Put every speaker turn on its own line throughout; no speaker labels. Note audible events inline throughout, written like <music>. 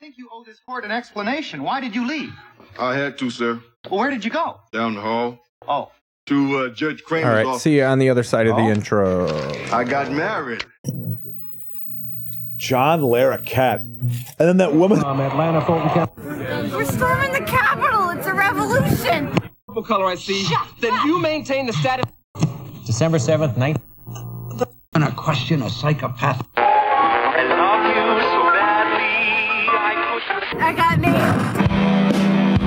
think you owe this court an explanation. Why did you leave?
I had to, sir.
Well, where did you go?
Down the hall
Oh,
to uh, Judge Crane's
All right,
office.
see you on the other side of the
Oh.
intro.
I got married.
John Larroquette. And then that woman.
um, Atlanta, Fulton County.
We're storming the Capitol. It's a revolution.
Purple color I see. Then you maintain the status. December 7th, 9th. Gonna question a psychopath.
I got me.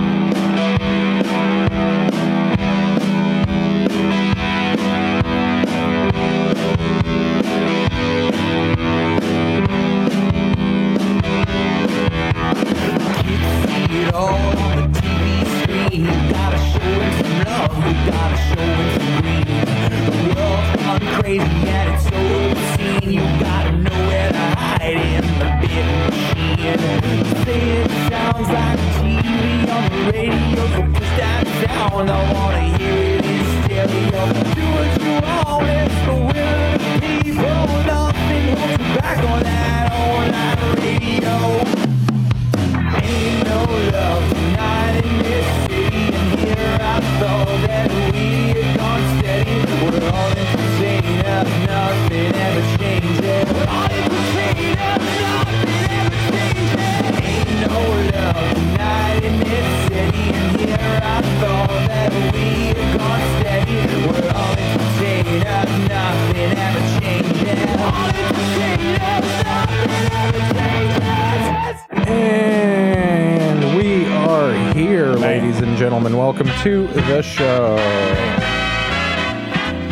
And we are here, ladies and gentlemen. Welcome to the show.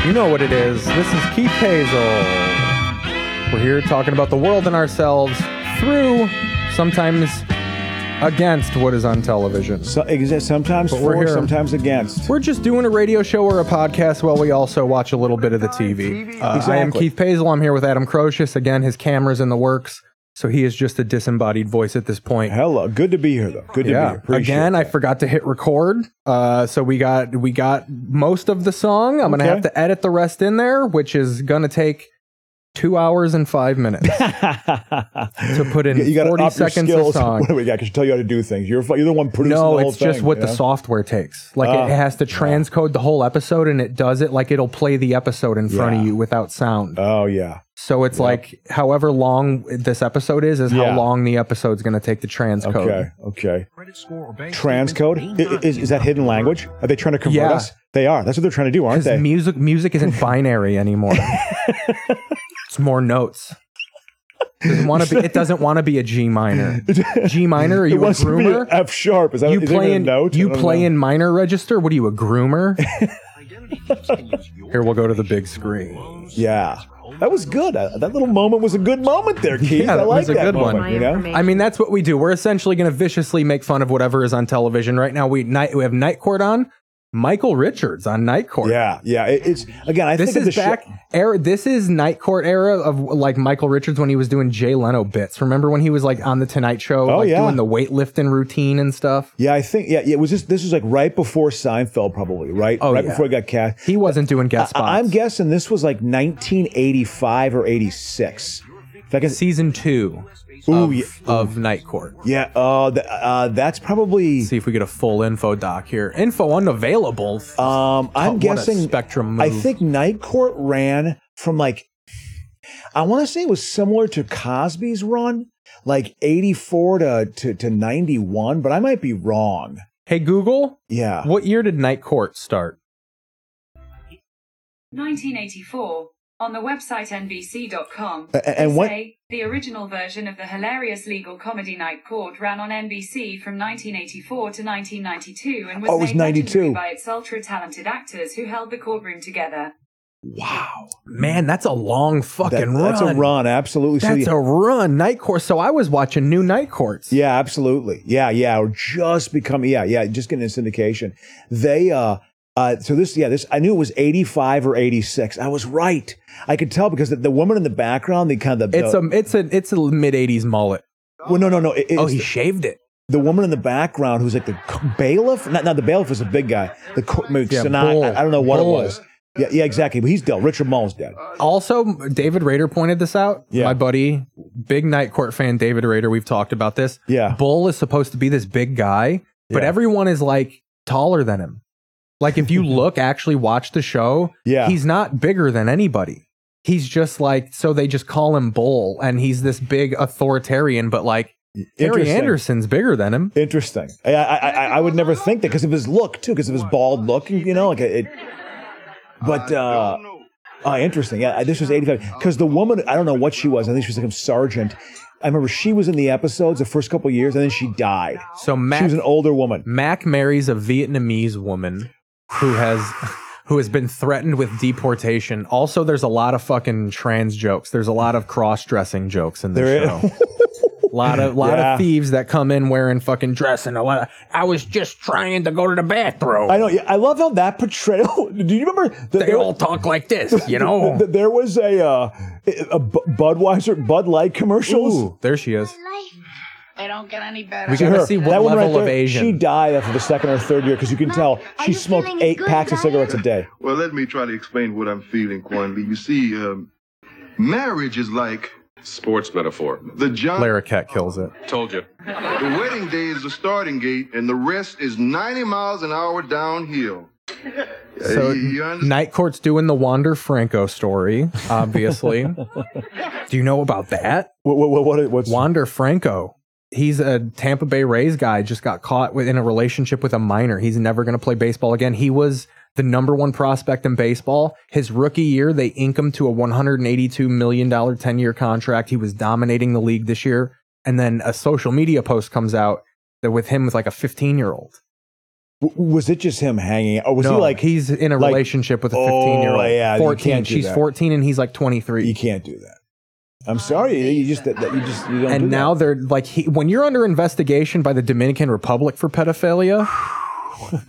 You know what it is. This is Keith Hazel. We're here talking about the world and ourselves through, sometimes against what is on television.
So, exist sometimes
we're
for,
here.
sometimes against.
We're just doing a radio show or a podcast while we also watch a little bit of the TV. Uh, I am
Exactly.
Keith Pazel. I'm here with Adam Crocius. Again, his camera's in the works, so he is just a disembodied voice at this point.
Hello. Good to be here, though. Good to be
yeah.
here. Appreciate
Again, I
that.
forgot to hit record, uh, so we got we got most of the song. I'm gonna
Okay.
have to edit the rest in there, which is gonna take two hours and
<laughs>
five minutes to put in
You- you gotta
40
up your
seconds
skills. <laughs>
of song.
What do we got? 'Cause I tell you how to do things. You're, fu- you're the one producing the
No,
whole
it's
thing,
just what
you
the
know?
software takes. Like
Ah,
it has to transcode the whole episode, and it does it like it'll play the episode in front of
Yeah.
you without sound.
Oh yeah.
so it's like however long this episode is is
Yeah.
how long the episode's going to take to transcode.
Okay. Okay. Transcode I- I- is, is that hidden language? Are they trying to convert
Yeah.
us? They are. That's what they're trying to do, aren't
Because
they?
music music
<laughs>
isn't binary anymore. it's more notes. Doesn't want to be. It doesn't want to be a G minor. G minor. Are
it <laughs>
you a
wants to be
groomer?
an F sharp. Is that
you
is it even
play
a
in
note?
you
I don't
play
know.
in minor register. What are you
<laughs>
a groomer? Here we'll go to the big screen.
Yeah. That was good. Uh, that little moment was a good moment there, Keith.
<laughs> Yeah,
I
that
like
was a
that
good one.
moment, You know?
I mean, that's what we do. We're essentially going to viciously make fun of whatever is on television right now. We night we have Night Court on. Michael Richards on Night Court.
Yeah, yeah. It, it's again. I
This
think of
is
the
back
Show,
era. This is Night Court era of like Michael Richards when he was doing Jay Leno bits. Remember when he was like on the Tonight Show,
Oh,
like
yeah.
doing the weightlifting routine and stuff.
yeah, I think. Yeah, yeah. It was just this was like right before Seinfeld, probably right.
Oh,
right
yeah.
before it got cast.
He wasn't doing guest spots.
I, am guessing this was like 1985 or 86. If I can,
season two
ooh,
of,
yeah,
of Night Court.
yeah. Uh, th- uh, that's probably.
See if we get a full info doc here. Info unavailable.
Um, I'm
What a
guessing
Spectrum
I
move.
think Night Court ran from like I want to say it was similar to Cosby's run, like 84 to to, to 91, but I might be wrong.
hey Google,
Yeah.
what year did Night Court start?
1984 on the website nbc.com
A- a- and
they
what-
say the original version of the hilarious legal comedy night court ran on nbc from 1984 to 1992 and was
Oh, it was
made legendary
92.
by its ultra talented actors who held the courtroom together
Wow.
Man, that's a long fucking
That-
run.
That's a run, absolutely. So
That's
yeah-
a run. Night Court. So I was watching new Night Courts.
Yeah, absolutely. Yeah, yeah. Or just become yeah, yeah, just getting in syndication. They uh uh so this yeah, this I knew it was 85 or 86. I was right. I could tell because the, the woman in the background, the kind of the,
It's a it's a it's a mid '80s mullet.
well, no, no, no. it-
Oh,
it's
he
the-
shaved it.
the woman in the background who's like the co- bailiff. Not, not the bailiff is a big guy. The co- maybe
Yeah,
Sinat-
Bull.
I, I don't know what
Bull.
it was. Yeah, yeah, exactly. But he's dead. Richard Mullen's dead.
Also, David Rader pointed this out.
Yeah.
My buddy, big Night Court fan, David Rader. We've talked about this.
Yeah.
Bull is supposed to be this big guy, but
Yeah.
everyone is like taller than him. Like
<laughs>
if you look, actually watch the show,
Yeah.
he's not bigger than anybody. He's just like so they just call him Bull, and he's this big authoritarian. But like Terry
Interesting.
Anderson's bigger than him.
Interesting. I, I, I, I would never think that because of his look too, because of his bald look. You know, like it. But uh, oh, interesting. Yeah, this was eighty-five. Because the woman, I don't know what she was. I think she was like a sergeant. I remember she was in the episodes the first couple years, and then she died.
So
She
Mac,
was an older woman.
Mac marries a Vietnamese woman who has <laughs> who has been threatened with deportation. Also, there's a lot of fucking trans jokes. There's a lot of cross dressing jokes in this
There
show. A <laughs> lot of
<laughs>
lot
Yeah.
of thieves that come in wearing fucking dress and a lot. Of, I was just trying to go to the bathroom.
I know. yeah, I love how that portrayal. <laughs> Do you remember? The,
they
<laughs>
all talk like this, you know.
Th- There was a uh, a Bu- Budweiser Bud Light commercials.
Ooh, there she is.
They don't get any better.
We gotta
her.
see what
that
level
one right there,
of Asian.
She died after the second or third year because you can tell
are
she
you
smoked
feeling
eight
good,
packs of
Diane?
cigarettes a day.
Well, let me try to explain what I'm feeling, Quan Lee. You see, um, marriage is like
Sports metaphor.
the John.
Lara Cat kills it.
Told you.
The wedding day is the starting gate, and the rest is 90 miles an hour downhill.
<laughs> So
Uh, you understand?
Night Court's doing the Wander Franco story,
<laughs>
obviously.
Oh,
Do you know about that?
What, what, what, what, what's
Wander Franco. He's a Tampa Bay Rays guy. Just got caught with- in a relationship with a minor. He's never going to play baseball again. He was the number one prospect in baseball. His rookie year, they ink him to a 182 million dollar ten year contract. He was dominating the league this year. And then a social media post comes out that with him with like a 15 year old.
w- was it? Just him hanging? Or was he like
he's in a
like-
relationship with a
Oh,
15 year old.
yeah, you
14.
can't do
She's
that.
14 and he's like 23.
You can't do that. I'm sorry. You, you just that, that- you just you don't. do
and now
that.
they're like he, when you're under investigation by the Dominican Republic for
<sighs>
pedophilia,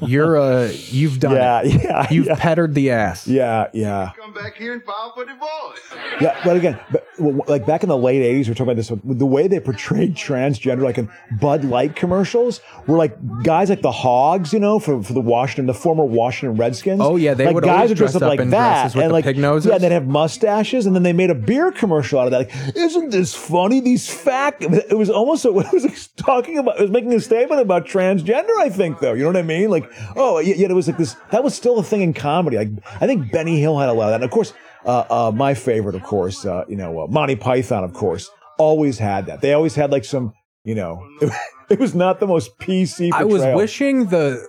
you're a you've done
yeah,
it.
yeah,
You've
yeah,
pettered the ass.
yeah, yeah.
Come back here and file for divorce.
Yeah, but again, but, w- w- like back in the late '80s, we're talking about this. with The way they portrayed transgender, like in Bud Light commercials, were like guys like the Hogs, you know, for, for the Washington, the former Washington Redskins.
Oh, yeah, they
like
would
guys
always
are dressed up
dress up
like
in
that,
dresses with
and
the
like
pig noses.
Yeah, and they'd have mustaches, and then they made a beer commercial out of that. Like, isn't this funny? These fact, it was almost <laughs> it was like talking about, it was making a statement about transgender. I think though, you know what I mean? Like, oh, y- yet it was like this. That was still a thing in comedy. Like, I think Benny Hill had a lot of that, and of course uh, uh, my favorite, of course, uh, you know, uh, Monty Python, of course, always had that. They always had like some, you know, <laughs> it was not the most PC.
I was
portrayal.
wishing the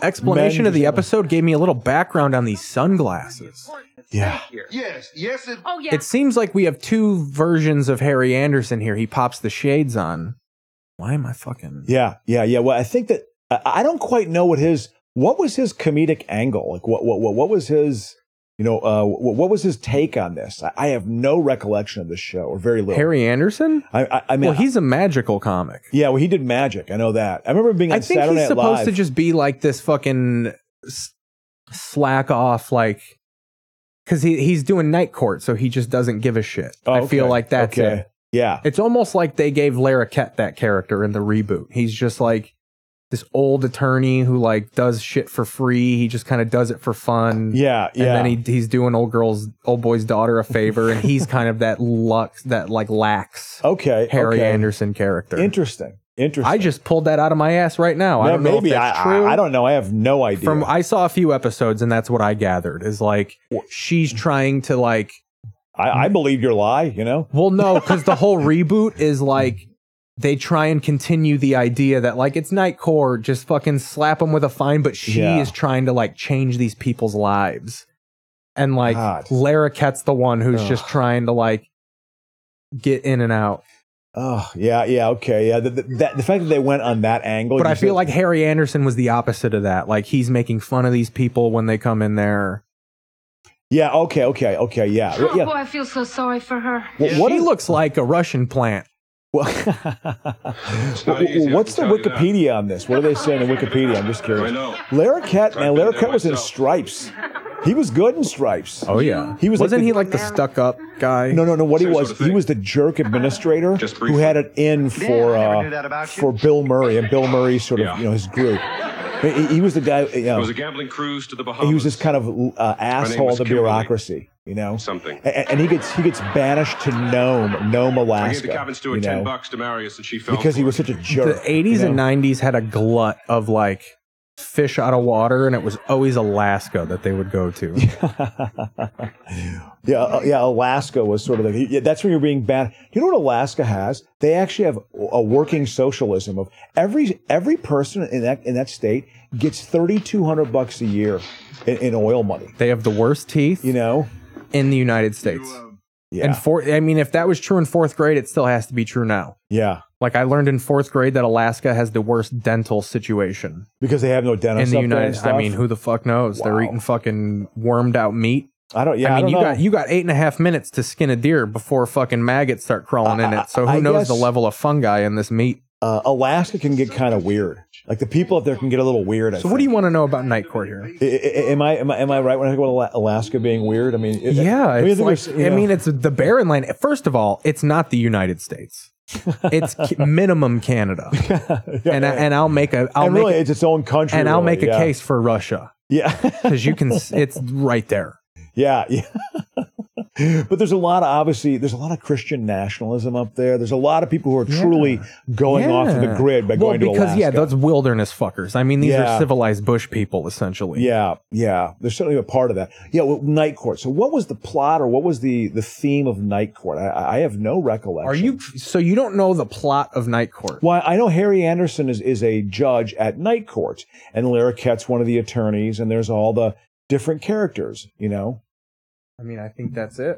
explanation
Men
of the
just-
episode gave me a little background on these sunglasses.
Yeah.
Yes, yes, it.
Oh yeah.
It seems like we have two versions of Harry Anderson here. He pops the shades on. Why am I fucking
Yeah. Yeah. Yeah. Well, I think that I, I don't quite know what his, what was his comedic angle? Like, what, what, what, what was his, you know, uh, what, what was his take on this? I, I have no recollection of this show or very little.
Harry Anderson?
I, I, I mean,
well, he's a magical comic.
yeah, well, he did magic. I know that. I remember being on
I think
Saturday
he's
Night
supposed
Live.
to just be like this fucking s- slack off, like because he he's doing night court, so he just doesn't give a shit.
Oh,
I feel
okay.
like that's
okay.
it.
Yeah.
It's almost like they gave Lara Kett that character in the reboot. He's just like this old attorney who like does shit for free. He just kind of does it for fun.
Yeah. Yeah.
And then he, he's doing old girl's old boy's daughter a favor, and he's kind of that lux that like lax
okay.
Harry
okay.
Anderson character.
Interesting. Interesting.
I just pulled that out of my ass right now. I
Yeah,
don't know if that's
I,
true.
I, I don't know. I have no idea.
From I saw a few episodes, and that's what I gathered is like she's trying to like.
I, I believe your lie. You know.
Well, no, because
<laughs>
the whole reboot is like they try and continue the idea that like it's Night Court, just fucking slap them with a fine, but she
Yeah.
is trying to like change these people's lives, and like
God.
Lara Kett's the one who's just
Ugh.
trying to like get in and out.
Oh yeah, yeah, okay, yeah. The, the, that, the fact that they went on that angle,
But
you
I feel
said-
like Harry Anderson was the opposite of that. Like he's making fun of these people when they come in there.
yeah, okay, okay, okay, yeah,
Oh
yeah.
boy, I feel so sorry for her.
Well,
What
what
he
is-
looks like a Russian plant.
well, <laughs>
not
well,
easy, I
what's the
can tell you
Wikipedia on this? What do they say in the Wikipedia? I'm just
I
curious.
know.
Lara Cat, man,
I've been
Lara
there
Cat was in
myself.
Stripes. He was good in Stripes.
Oh yeah,
He was like
Wasn't
the-
he like the stuck up guy?
No, no, no. What he
Same
was,
sort of
he
thing.
was the jerk administrator
Just
who had it in for
Damn, I never knew that
uh,
about you.
for Bill Murray and Bill Murray sort of
Yeah.
you know his group. He, he was the guy. You know,
It was a gambling cruise to the Bahamas.
he was this kind of uh, asshole
was
to
Kimberly.
bureaucracy, you know.
Something.
A- a- and he gets he gets banished to Nome, Nome, Alaska.
I gave the cabin steward
you know,
ten bucks to Marius, and she fell
because he
for
was such a jerk.
The 80s
you know?
and 90s had a glut of like fish out of water, and it was always Alaska that they would go to.
<laughs>
<laughs>
yeah, uh, yeah. Alaska was sort of the. Yeah, that's when you're being banned. You know what Alaska has? They actually have a working socialism of every every person in that in that state gets thirty two hundred bucks a year in, in oil money.
They have the worst teeth
You know,
in the United States.
yeah,
And four, I mean, if that was true in fourth grade, it still has to be true now.
yeah,
Like I learned in fourth grade that Alaska has the worst dental situation
because they have no
in
dentists
the
up there and
United. I
stuff.
mean, who the fuck knows? They're
Wow.
eating fucking wormed out meat.
I don't. Yeah,
I mean,
don't
you
know.
got you got eight and a half minutes to skin a deer before fucking maggots start crawling in it. So who
I- I
knows the
guess-
level of fungi in this meat?
uh, Alaska can get kind of weird. Like the people up there can get a little weird. I
So what do you want to know about night court here?
I, I- am I am I am I right when I think about Ala- Alaska being weird? I mean, it-
Yeah,
I
I
mean,
mean,
there's-
it's, like,
you
I
know.
mean, it's the barren land. First of all, it's not the United States.
<laughs>
It's ca- minimum Canada, and I, and I'll make a I'll
and
make
really,
a-
it's its own country.
and I'll
really,
make a
yeah.
case for Russia <laughs>
Yeah,
because you can.
<laughs>
s- it's right there.
yeah, yeah. <laughs> but there's a lot of obviously there's a lot of Christian nationalism up there. There's a lot of people who are truly going off of the
Yeah.
grid by
well,
going
because
to Alaska.
yeah, those wilderness fuckers. I mean, these
Yeah.
are civilized bush people essentially.
yeah, yeah. There's certainly a part of that. Yeah, well, Night Court. So, what was the plot or what was the the theme of Night Court? I, I have no recollection.
Are you so you don't know the plot of Night Court?
Well, I know Harry Anderson is, is a judge at Night Court, and Lara Kett's one of the attorneys, and there's all the different characters, you know?
I mean, I think that's it.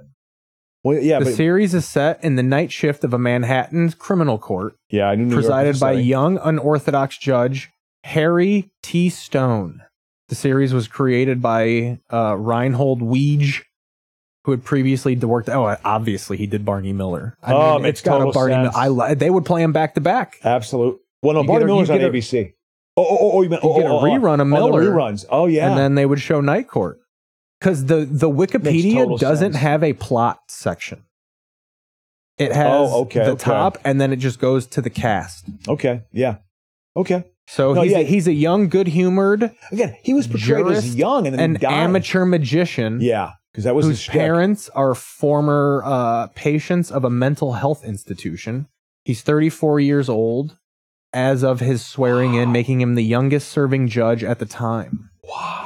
Well, yeah,
The
but
series is set in the night shift of a Manhattan criminal court
yeah, I knew New York was
presided by
exciting.
young unorthodox judge Harry T. Stone. The series was created by uh, Reinhold Weege, who had previously worked. Oh, obviously he did Barney Miller. I
Oh,
mean,
makes
it's got a
total
Barney.
sense.
Mil- I li- they would play him back to back.
Absolute. Well, no,
You
Barney
get a-
Miller's
you
on
get a-
ABC. Oh, oh, oh, oh, you meant
you
oh,
get a
oh, oh,
rerun of
oh, the
Miller.
reruns. Oh, yeah.
and then they would show Night Court because the the
total
Wikipedia doesn't
sense.
have a plot section. It has
Oh, okay,
the
okay.
top, and then it just goes to the cast.
okay, yeah, okay.
So
No,
he's,
yeah.
a, he's a young, good-humored,
Again, he was portrayed as
Jurist
young and then
an
died.
amateur magician
Yeah, because that was his
whose
shtick.
parents are former uh, patients of a mental health institution. He's 34 years old as of his swearing in, making him the youngest serving judge at the time.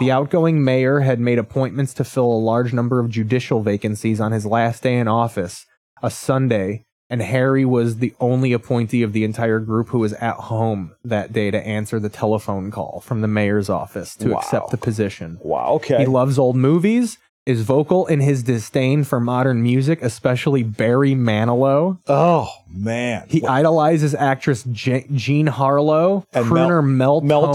The outgoing mayor had made appointments to fill a large number of judicial vacancies on his last day in office, a Sunday, and Harry was the only appointee of the entire group who was at home that day to answer the telephone call from the mayor's office to
Wow.
accept the position.
Wow. Okay.
He loves old movies, is vocal in his disdain for modern music, especially Barry Manilow.
oh man.
He idolizes actress Je- Jean Harlow,
And
crooner Mel,
Mel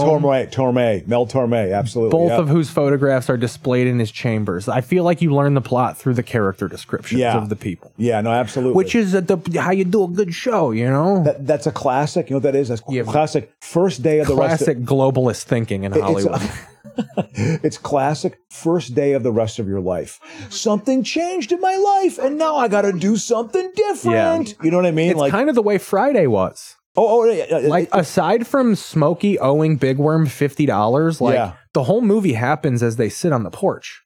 Torme,
Torme,
Torme, Mel Torme, absolutely.
both
yeah.
of whose photographs are displayed in his chambers. I feel like you learn the plot through the character descriptions
Yeah.
of the people,
yeah, no, absolutely.
which is a, the, how you do a good show, you know?
That, that's a classic. You know what that is? That's
Yeah.
classic. First day of the
Classic globalist thinking in
Rest of,
Hollywood.
<gasps> It's, it's classic. First day of the rest of your life. Something changed in my life, and now I got to do something different. You know what I mean?
it's
like
kind of the way Friday was.
oh, oh, yeah, yeah,
like
it-
aside from Smokey owing Big Worm fifty dollars, like
Yeah.
the whole movie happens as they sit on the porch.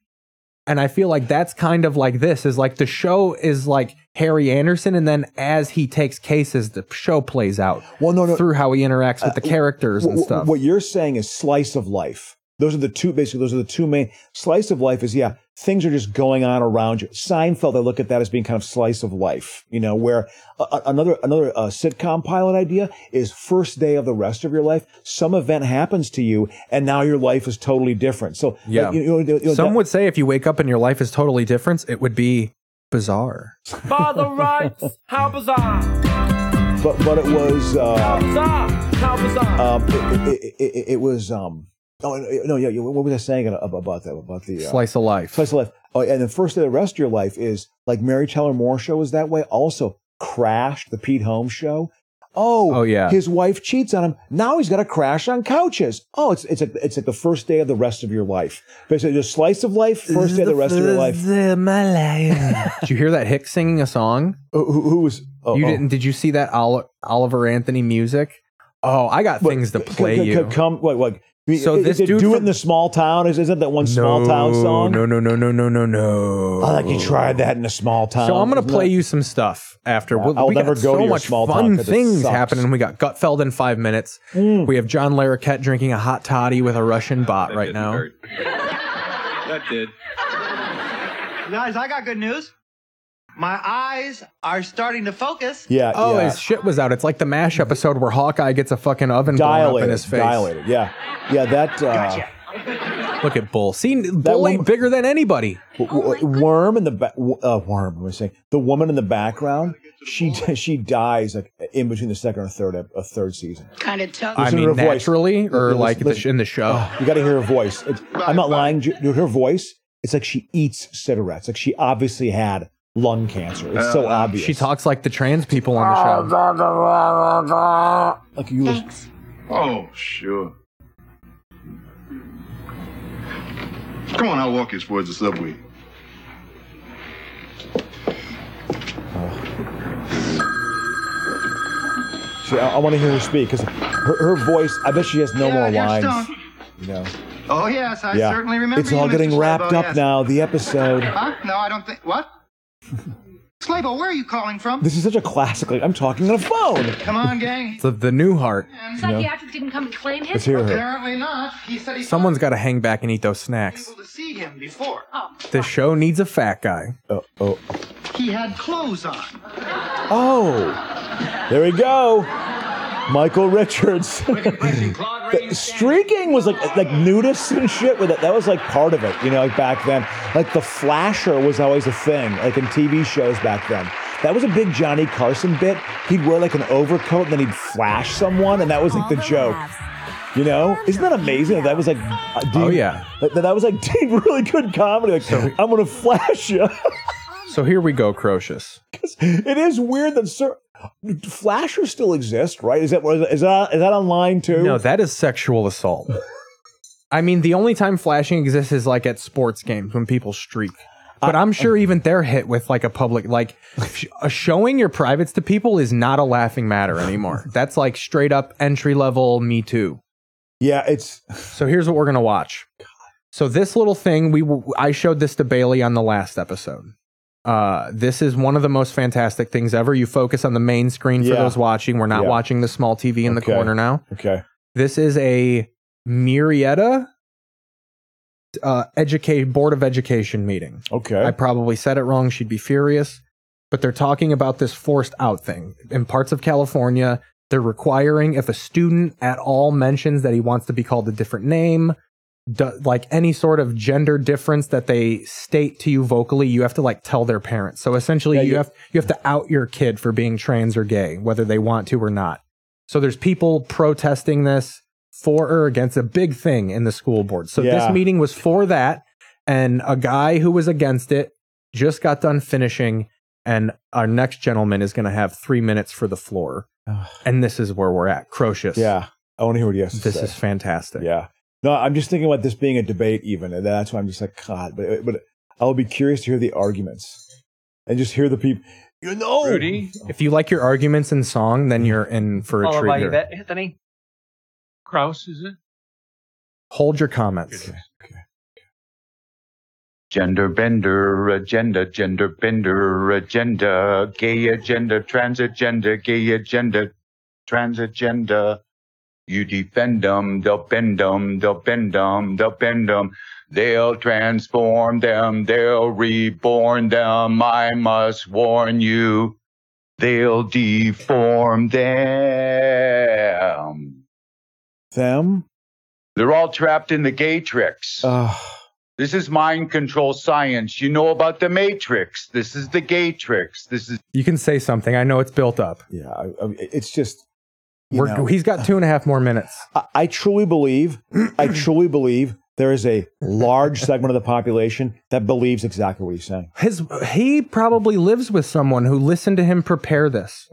And I feel like that's kind of like this is like the show is like Harry Anderson, and then as he takes cases, the show plays out
well, no, no.
through how he interacts with the characters
Wh-
and
Uh, wh-
stuff.
What you're saying is slice of life. Those are the two basically. Those are the two main slice of life. Is yeah, things are just going on around you. Seinfeld, I look at that as being kind of slice of life. You know, where a- a- another another uh, sitcom pilot idea is first day of the rest of your life. Some event happens to you, and now your life is totally different. So like,
Yeah.
you know, you know,
Some
that-
would say if you wake up and your life is totally different, it would be bizarre.
Father rights, how bizarre,
but but it was. Uh,
how bizarre, how bizarre.
um, it, it, it, it, it was. Um, oh no, yeah, yeah. What was I saying about, about that? About the uh,
Slice of life.
slice of life. Oh, and the first day of the rest of your life is like Mary Tyler Moore show is that way. Also, Crash, the Pete Holmes show. Oh,
Oh, yeah.
His wife cheats on him. Now he's got to crash on couches. Oh, it's it's like it's like the first day of the rest of your life. Basically, the slice of life, first day of the rest of your life.
Did you hear that Hicks singing a song?
Who, who- who was? Oh,
you
oh.
didn't? Did you see that Oli- Oliver Anthony music? Oh, I got
But
things to
c-
play
c- c-
you.
Come, like, like
So
Is- is
this
it
dude
do it
from-
in the small town. Is isn't that one small town song?
No, no, no, no, no, no, no.
I like you tried that in a small town.
So I'm gonna
Isn't
play
that-
you some stuff after.
Yeah,
we
I'll
we
never
got
go to
so
your
much
small town
fun
'cause it
things
sucks. Mm.
happening. We got Gutfeld in five minutes. We have John Larroquette drinking a hot toddy with a Russian bot
That
right
did
now.
hurt. that did.
Guys, I got good news. My eyes are starting to focus.
Yeah.
Oh,
yeah.
his shit was out. It's like the Mash episode where Hawkeye gets a fucking oven blown up in
dilated.
his face.
Dilated. Yeah. Yeah. That. Uh,
Look at Bull. See, Bull ain't
woman-
bigger than anybody.
W- w- worm in the ba- w- uh, worm. What am I saying? The woman in the background. She <laughs> she dies like in between the second or third ep- uh, third season.
Kind of tough.
I
Listen to
mean,
her voice.
naturally, or
Listen-
like the sh
listen.
in the show.
Oh, <sighs> you got to hear her voice. It's, I'm not lying, Ju- dude. Her voice. It's like she eats cigarettes. Like she obviously had lung cancer. It's so obvious.
Uh, she talks like the trans people on the show.
like you. lis-
Thanks.
Oh, sure. Come on, I'll walk you towards the subway.
She, I, want to hear her speak because her, her voice. I bet she has no
Yeah,
more
you're
lines.
stoned.
You know.
Oh, yes, I
yeah.
certainly remember
it's
you,
all
Mr.
getting wrapped
Slabo,
up
yes.
now. The episode.
Huh? No, I don't think.
<laughs>
What? Slavo, where are you calling from?
This is such a classic. Like I'm talking on a phone.
Come on, Um, gang.
So the new heart.
Psychiatric didn't come and claim him.
Let's hear her.
Apparently not. He said he
Someone's got to hang back and eat those snacks.
able to see him before.
Oh.
The show needs a fat guy.
Oh, oh,
He had clothes on.
oh. There we go. Michael Richards. <laughs> The streaking was like like nudists and shit with it. That was like part of it, you know, like back then. Like the flasher was always a thing, like in TV shows back then. That was a big Johnny Carson bit. He'd wear like an overcoat and then he'd flash someone, and that was like the joke. You know, isn't that amazing? that That was like, uh, dude,
Oh, yeah.
that, that was like, <laughs> dude, really good comedy. Like, I'm gonna <laughs> flash you.
So here we go, Crocious.
it is weird that sir, flashers still exist, right? Is that is that is that online too?
No, that is sexual assault. <laughs> I mean, the only time flashing exists is like at sports games when people streak. But I'm sure even they're hit with like a public like sh- uh, showing your privates to people is not a laughing matter <laughs> anymore. That's like straight up entry level me too.
yeah, it's
<sighs> So here's what we're gonna watch. So this little thing we w- I showed this to Bailey on the last episode. Uh, this is one of the most fantastic things ever. You focus on the main screen for
Yeah.
those watching. We're not
Yeah.
watching the small TV in
Okay.
the corner now.
okay.
This is a Murrieta uh, educate board of education meeting.
Okay.
I probably said it wrong. She'd be furious. But they're talking about this forced out thing in parts of California. They're requiring if a student at all mentions that he wants to be called a different name, do, like any sort of gender difference that they state to you vocally, you have to like tell their parents. So essentially,
Yeah,
you
you-
have you have to out your kid for being trans or gay, whether they want to or not. So there's people protesting this for or against a big thing in the school board. So
Yeah.
this meeting was for that, and a guy who was against it just got done finishing, and our next gentleman is going to have three minutes for the floor, and this is where we're at. Crocious,
yeah, I want to hear what he has to
this
say.
is fantastic.
yeah. No, I'm just thinking about this being a debate, even, and that's why I'm just like, God. But but I'll be curious to hear the arguments and just hear the people. You know,
Rudy,
If you like your arguments in song,
Mm-hmm.
then you're in for a treat. here.
Anthony Kraus, is it?
Hold your comments.
Gender bender agenda, gender bender agenda, gay agenda, trans agenda, gay agenda, trans agenda. You defend them, they'll bend them, they'll bend them, they'll bend them. They'll transform them, they'll reborn them. I must warn you, they'll deform them.
them.
They're all trapped in the gay tricks.
Uh,
This is mind control science. You know about the matrix. This is the gay tricks. This is
You can say something. I know it's built up.
yeah, I, I, it's just. you
We're,
know.
he's got two and a half more minutes.
I, I truly believe, I truly believe there is a large segment of the population that believes exactly what he's saying.
His he probably lives with someone who listened to him prepare this.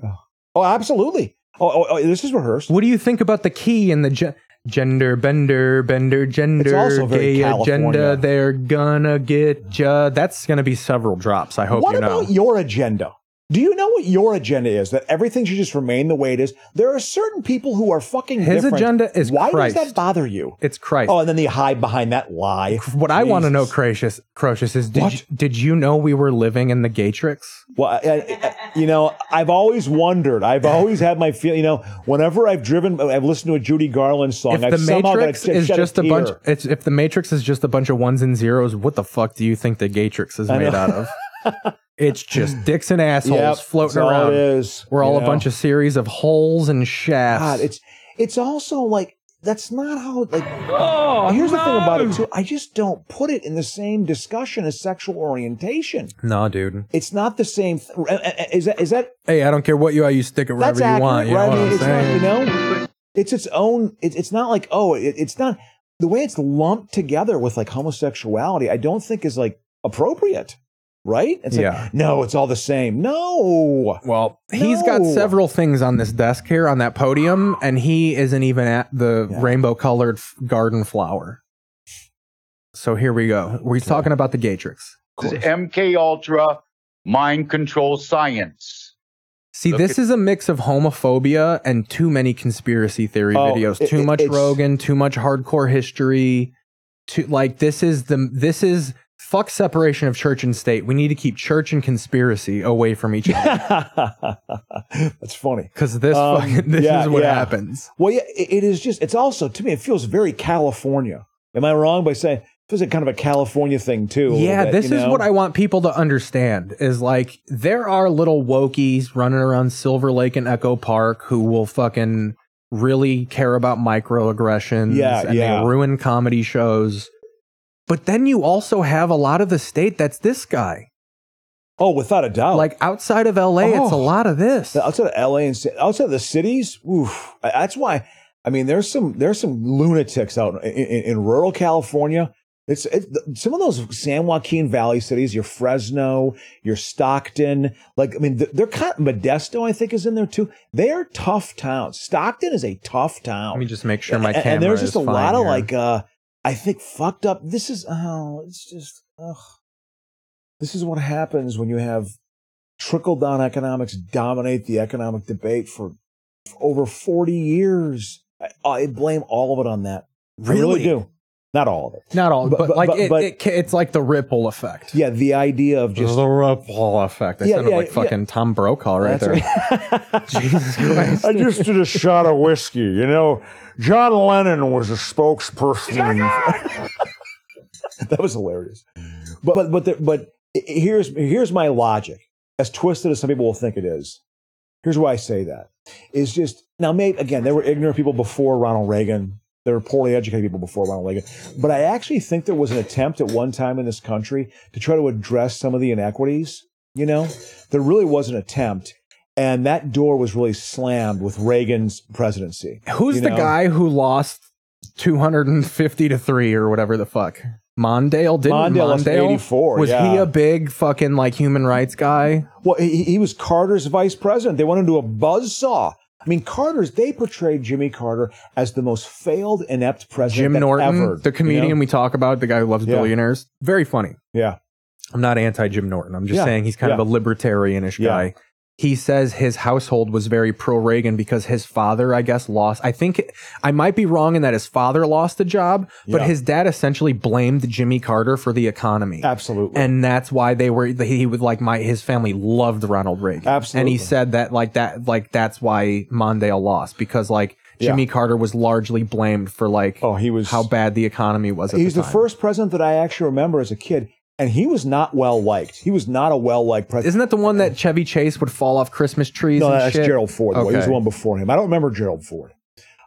Oh, absolutely. Oh, oh, oh, this is rehearsed.
What do you think about the key and the gen- gender bender bender gender
also very
gay
California.
agenda? They're gonna get ya. That's gonna be several drops. I hope
what
you know.
about your agenda? Do you know what your agenda is? That everything should just remain the way it is. There are certain people who are fucking.
His
different.
agenda is
Why does
Christ.
that bother you?
It's Christ.
Oh, and then they hide behind that lie.
What I want to know, Crocious, Crocious, is did you, did you know we were living in the Gatrix?
Well, I, I- I- you know, I've always wondered. I've always had my feel. You know, whenever I've driven, I've listened to a Judy Garland song.
If
I've
the
somehow got
Matrix
shed-
is
shed
just a
tear.
bunch, it's, if the Matrix is just a bunch of ones and zeros, what the fuck do you think the Gatrix is
I know.
made out of?
<laughs>
it's just dicks and assholes
Yep,
floating
that's all
around.
it is,
we're
you
all a
know.
bunch of series of holes and shafts.
God, it's it's also like that's not how like oh here's the thing about it too. I just don't put it in the same discussion as sexual orientation.
no, dude.
It's not the same. Th- uh, uh, is that is that
Hey, I don't care what you are. You stick it wherever
that's
you
accurate?
want. You
right? I
know what
mean,
I'm
it's
saying?
not you know it's its own. It, it's not like oh it, it's not the way it's lumped together with like homosexuality. I don't think is like appropriate. Right? It's like,
Yeah.
no, it's all the same. No.
Well, He's got several things on this desk here on that podium, and he isn't even at the rainbow colored garden flower. So here we go. We're talking about the Gatrix.
This is MK Ultra mind control science.
See, this is a mix of homophobia and too many conspiracy theory
Oh,
videos.
it-
Too
it-
much
it's-
Rogan, too much hardcore history. Too like this is the this is fuck separation of church and state. We need to keep church and conspiracy away from each other.
<laughs> That's funny.
Because this
Um,
fucking, <laughs> this
yeah,
is what
yeah.
happens.
Well, yeah, it, it is just, it's also, to me, it feels very California. Am I wrong by saying, it feels like kind of a California thing, too? a little
Yeah,
bit,
this
you
is
know?
what I want people to understand is like there are little wokies running around Silver Lake and Echo Park who will fucking really care about microaggressions
Yeah,
and
yeah.
they ruin comedy shows. But then you also have a lot of the state that's this guy.
Oh, without a doubt.
Like outside of LA, it's a
Oh.
lot of this.
Outside of LA and ci- outside of the cities, oof, I- that's why, I mean, there's some, there's some lunatics out in, in, in rural California. It's, it's th- some of those San Joaquin Valley cities, your Fresno, your Stockton. Like, I mean, th- they're kind of, Modesto, I think, is in there too. They are tough towns. Stockton is a tough town.
Let me just make sure my
and,
camera
and there's just
is
a
fine
lot of
here.
like uh i think fucked up this is oh it's just ugh. this is what happens when you have trickle down economics dominate the economic debate for, for over 40 years I, I blame all of it on that i
Really?
really do not all of it
not all, but,
But- but-
like
but-
it,
but-
it ca- it's like the ripple effect.
yeah the idea of just
the ripple effect. I
Yeah,
sounded
yeah,
like
yeah.
fucking Tom Brokaw right there.
<laughs> I just did a shot of whiskey. You know, John Lennon was a spokesperson. <laughs>
that was hilarious. But but but, the, but i- i- here's here's my logic. As twisted as some people will think it is, here's why I say that is just now. Maybe again, there were ignorant people before Ronald Reagan. There were poorly educated people before Ronald Reagan. But I actually think there was an attempt at one time in this country to try to address some of the inequities. You know, there really was an attempt. And that door was really slammed with Reagan's presidency.
Who's
you
the
know?
guy who lost 250 to 3 or whatever the fuck? Mondale didn't
Mondale lost 84,
Was he
yeah.
a big fucking like human rights guy?
Well, he, he was Carter's vice president. They went into a buzzsaw. I mean, Carter's, they portrayed Jimmy Carter as the most failed, inept president
Jim
that
Norton,
ever.
the comedian we talk about, the guy who loves
Yeah.
billionaires. Very funny.
Yeah.
I'm not anti Jim Norton. I'm just
Yeah.
saying he's kind
Yeah.
of a libertarianish guy. He says his household was very pro Reagan because his father, I guess, lost. I think I might be wrong in that his father lost the job, but
Yeah.
his dad essentially blamed Jimmy Carter for the economy.
Absolutely.
And that's why they were, he would like, my, his family loved Ronald Reagan. And
Absolutely.
he said that, like, that, like, that's why Mondale lost because, like,
Yeah.
Jimmy Carter was largely blamed for, like, oh,
he was,
how bad the economy was at
He's
the
the,
time.
first president that I actually remember as a kid, and he was not well liked. He was not a well liked president.
Isn't that the one that Chevy Chase would fall off Christmas trees?
No,
and
that's
shit?
Gerald Ford. though. He was
Okay.
the one before him. I don't remember Gerald Ford.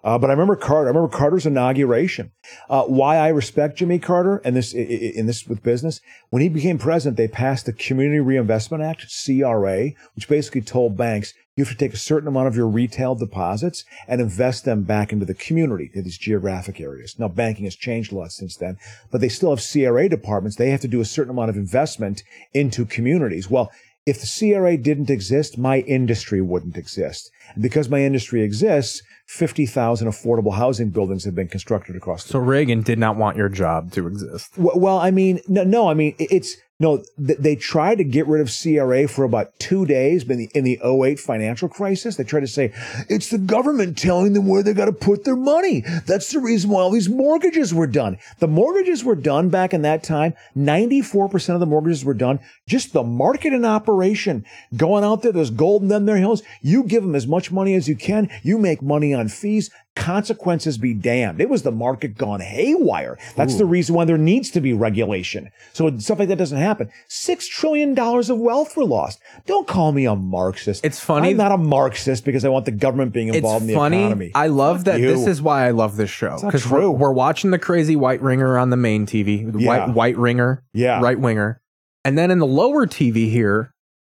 Uh, but I remember Carter. I remember Carter's inauguration. Uh, why I respect Jimmy Carter and this i- i- in this with business. When he became president, they passed the Community Reinvestment Act (CRA), which basically told banks you have to take a certain amount of your retail deposits and invest them back into the community, in these geographic areas. Now, banking has changed a lot since then, but they still have CRA departments. They have to do a certain amount of investment into communities. Well, if the CRA didn't exist, my industry wouldn't exist. And because my industry exists, 50,000 affordable housing buildings have been constructed across the
So Reagan did not want your job to exist.
well, well, I mean, no, no, I mean, it- it's No, th- they tried to get rid of CRA for about two days in the, in the 08 financial crisis. They tried to say, it's the government telling them where they got to put their money. That's the reason why all these mortgages were done. The mortgages were done back in that time. 94% of the mortgages were done. Just the market in operation going out there. There's gold in them, their hills. You give them as much money as you can. You make money on fees consequences be damned. It was the market gone haywire. That's
Ooh.
the reason why there needs to be regulation. So stuff like that doesn't happen. Six trillion dollars of wealth were lost. Don't call me a Marxist. It's
funny-
I'm not a Marxist because I want the government being involved in the economy.
I
Fuck
love that.
you.
This is why I love this show
not
because we're,
true.
we're watching the crazy white ringer on the main TV, the
Yeah.
white white ringer,
Yeah.
right winger, and then in the lower TV here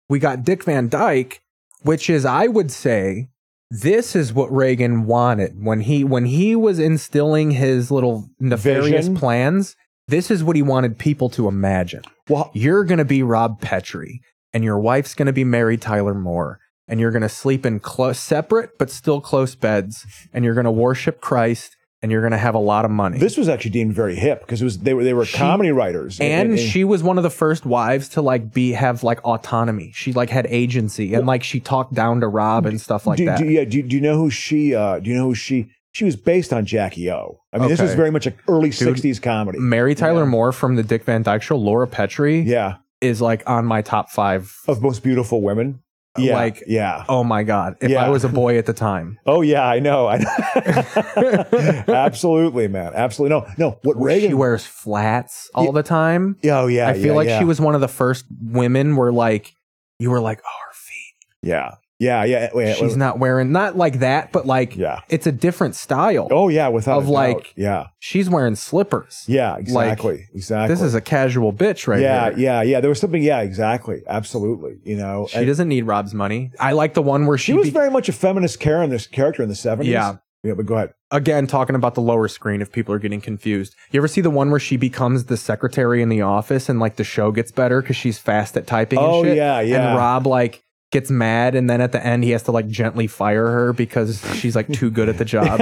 we got Dick Van Dyke, which is I would say this is what Reagan wanted when he when he was instilling his little nefarious
Vision.
plans. This is what he wanted people to imagine.
Well,
you're going to be Rob Petrie, and your wife's going to be Mary Tyler Moore, and you're going to sleep in close, separate but still close beds, and you're going to worship Christ, and you're going to have a lot of money.
This was actually deemed very hip because it was they were they were comedy writers
and, she was one of the first wives to like be have like autonomy. She like had agency, and like she talked down to Rob and stuff like
do,
that.
Do, yeah, do, do you know who she? Uh, do you know who she? She was based on Jackie O. I mean, this
Okay.
was very much an early
Dude,
'60s comedy.
Mary Tyler Moore from the Dick Van Dyke Show, Laura Petrie,
yeah,
is like on my top five
of most beautiful women. Yeah,
like
yeah.
Oh my god! If I
Yeah.
was a boy at the time,
<laughs> Oh yeah, I know. I know. <laughs> Absolutely, man. Absolutely. No, no. What Reagan? She
wears flats all the time.
Oh yeah.
I feel
yeah,
like
yeah.
she was one of the first women where like you were like, oh,
Yeah. Yeah. Yeah. Wait, wait,
she's
wait.
not wearing not like that, but like
yeah,
it's a different style.
Oh yeah, without
of
a doubt.
like
yeah,
she's wearing slippers.
Yeah,
Like,
exactly. exactly.
This is a casual bitch right
yeah,
here.
yeah, yeah. There was something. Yeah, exactly. Absolutely. You know,
She doesn't need Rob's money. I like the one where she,
She was
be-
very much a feminist Karen, this character in the seventies.
Yeah.
Yeah, but go ahead.
again talking about the lower screen if people are getting confused. You ever see the one where she becomes the secretary in the office and like the show gets better because she's fast at typing?
Oh,
and shit?
yeah, yeah.
And Rob like gets mad and then at the end he has to like gently fire her because she's like too good at
<laughs>
the job.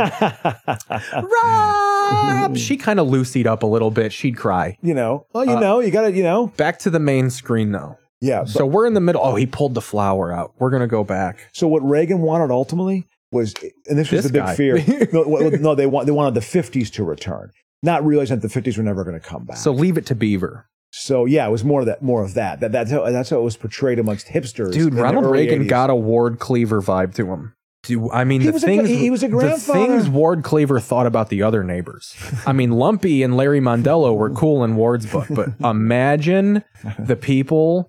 Rob, she kind of loosied up a little bit. She'd cry.
You know. Well, you
Uh,
know, you got to, you know.
Back to the main screen though.
Yeah.
So we're in the middle. Oh, he pulled the flower out. We're gonna go back.
So what Reagan wanted ultimately was, and this was the
This
big
guy. <laughs>
fear. no, well, no, they want they wanted the '50s to return, not realizing that the '50s were never going to come back.
So leave it to Beaver.
So yeah, it was more of that, more of that. That that's how, that's how it was portrayed amongst hipsters.
Dude,
in the
Ronald
early
Reagan
80s.
got a Ward Cleaver vibe to him. Do I mean
He
the
was a gra-
things
he was a grandfather.
The things Ward Cleaver thought about the other neighbors. I mean, Lumpy and Larry Mondello were cool in Ward's book,
<laughs>
but imagine the people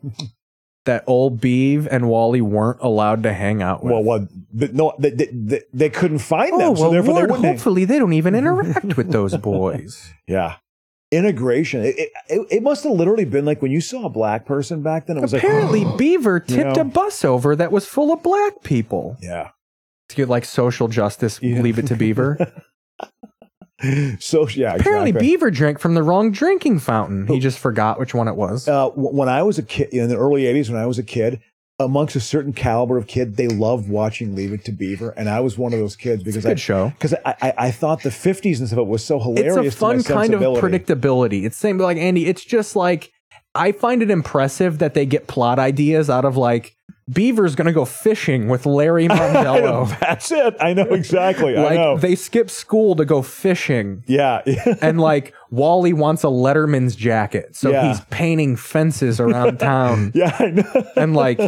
that old Beeve and Wally weren't allowed to hang out with.
Well, well, but no, they, they, they, they couldn't find them.
oh
so
well,
therefore
Ward.
they wouldn't.
hopefully, they don't even interact
<laughs>
with those boys.
Yeah. Integration. It, it, it- it must have literally been like when you saw a black person back then. It was <gasps>
Apparently,
like
Beaver tipped
know.
a bus over that was full of black people.
Yeah.
To get like social justice, leave it to Beaver.
<laughs> so yeah.
Apparently,
exactly.
Beaver drank from the wrong drinking fountain. He just forgot which one it was.
Uh, w- when I was a kid, in the early 80s, when I was a kid, amongst a certain caliber of kid, they loved watching Leave It to Beaver. And I was one of those kids because I,
good show.
Because I, I, I thought the 50s and stuff was so hilarious.
It's a
to my
fun kind of
sensibility.
predictability. It's same like Andy. It's just like I find it impressive that they get plot ideas out of like Beaver's gonna go fishing with
<laughs> <laughs>
Larry
I know,
Mondello.
That's it. I know exactly. I
like
know.
they skip school to go fishing.
Yeah. <laughs>
and like Wally wants a Letterman's jacket, so
Yeah.
he's painting
<laughs>
fences around town.
yeah, I know.
And like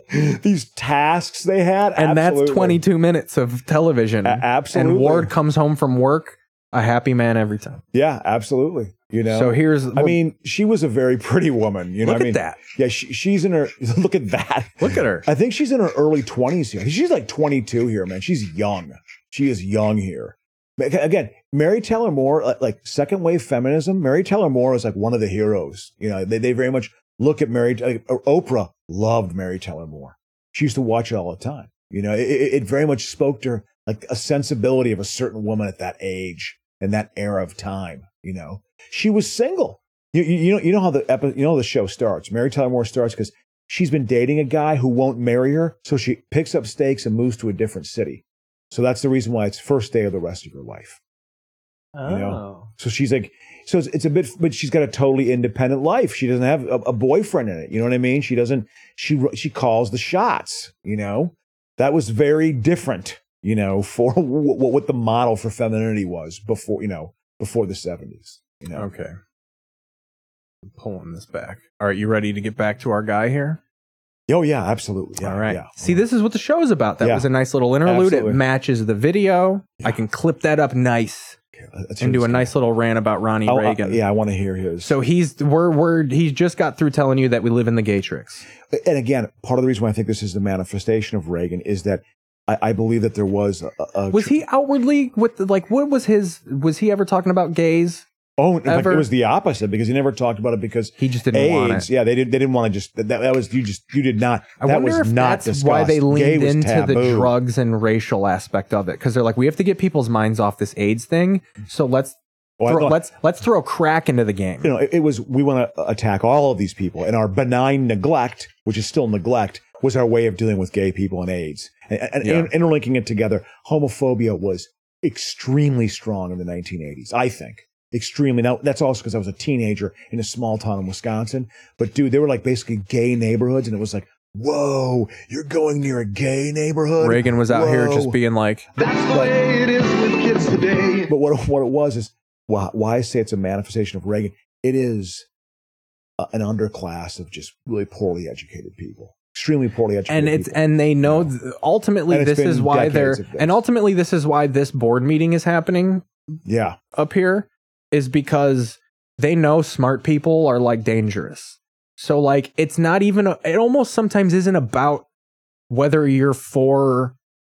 <laughs> these tasks they had,
and that's
absolutely.
22 minutes of television. absolutely. And Ward comes home from work a happy man every time.
Yeah, absolutely. You know.
So here's-
I mean, she was a very pretty woman. You know,
Look
what I
at
mean,
that.
Yeah, she, she's in her. <laughs> Look at that.
Look at her.
I think she's in her early twenties here. She's like twenty two here, man. She's young. She is young here. But aga- Again, Mary Taylor Moore, like- like second wave feminism. Mary Taylor Moore is like one of the heroes. You know, they they very much look at Mary. Like, Oprah loved Mary Taylor Moore. She used to watch it all the time. You know, it, it it very much spoke to her like a sensibility of a certain woman at that age and that era of time. You know, she was single. You, you, you know, you know how the epi- you know how the show starts. Mary Tyler Moore starts because she's been dating a guy who won't marry her, so she picks up stakes and moves to a different city. So that's the reason why it's first day of the rest of your life. You
Oh.
know? So she's like, so it's, it's a bit, but she's got a totally independent life. She doesn't have a, a boyfriend in it. You know what I mean? She doesn't. She she calls the shots. You know, that was very different. You know, <laughs> for what what the model for femininity was before. You know, before the seventies. You know.
Okay. I'm pulling this back. All right, you ready to get back to our guy here?
Oh yeah, absolutely. Yeah,
All right.
yeah.
See, this is what the show is about. That
Yeah.
was a nice little interlude.
Absolutely.
It matches the video. I can clip that up nice
let's hear
and do
this
a nice little rant about Ronnie
Oh, I-
Reagan.
yeah, I want to hear his.
So he's we're we're he's just got through telling you that we live in the gay tricks.
and again, part of the reason why I think this is the manifestation of Reagan is that I, I believe that there was a, a
Was he outwardly with the, like what was his was he ever talking about gays?
Oh, in fact,
ever?
it was the opposite because he never talked about it because he
just didn't
AIDS,
want it.
Yeah, they didn't. They didn't want to just that, that was you just you did not.
I
that
wonder
was
if
not
that's why they
discussed. Gay
leaned
was
into the
taboo.
drugs and racial aspect of it because they're like, we have to get people's minds off this AIDS thing. So let's
Well, I
throw,
thought-
let's let's throw crack into the game.
You know, it, it was we want to attack all of these people, and our benign neglect, which is still neglect, was our way of dealing with gay people and AIDS, and, and
Yeah.
inter- interlinking it together. Homophobia was extremely strong in the 1980s, I think. Extremely. Now that's also because I was a teenager in a small town in Wisconsin. But dude, they were like basically gay neighborhoods, and it was like, whoa, you're going near a gay neighborhood.
Reagan was out here
Whoa.
just being like,
That's the way it is with kids today. But what, what it was is why, why I say it's a manifestation of Reagan. It is a, an underclass of just really poorly educated people, extremely poorly educated.
and it's and they know th- ultimately
And it's
this
been
is why
decades
they're
of this.
and ultimately this is why this board meeting is happening
yeah
up here is because they know smart people are like dangerous so like it's not even a, it almost sometimes isn't about whether you're for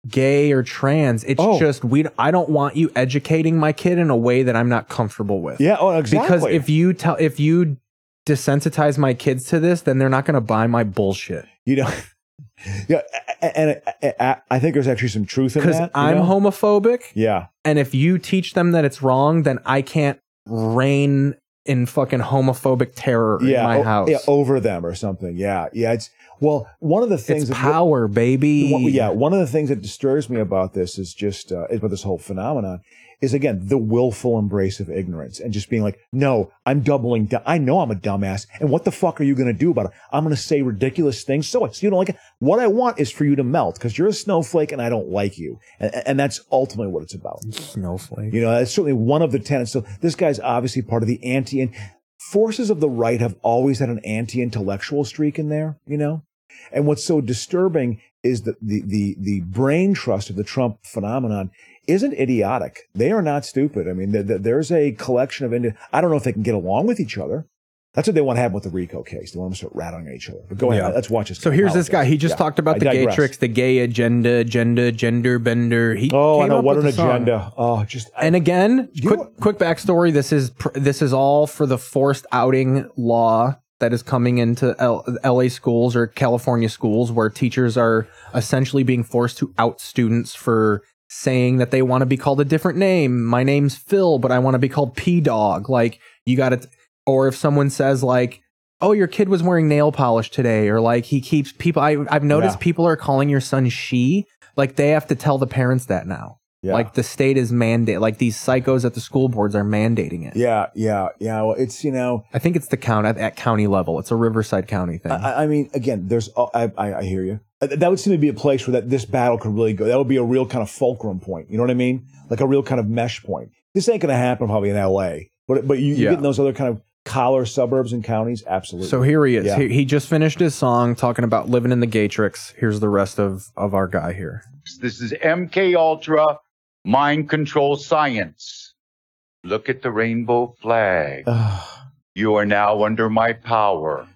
gay or trans it's
Oh.
just we i don't want you educating my kid in a way that i'm not comfortable with
Yeah, oh,
because
exactly.
if you tell if you desensitize my kids to this then they're not going to buy my bullshit
you know <laughs> yeah, a- a- and I- I- I think there's actually some truth in that.
because
you
i'm
know?
homophobic
Yeah,
And if you teach them that it's wrong, then I can't reign in fucking homophobic terror
yeah, oh,
in my
o-
house.
yeah, over them or something. Yeah, yeah. It's well, one of the things
It's
that-
power, baby.
One- yeah, one of the things that disturbs me about this is just uh, about this whole phenomenon is again the willful embrace of ignorance and just being like, no, I'm doubling down. I know I'm a dumbass, and what the fuck are you going to do about it? I'm going to say ridiculous things. So what? So you don't like it? What I want is for you to melt because you're a snowflake and I don't like you, and, and that's ultimately what it's about.
Snowflake.
You know, that's certainly one of the tenets. So this guy's obviously part of the anti and forces of the right have always had an anti intellectual streak in there, you know? And what's so disturbing is that the, the, the brain trust of the Trump phenomenon isn't idiotic. They are not stupid. I mean, th- th- there's a collection of, indi- I don't know if they can get along with each other. That's what they want to happen with the Rico case. They want them to start rattling on each other. But go
Yeah.
ahead. Let's watch this.
So here's this guy.
Apologize.
He just
Yeah.
talked about
I
the gay
digress.
tricks, the gay agenda, agenda, gender bender. He
Oh, I
came
know
up
what
with
an
a song.
agenda. Oh, just
And again, quick quick backstory. This is pr- this is all for the forced outing law that is coming into L- L.A. schools or California schools, where teachers are essentially being forced to out students for saying that they want to be called a different name. My name's Phil, but I want to be called P Dog. Like you got to, or if someone says like. Oh, your kid was wearing nail polish today, or like he keeps people. I, I've noticed
Yeah.
people are calling your son she. Like they have to tell the parents that now. Like the state is mandate. Like these psychos at the school boards are mandating it.
Yeah, yeah, uh, yeah. Well, it's you know.
I think it's the count at, at county level. It's a Riverside County thing.
I, I mean, again, there's. oh, I, I, I hear you. Uh, That would seem to be a place where that this battle could really go. That would be a real kind of fulcrum point. You know what I mean? Like a real kind of mesh point. This ain't going to happen probably in L.A. But but you, you
Yeah.
get in those other kind of collar suburbs and counties. Absolutely.
so here he is.
Yeah.
He, he just finished his song talking about living in the Gatrix. Here's the rest of of our guy here.
This is MK Ultra mind control science. Look at the rainbow flag. you are now under my power.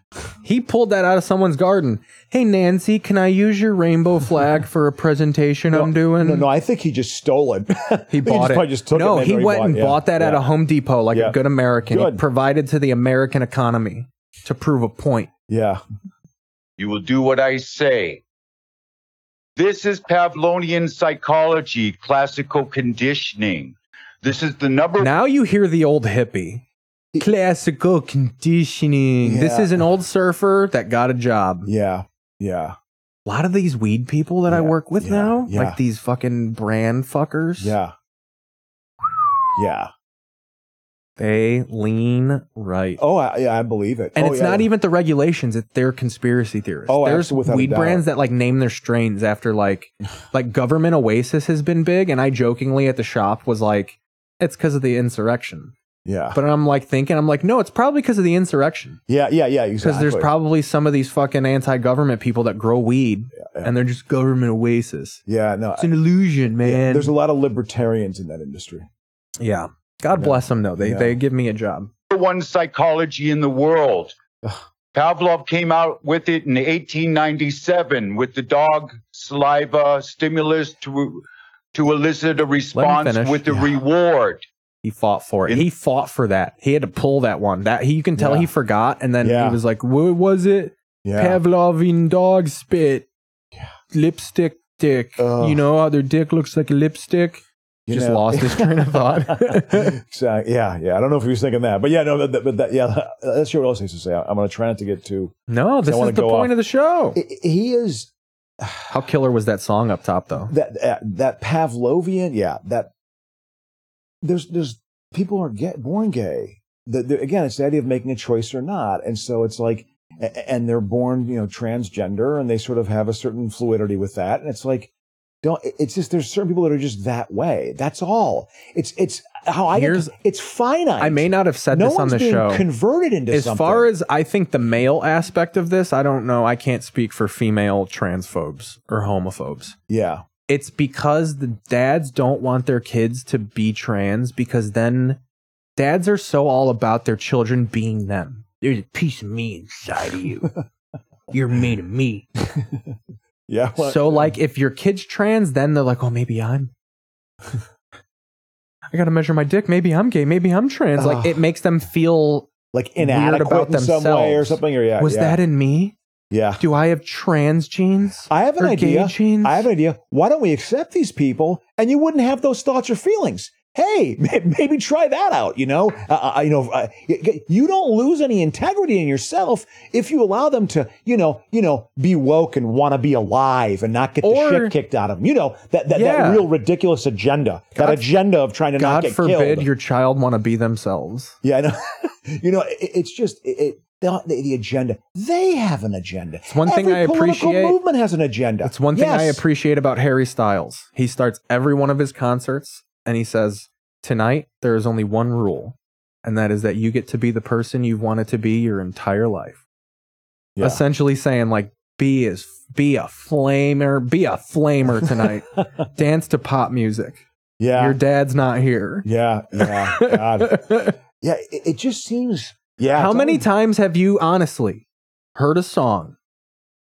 He pulled that out of someone's garden. Hey Nancy, can I use your rainbow
<laughs>
flag for a presentation I'm doing?
no, no, I think he just stole it.
<laughs>
<laughs>
He bought
just
it.
probably just took
no,
it.
he went and
yeah,
bought that at
yeah.
a Home Depot like
Yeah.
a good American. He
Good.
provided to the American economy to prove a point.
Yeah.
You will do what I say. This is Pavlonian psychology, classical conditioning. This is the number
Now you hear the old hippie. Classical conditioning. This
Yeah.
is an old surfer that got a job.
Yeah. Yeah.
A lot of these weed people that I work with now,
yeah.
like these fucking brand fuckers.
Yeah. Yeah.
They lean right.
Oh, I, yeah, I believe it.
And
Oh,
it's
yeah,
not
yeah.
even the regulations; it's their conspiracy theorists.
Oh,
There's
abso- without a
weed
doubt.
brands that like name their strains after
<sighs>
like, like government oasis has been big, and I jokingly at the shop was like, it's because of the insurrection.
Yeah.
But I'm like thinking, I'm like, no, it's probably because of the insurrection.
Yeah, yeah, yeah,
Because
exactly.
there's probably some of these fucking anti-government people that grow weed, and they're just government oasis.
Yeah, no,
it's an illusion, man.
there's a lot of libertarians in that industry.
Yeah. God bless them though. They
Yeah.
they give me a job.
number one psychology in the world. Pavlov came out with it in 1897 with the dog saliva stimulus to to elicit a response
finish.
with the
Yeah.
reward.
He fought for it. He fought for that. He had to pull that one. That he you can tell
Yeah.
he forgot and then he was like, "What was it? Pavlov in dog spit. Lipstick dick. You know how their dick looks like a lipstick?"
You
Just
know.
lost his
<laughs>
train of thought.
Exactly. Yeah, yeah. I don't know if he was thinking that, but yeah, no. That, that- but that, yeah, <laughs> that's what else I used to say. I'm going to try not to get too.
No, this is the point of the show.
He is
How killer was that song up top though?
that, that that Pavlovian. Yeah, that there's there's people aren't get, born gay. The, the, again, it's the idea of making a choice or not, and so it's like, a- a- and they're born you know transgender, and they sort of have a certain fluidity with that, and it's like. Don't, it's just there's certain people that are just that way. That's all. It's it's how I
Here's-
it's finite.
I may not have said
no
this on
one's
the
being
show.
Converted into
as
something.
far as I think the male aspect of this, I don't know. I can't speak for female transphobes or homophobes.
Yeah.
It's because the dads don't want their kids to be trans because then dads are so all about their children being them. There's a piece of me inside of
<laughs>
you. You're made of me.
yeah. well-
So like if your kid's trans, then they're like, oh, maybe I'm. I gotta measure my dick. Maybe I'm gay. Maybe I'm trans. Like
Ugh.
it makes them feel
like
weird
inadequate
about
in some
themselves
way or something, or yeah,
was
yeah.
that in me?
Yeah.
Do I have trans genes?
I have an
Or
idea.
Gay genes?
I have an idea. Why don't we accept these people and you wouldn't have those thoughts or feelings? Hey, <laughs> may- maybe try that out. You know, uh, uh, you know, uh, y- y- you don't lose any integrity in yourself if you allow them to, you know, you know, be woke and want to be alive and not get
Or-
the shit kicked out of them. You know, that that,
Yeah.
that real ridiculous agenda, that
God-
agenda of trying to not
God
get
forbid
killed.
your child want to be themselves.
Yeah, I know. <laughs> you know, it, it's just it, it, the, the agenda. They have an agenda. It's
one thing I appreciate-
Movement has an agenda.
It's one thing I
Yes.
appreciate about Harry Styles. He starts every one of his concerts and he says, Tonight, there is only one rule, and that is that you get to be the person you've wanted to be your entire life.
Yeah.
Essentially saying, like, be is be a flamer, be a
<laughs>
flamer tonight. Dance to pop music.
Yeah.
Your dad's not here.
Yeah, yeah,
<laughs>
God. yeah, it, it just seems. Yeah.
How
it's
many
always-
times have you honestly heard a song?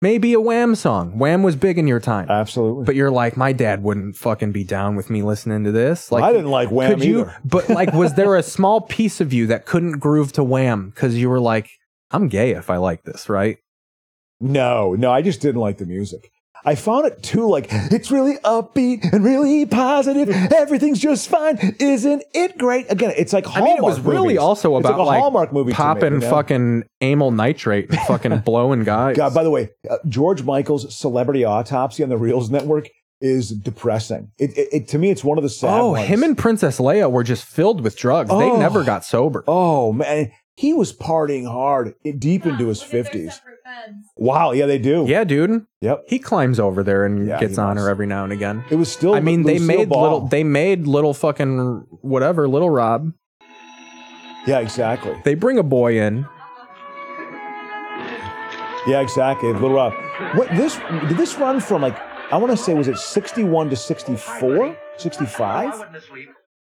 Maybe a Wham song. Wham was big in your time.
Absolutely.
But you're like, my dad wouldn't fucking be down with me listening to this. Like
I didn't like Wham
could you-
either.
<laughs> but like, was
<laughs>
there a small piece of you that couldn't groove to Wham because you were like, I'm gay if I like this, right?
No, no, I just didn't like the music. I found it too like it's really upbeat and really positive. Everything's just fine, isn't it great? Again, it's like
I
Hallmark
mean, it was really
movies.
also
It's
about
like a Hallmark movie to me,
popping
you know?
fucking amyl nitrate and
<laughs>
fucking blowing guys.
God, by the way, uh, George Michael's celebrity autopsy on the Reels Network is depressing. It, it, it- to me, it's one of the sad.
oh,
ones.
him and Princess Leia were just filled with drugs. They
Oh.
never got sober.
Oh man, he was partying hard i- deep into his fifties. Wow, yeah, they do.
Yeah, dude.
Yep.
He climbs over there and
Yeah,
gets
he
on
must.
her every now and again.
It was still.
I mean, they
Lucille
made
Ball.
little. They made little fucking whatever. Little Rob.
Yeah, exactly.
They bring a boy in.
Yeah, exactly. Little Rob. What this did this run from like I want to say was it sixty one to 64? 65?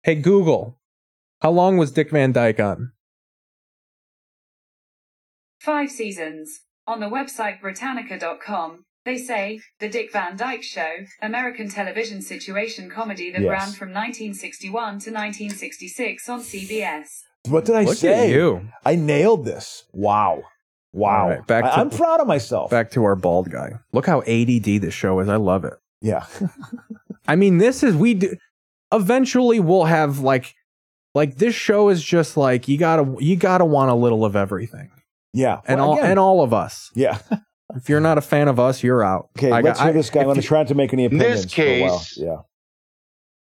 Hey Google, how long was Dick Van Dyke on?
Five seasons. On the website Britannica.com, they say The Dick Van Dyke Show, American television situation comedy that
Yes.
ran from 1961 to 1966 on CBS.
What did I
Look at
say?
you.
I nailed this. Wow. Wow.
All right, back
I-
to-
I'm proud of myself.
Back to our bald guy. Look how ADD this show is. I love it.
Yeah.
<laughs> I mean, this is we do. Eventually, we'll have like, like this show is just like you gotta you gotta want a little of everything,
Yeah.
and
Well,
all
again,
and all of us.
Yeah. <laughs>
If you're not a fan of us, you're out.
Okay,
I got-
let's hear
I-
this guy. I'm
if
going to
you-
try not to make any
In
opinions.
this
for a while.
case-
yeah.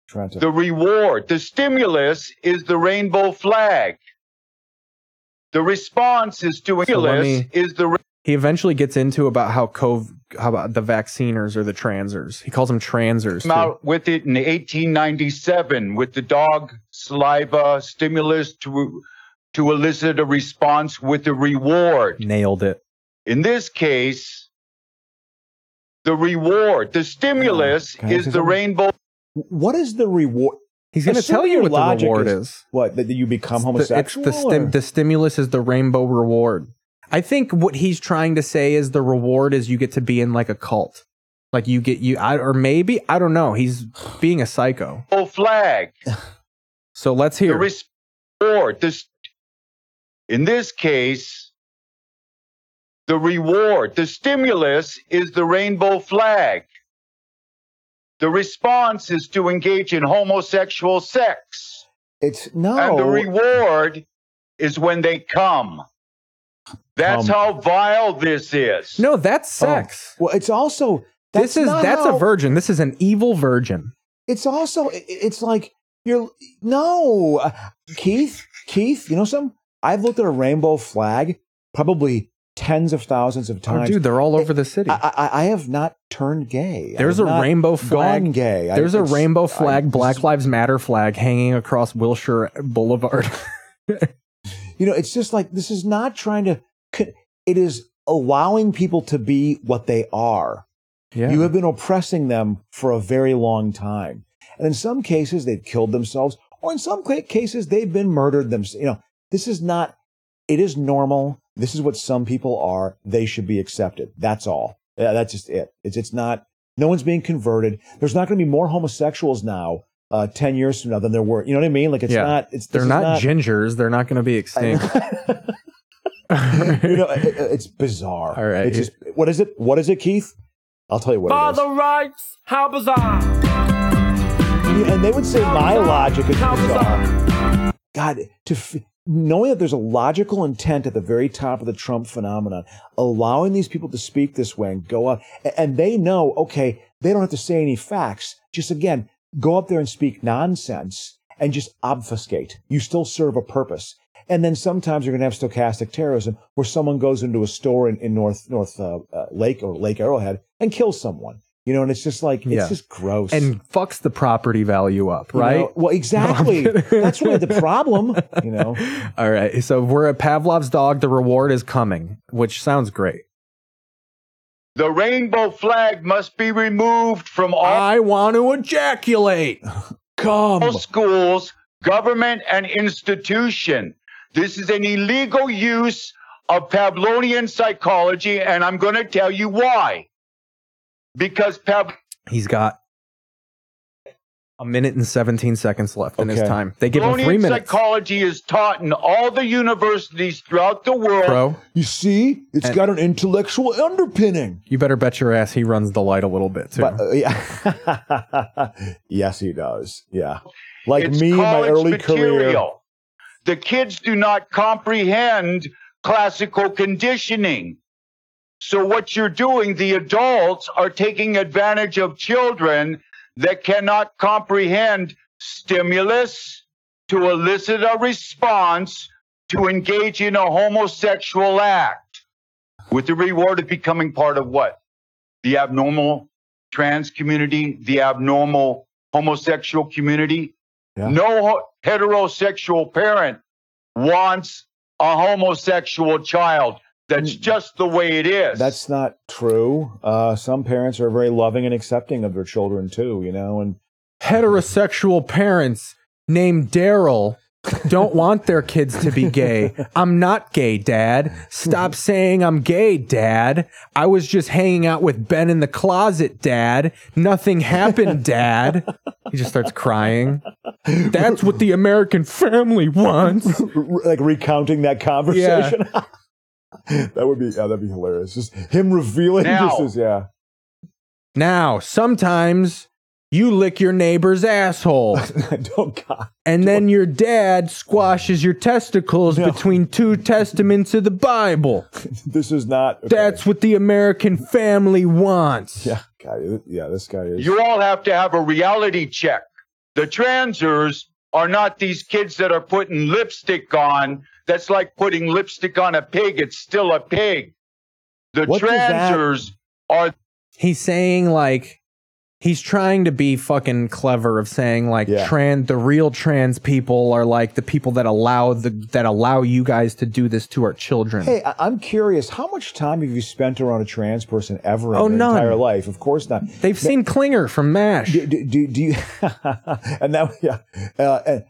trying to.
The reward, the stimulus is the rainbow flag. The response is to
So let
stimulus
me-
is the ra-
He eventually gets into about how cov how about the vacciners or the transers. He calls them transers.
came out with it in 1897 with the dog saliva stimulus to to elicit a response with a reward.
Nailed it.
In this case, the reward, the stimulus
Oh, Can I
is
say
the
something?
rainbow.
What is the reward?
He's gonna
Assuming
too. Tell you
your
what the
logic
reward is.
What that you become
It's the-
homosexual?
It's the, stim-
or-
the stimulus is the rainbow reward. I think what he's trying to say is the reward is you get to be in like a cult, like you get you I, or maybe I don't know. He's being a psycho.
Oh, flag.
<laughs> So let's
The
hear.
reward. This, in this case, the reward, the stimulus is the rainbow flag. The response is to engage in homosexual sex.
It's no.
And the reward is when they come. That's how vile this is.
no, that's sex.
Oh, Well, it's also
this
that's
is
not
that's
how-
a virgin. This is an evil virgin.
It's also i- i- it's like you're no uh, Keith Keith. You know something? I've looked at a rainbow flag probably tens of thousands of
Oh,
times.
dude, they're all over the city.
I, I, I have not turned gay. I
There's a
have not
rainbow flag.
Gone gay. I-
There's a
it's-
rainbow
I-
flag, Black Lives Matter flag hanging across Wilshire Boulevard.
You know, it's just like this is not trying to. It is allowing people to be what they are.
Yeah.
You have been oppressing them for a very long time, and in some cases they've killed themselves, or in some ca- cases they've been murdered themselves. You know, this is not. It is normal. This is what some people are. They should be accepted. That's all. Yeah, that's just it. It's it's not. No one's being converted. There's not going to be more homosexuals now. Uh, ten years from now than there were. You know what I mean? Like it's
<laughs> yeah,
not. It's this
they're
is
not,
not
gingers. They're not going to be
<laughs>
extinct. <laughs>
you know, it, it- it's bizarre.
All right.
It's just, what is it? What is it, Keith? I'll tell you what it is.
Father rights, how bizarre.
Yeah, and they would say my logic is bizarre. God, to f- knowing that there's a logical intent at the very top of the Trump phenomenon, allowing these people to speak this way and go up, a- and they know, okay, they don't have to say any facts. Just again, go up there and speak nonsense and just obfuscate. You still serve a purpose. And then sometimes you're going to have stochastic terrorism where someone goes into a store in, in North North uh, uh, Lake or Lake Arrowhead and kills someone. You know, and it's just like, it's
Yeah.
just gross.
and fucks the property value up,
You
right?
<laughs> know, well, exactly. That's really the problem. <laughs> You know.
All right. So we're at Pavlov's dog. The reward is coming, which sounds great.
The rainbow flag must be removed from all
I want to ejaculate. <laughs>
Come.
schools, government, and institution. This is an illegal use of Pavlovian psychology, and I'm going to tell you why. Because Pav-
He's got a minute and 17 seconds left in his
Okay.
time. They give him three
Pavlovian
minutes.
psychology is taught in all the universities throughout the world.
Bro,
you see, it's
And-
got an intellectual underpinning.
you better bet your ass he runs the light a little bit too.
But, uh, yeah. <laughs> yes, he does. Yeah, like
It's
me in my
college
early career.
material. The kids do not comprehend classical conditioning. So what you're doing, the adults are taking advantage of children that cannot comprehend stimulus to elicit a response to engage in a homosexual act with the reward of becoming part of what? The abnormal trans community, the abnormal homosexual community. No ho- heterosexual parent wants a homosexual child.
Mm.
That's just the way it is.
That's not true. Uh, some parents are very loving and accepting of their children too. You know, and <laughs>
Heterosexual parents named Daryl don't want their kids to be gay. I'm not gay, Dad. Stop saying I'm gay, Dad. I was just hanging out with Ben in the closet, Dad. Nothing happened, Dad. He just starts crying. That's what the American
<laughs>
family wants.
like recounting that conversation. <laughs> that would be yeah, that'd be hilarious. Just him revealing
Now.
this is yeah.
Now, sometimes you lick your
<laughs>
neighbor's asshole.
don't God.
And then your dad squashes your testicles between two testaments of the Bible.
<laughs> This is not.
That's what the American family wants.
Yeah, God, yeah, this guy is.
you all have to have a reality check. The transers are not these kids that are putting lipstick on. That's like putting lipstick on a pig. It's still a pig. The
What does that-
transers are
He's saying like he's trying to be fucking clever of saying like
Yeah.
trans the real trans people are like the people that allow the that allow you guys to do this to our children.
Hey, I- I'm curious. How much time have you spent around a trans person ever in
Oh,
your
none.
entire life? Of course not.
They've seen Klinger from MASH.
Do, do, do, do you? <laughs> and that, yeah. Uh, and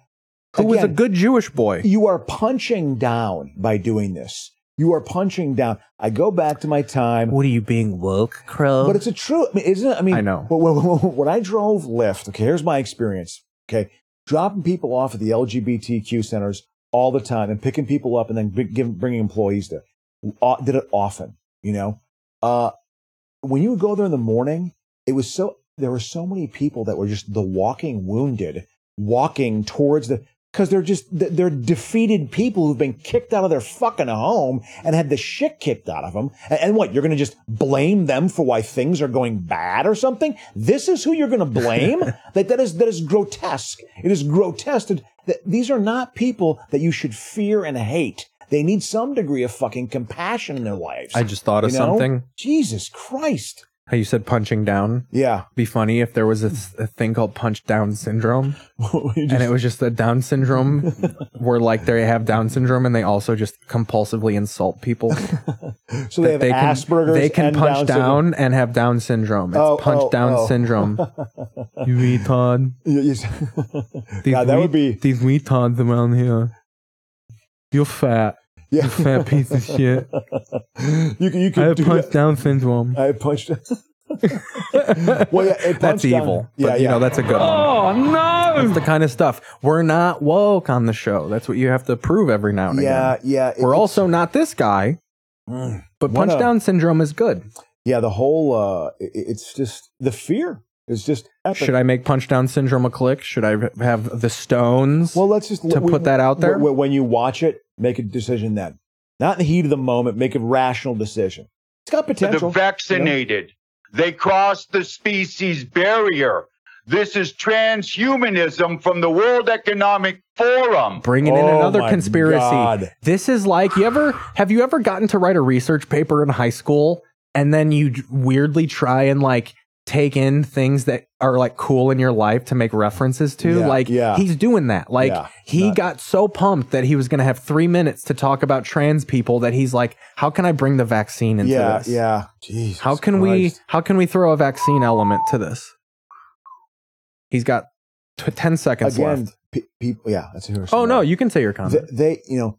Who was a good Jewish boy?
You are punching down by doing this. You are punching down. I go back to my time. What
are you being woke, Crow?
But it's a true. I mean, isn't it? I mean, I know. When, when- when I drove Lyft, okay, here's my experience. Okay, dropping people off at the LGBTQ centers all the time and picking people up and then bring- giving, bringing employees there. Uh, Did it often, you know. Uh, when you would go there in the morning, it was so there were so many people that were just the walking wounded, walking towards the because they're just th- they're defeated people who've been kicked out of their fucking home and had the shit kicked out of them. And, and what you're going to just blame them for why things are going bad or something? This is who you're going to
<laughs>
blame? that that is that is grotesque. It is grotesque. That- that these are not people that you should fear and hate. They need some degree of fucking compassion in their lives.
I just thought of
You know?
something.
Jesus Christ.
How you said punching down?
Yeah.
Be funny if there was a, th- a thing called punch
<laughs>
down syndrome, and it was just a Down syndrome where like they have Down syndrome and they also just compulsively insult people.
So <laughs> they have Asperger's.
They can
and
punch
Down <laughs>
down
syndrome.
and have Down syndrome. It's
Oh,
punch
oh,
down
oh. <laughs>
syndrome. you retard.
Yes. <laughs>
These
God, that would
be these retards around here. You're fat.
Yeah.
You fat
<laughs>
piece of shit.
you can, you
I
can
have
do
punch
that.
down syndrome.
I have punched.
<laughs>
well, yeah, it
That's
punched down-
evil.
Yeah,
but,
yeah.
you know, that's a good one. Oh, no. That's the kind of stuff. We're not woke on the show. That's what you have to prove every now and
Yeah,
again.
yeah, it-
We're also not this guy,
Mm.
but
What
punch
a-
down syndrome is good.
Yeah, the whole. uh i- i- It's just the fear. It's just. Epic.
Should I make punch down syndrome a click? Should I have the stones?
Well, let's just
to put that out there.
When you watch it, make a decision then, not in the heat of the moment. Make a rational decision. It's got potential.
the vaccinated. They crossed the species barrier. This is transhumanism from the World Economic Forum.
Bringing
Oh
in another conspiracy. This is like you ever have you ever gotten to write a research paper in high school and then you j- weirdly try and like take in things that are like cool in your life to make references to?
Yeah,
like
yeah.
he's doing that. Like
Yeah,
he got so pumped that he was gonna have three minutes to talk about trans people that he's like, How can I bring the vaccine into
Yeah,
this?
yeah. Jeez.
How can we how can we throw a vaccine element to this? He's got t- ten seconds
Again,
left.
pe- people. Yeah, that's who.
Oh no, you can say your comment.
Th- They, you know,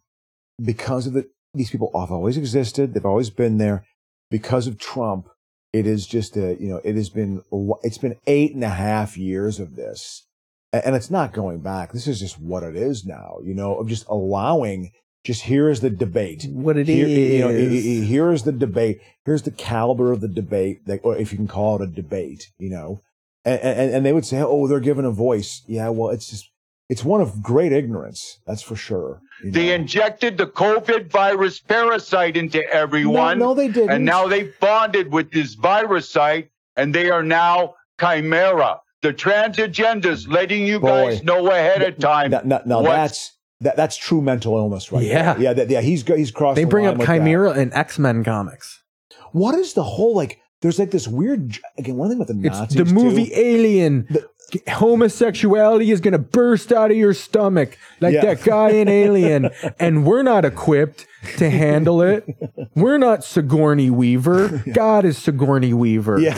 because of the these people have always existed. They've always been there. Because of Trump, it is just a you know it has been a wh- it's been eight and a half years of this, A- and it's not going back. This is just what it is now. You know, of just allowing. Just here is the debate.
What it
it is. You know, i-
is.
i- i- here is the debate. Here's the caliber of the debate, that, or if you can call it a debate. You know, and, and, and they would say, "Oh, they're given a voice." Yeah, well, it's just it's one of great ignorance. That's for sure.
They injected the COVID virus parasite into everyone.
No, no, they didn't.
And now they bonded with this virusite, and they are now chimera. The trans agenda's letting you guys know ahead of time.
Now, now, now
what's
that's that, that's true mental illness, right?
Yeah.
there. yeah, that, yeah. He's go- he's crossed.
They
the
bring
line
up
with that.
Chimera in X Men comics.
What is the whole like? There's like this weird j- again. One thing about the
It's
Nazis.
the
too.
movie Alien. Homosexuality is going to burst out of your stomach like
Yeah.
that guy
<laughs>
in Alien, and we're not equipped to handle it. We're not
<laughs>
Sigourney Weaver. God is Sigourney Weaver.
Yeah.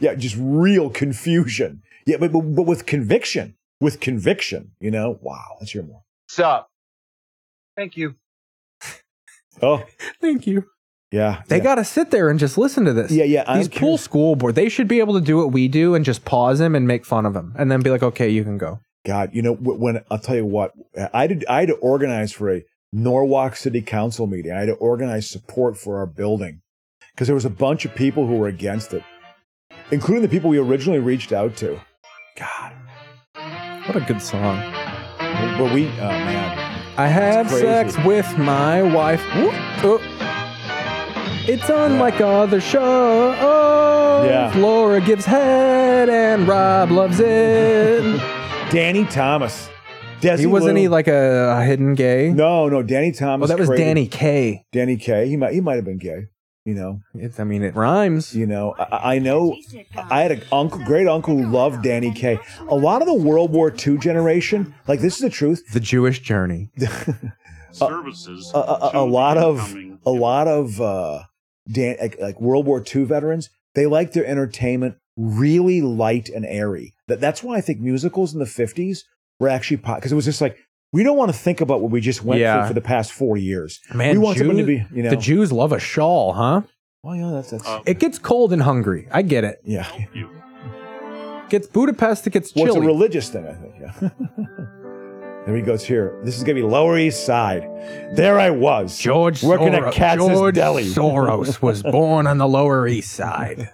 yeah, <laughs> just real confusion. Yeah, but, but but with conviction, with conviction. You know, wow, that's your more.
up?
Thank you.
Oh,
thank you.
Yeah,
They got to sit there and just listen to this.
Yeah, yeah, I'm
These pool school board, they should be able to do what we do and just pause him and make fun of him, and then be like, "Okay, you can go."
God, you know wh- when I'll tell you what I did. I had to organize for a Norwalk City Council meeting. I had to organize support for our building because there was a bunch of people who were against it, including the people we originally reached out to.
What a good song.
But we, oh man,
I had
That's crazy.
sex with my wife. Whoop. Oh. It's on like other shows. love.
Yeah.
Laura gives head, <laughs> and Rob loves it.
Danny Thomas. Desi
he wasn't
Lu.
he like a, a uh, hidden gay?
No, no, Danny Thomas.
Oh, that was
created-
Danny K.
Danny K. He might he might have been gay. You know,
I mean, it rhymes.
You know, I, I know. I had an uncle, great uncle, who loved Danny Kaye. A lot of the World War II generation, like this is the truth.
The Jewish journey.
Uh,
Services.
A, a, a, a
to
lot
the
of
incoming.
a lot of uh, Dan, like, like World War II veterans, they like their entertainment really light and airy. That, that's why I think musicals in the '50s were actually because it was just like we don't want to think about what we just went
Yeah.
through for the past four years.
Man,
we want something to
Jew-
be, you know.
the Jews love a shawl, huh?
Oh yeah, that's that's.
Uh,
It gets cold in Hungary. I get it.
Yeah.
Gets Budapest. It gets
Well,
chilly.
it's a religious thing, I think. Yeah. <laughs> there he goes here. This is gonna be Lower East Side. There I was,
George
working
Soros-
at Katz's
George
Deli. <laughs>
Soros was born on the Lower East Side.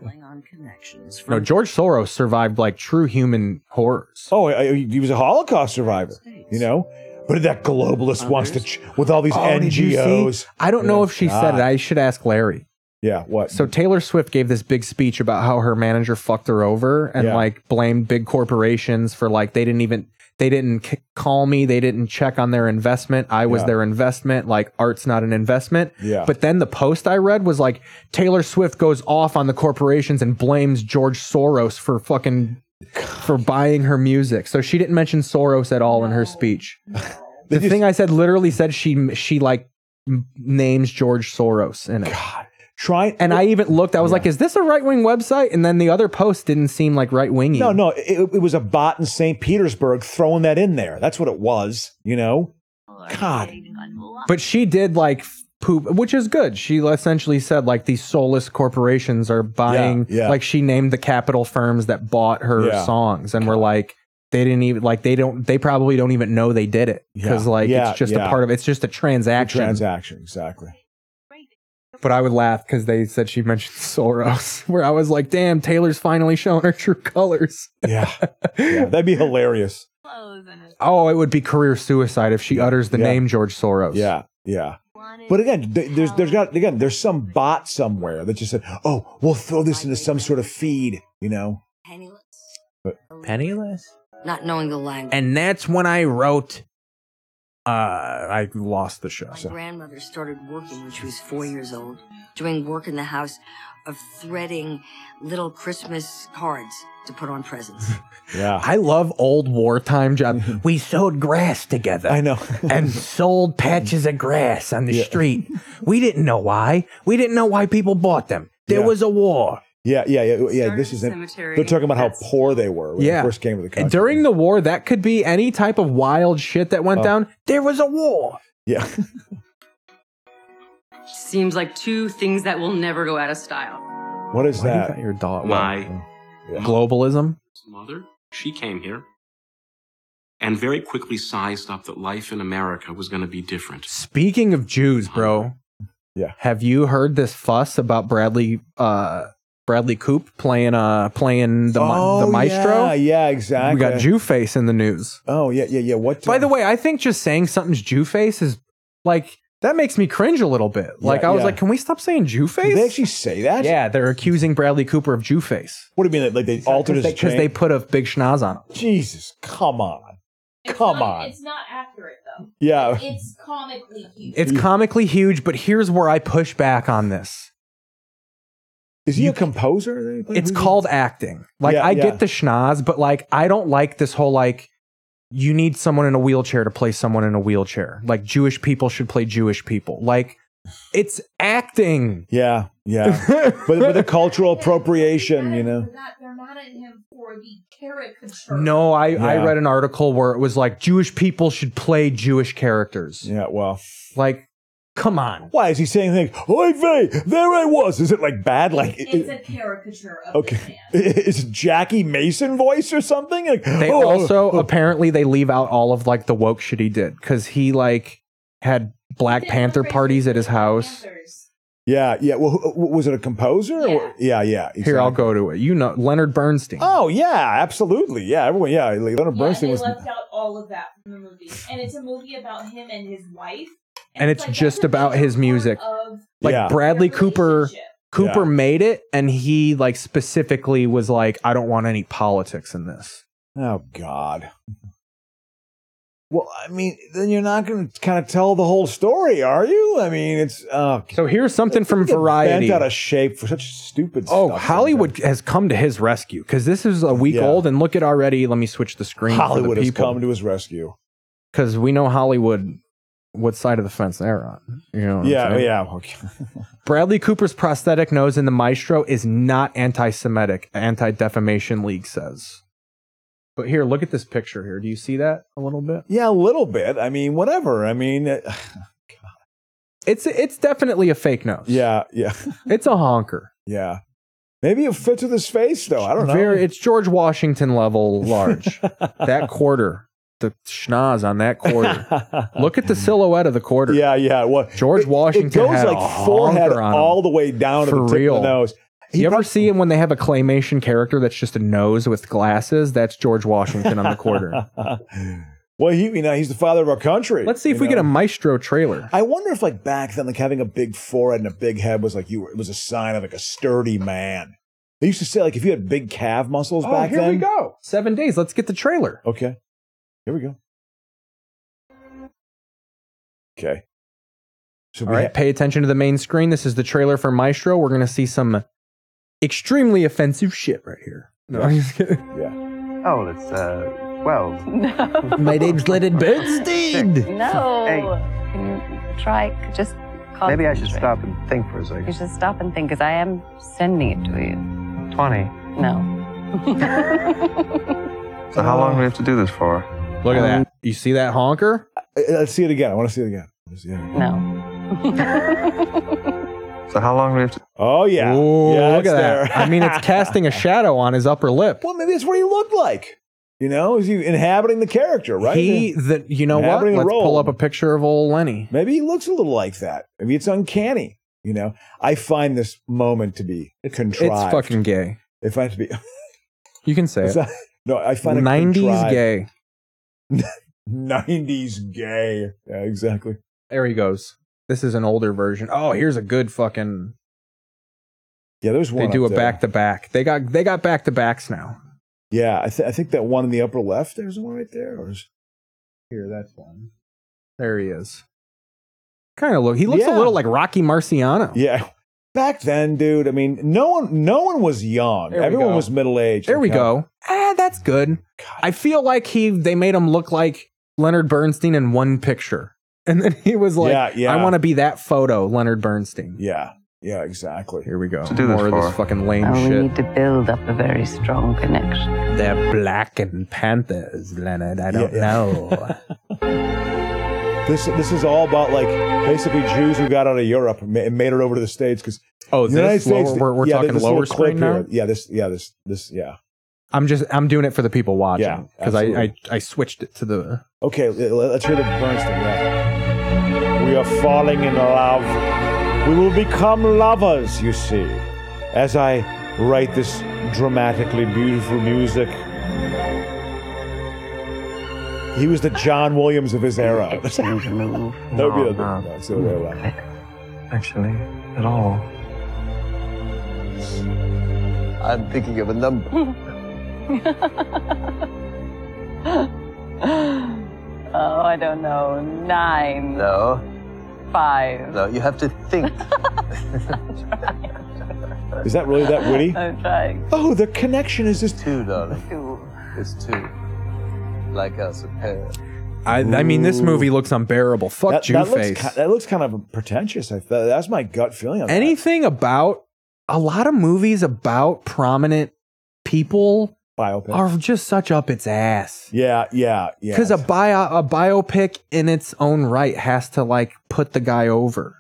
No, George Soros survived like true human horrors.
Oh, I- I- he was a Holocaust survivor. You know, but that globalist wants to ch- with all these
Oh, did you see?
NGOs.
I don't know if she said
God.
it. I should ask Larry.
Yeah, what?
So Taylor Swift gave this big speech about how her manager fucked her over and
Yeah.
like blamed big corporations for like they didn't even they didn't c- call me, they didn't check on their investment. I was
Yeah.
their investment. Like art's not an investment.
Yeah.
But then the post I read was like Taylor Swift goes off on the corporations and blames George Soros for fucking for buying her music. So she didn't mention Soros at all in
<laughs>
her speech. The thing I said literally said she she like m- names George Soros in it. God.
Try
and I even looked. I was like, "Is this a right wing website?" And then the other post didn't seem like right wingy.
No, no, it, it was a bot in St. Petersburg throwing that in there. That's what it was. You know, God.
But she did like f- poop, which is good. She essentially said like these soulless corporations are buying.
yeah.
Like she named the capital firms that bought her
Yeah.
songs, and were like, they didn't even like they don't they probably don't even know they did it because
Yeah.
like
Yeah,
it's just
yeah.
a part of it's just a transaction.
Transaction, exactly.
But I would laugh <laughs> because they said she mentioned <laughs> Soros, where I was like, damn, Taylor's finally showing her true colors.
Yeah. Yeah, that'd be hilarious.
Oh, it would be career suicide if she utters the name George Soros.
Yeah, yeah. But again, th- there's there's got again there's some bot somewhere that just said, "Oh, we'll throw this into some sort of feed," you know.
Penniless?
Not knowing the language.
And that's when I wrote. Uh, I lost the show.
My grandmother started working when she was four years old, doing work in the house of threading little Christmas cards to put on presents.
Yeah.
I love old wartime
<laughs>
jobs. we sowed grass together. I
know. <laughs>
and sold patches of grass on the
Yeah.
street. We didn't know why. We didn't know why people bought them. There
Yeah.
was a war.
Yeah, yeah, yeah, yeah. This is an,
cemetery.
they're talking about how poor they were when
Yeah.
they first came to the
And
country.
during the war, that could be any type of wild shit that went
Oh.
down. There was a war.
yeah, <laughs>
Seems like two things that will never go out of style.
what is
Why do you
that?
got your dog.
My
Globalism.
mother, she came here and very quickly sized up that life in America was going to be different.
Speaking of Jews, bro.
Yeah.
Have you heard this fuss about Bradley uh Bradley Coop playing uh playing the ma- the
Oh,
maestro?
Yeah, yeah, exactly.
We got Jew face in the news.
Oh yeah, yeah, yeah. What?
By the way, I think just saying something's Jew face is like that makes me cringe a little bit. Like
Yeah,
I was
yeah.
like, can we stop saying Jew face?
Did they actually say that?
Yeah, they're accusing Bradley Cooper of Jew face.
What do you mean? Like they altered his
because they put a big schnoz on him.
Jesus, come on, come on.
It's not accurate though.
Yeah.
It's comically huge.
It's
Mm.
comically huge, but here's where I push back on this.
Is he a composer?
It's called acting. Like
Yeah,
I
yeah.
get the schnoz, but like I don't like this whole like you need someone in a wheelchair to play someone in a wheelchair. Like Jewish people should play Jewish people. Like it's acting.
Yeah, yeah. but, but the cultural appropriation, you know.
Not, they're mad at him for the caricature.
<laughs> No, I, I
Yeah.
read an article where it was like Jewish people should play Jewish characters.
Yeah, well.
Like, come on.
Why is he saying like, "Oy vey, there I was"? Is it like bad? Like,
It's a caricature of
okay, <laughs> is it Jackie Mason voice or something? Like,
They
oh,
also apparently they leave out all of like the woke shit he did because he like had Black Panther parties at his house.
yeah, yeah. Well, who- who- was it a composer? Yeah, or, yeah. yeah
Here, I'll go to it. You know, Leonard Bernstein.
Oh yeah, absolutely. Yeah, everyone. Yeah, like Leonard
Yeah,
Bernstein
they
was.
left out all of that from the movie, and it's a movie about him and his wife.
and it's just about his music.
Of
Like
Yeah.
Bradley Cooper Cooper made it, and he like specifically was like, "I don't want any politics in this."
Oh God. Well, I mean, then you're not going to kind of tell the whole story, are you? I mean, it's uh,
so here's something from Variety.
Bent out of shape for such stupid.
Oh, Hollywood has come to his rescue because this is a week
Yeah.
old, and look at already. Let me switch the screen.
Hollywood has come to his rescue.
because we know Hollywood. What side of the fence they're on? You know. what I'm
yeah,
saying?
yeah. Okay.
Bradley Cooper's prosthetic nose in the Maestro is not anti-Semitic. Anti Defamation League says. But here, look at this picture here. Do you see that a little <laughs> bit?
Yeah, a little bit. I mean, whatever. I mean, <sighs> uh,
It's it's definitely a fake nose.
Yeah, yeah. <laughs>
It's a honker.
Yeah. Maybe it fits with his face, <laughs> though. I don't know.
Very, it's George Washington
<laughs>
level large. that quarter, the schnoz on
<laughs>
that quarter. Look at the silhouette of the quarter.
Yeah, yeah. Well,
George Washington
it goes
had a
like forehead
honker on him.
all the way down to the
For
tip of
real.
the nose.
you ever see him when they have a claymation character that's just a nose with glasses? That's George Washington on
<laughs>
the quarter.
well, he, you know, he's the father of our country.
Let's see if we get a maestro trailer.
I wonder if, like back then, like having a big forehead and a big head was like you were. It was a sign of like a sturdy man. They used to say like if you had big calf muscles
Oh,
back
here
then.
we go. Seven days. Let's get the trailer.
Okay. Here we go. Okay. So
All right, pay attention to the main screen. This is the trailer for Maestro. We're going to see some extremely offensive shit right here. No, I'm just kidding.
Yeah.
Oh, well, it's uh, twelve.
<laughs>
My name's Leonard
Six.
Bernstein.
No.
Hey.
Can you try just concentrate?
Maybe I should stop and think for a second.
You should stop and think, because I am sending it to you.
Twenty.
No.
<laughs>
So how long do we have to do this for?
Look at that. You see that honker?
Uh, Let's see it again. I want to see it again. Let's see it again.
No.
<laughs> So how long do we have to?
Oh yeah.
Ooh,
Yeah,
look
it's
at
there.
that. I
<laughs>
mean, it's casting a shadow on his upper lip.
Well, maybe that's what he looked like. You know, is he inhabiting the character, right?
He, the, you know what?
Inhabiting the
Let's
role.
pull up a picture of old Lenny.
Maybe he looks a little like that. Maybe it's uncanny. You know, I find this moment to be contrived.
It's fucking gay.
It finds to be.
You can say
It's
it.
not- no, I find it
90s
contrived. <laughs>
gay.
90s gay. Yeah, exactly.
There he goes. This is an older version. Oh, here's a good fucking.
Yeah, there's one.
They do a
up there.
back to back. They got they got back to backs now.
Yeah, I, th- I think that one in the upper left. There's one right there. Or is- Here, that's one.
There he is. Kind of look. He looks
Yeah.
a little like Rocky Marciano.
Yeah. Back then, dude. I mean, no one, no one was young.
There we
Everyone
go.
was middle aged.
There we go. Ah, that's good. I feel like he they made him look like Leonard Bernstein in one picture. And then he was like,
Yeah, yeah.
I want to be that photo, Leonard Bernstein.
Yeah. Yeah. Exactly.
Here we go.
To do this
More of
for.
this fucking lame
Now we
shit.
need to build up a very strong connection.
They're black and panthers, Leonard. I don't
Yeah, yeah. <laughs>
know.
This this is all about like basically Jews who got out of Europe and ma- and made it over to the states because
Oh, this lower- we're- we're talking lower screen now?
Yeah, this yeah this this yeah.
I'm just I'm doing it for the people
Yeah,
watching because I, I
absolutely.
I switched it to the
Okay, l- l- let's hear the Bernstein. Yeah, we are falling in love. We will become lovers, you see. As I write this dramatically beautiful music. He was the John Williams of his era. that would be <laughs> the,
No, no.
that's the other way around.
Actually, at all.
I'm thinking of a number.
<laughs> Oh, I don't know. Nine,
No,
five.
no, you have to <laughs> think.
Is that really that
<laughs>
witty?
<laughs> I'm trying.
Oh, the connection is just
two, darling.
Two.
It's two. Like us, a pair.
I I mean this
Ooh.
movie looks unbearable. Fuck
that,
Jew
that
face.
Looks, ki- that looks kind of pretentious. I thought that's my gut feeling. On that.
anything about a lot of movies about prominent people
Biopic.
are just such up its ass
Yeah, yeah, yeah.
because a bio a biopic in its own right has to like put the guy over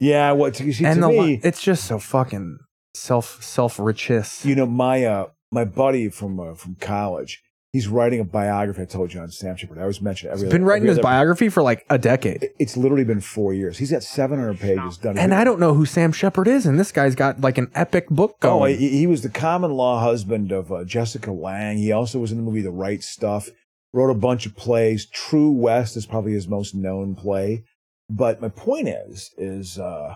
yeah, what you see
and
to
the,
me,
li- it's just so fucking self self riches
you know, my uh, my buddy from uh, from college, he's writing a biography. I told you on Sam Shepard. I always mention it every.
he's been
other-
writing
every
his
other-
biography for like a decade
It's literally been four years. He's got seven hundred pages done.
and i don't know who sam shepard is and this guy's got like an epic book
Oh,
going
he, he was the common law husband of uh, Jessica Lang. He also was in the movie The Right Stuff. Wrote a bunch of plays. True West is probably his most known play. But my point is, is uh,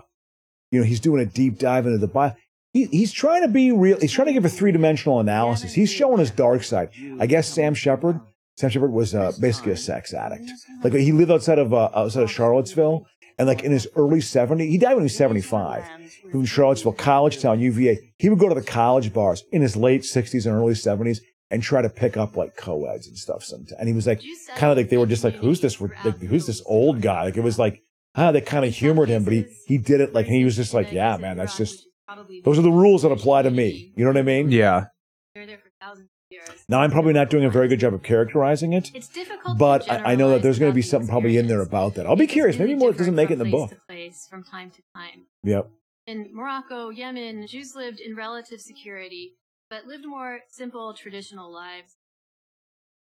you know, he's doing a deep dive into the Bible. He, he's trying to be real. He's trying to give a three dimensional analysis. He's showing his dark side. I guess Sam Shepard, Sam Shepard was uh, basically a sex addict. Like he lived outside of uh, outside of Charlottesville, and like in his early 70s, he died when he was 75. He was in Charlottesville, college town, UVA. He would go to the college bars in his late 60s and early 70s and try to pick up like co-eds and stuff sometimes. And he was like, kind of like they were just like, who's this, like, who's this old guy? Like it was like, ah, they kind of humored him, but he, he did it like, and he was just like, yeah, man, that's just, those are the rules that apply to me. You know what I mean?
Yeah.
Now I'm probably not doing a very good job of characterizing it,
It's difficult.
but I, I know that there's going to be something probably in there about that. I'll be curious. Maybe more doesn't make it in the
place
book.
to place from time to time.
Yep.
In Morocco, Yemen, Jews lived in relative security, but lived more simple, traditional lives.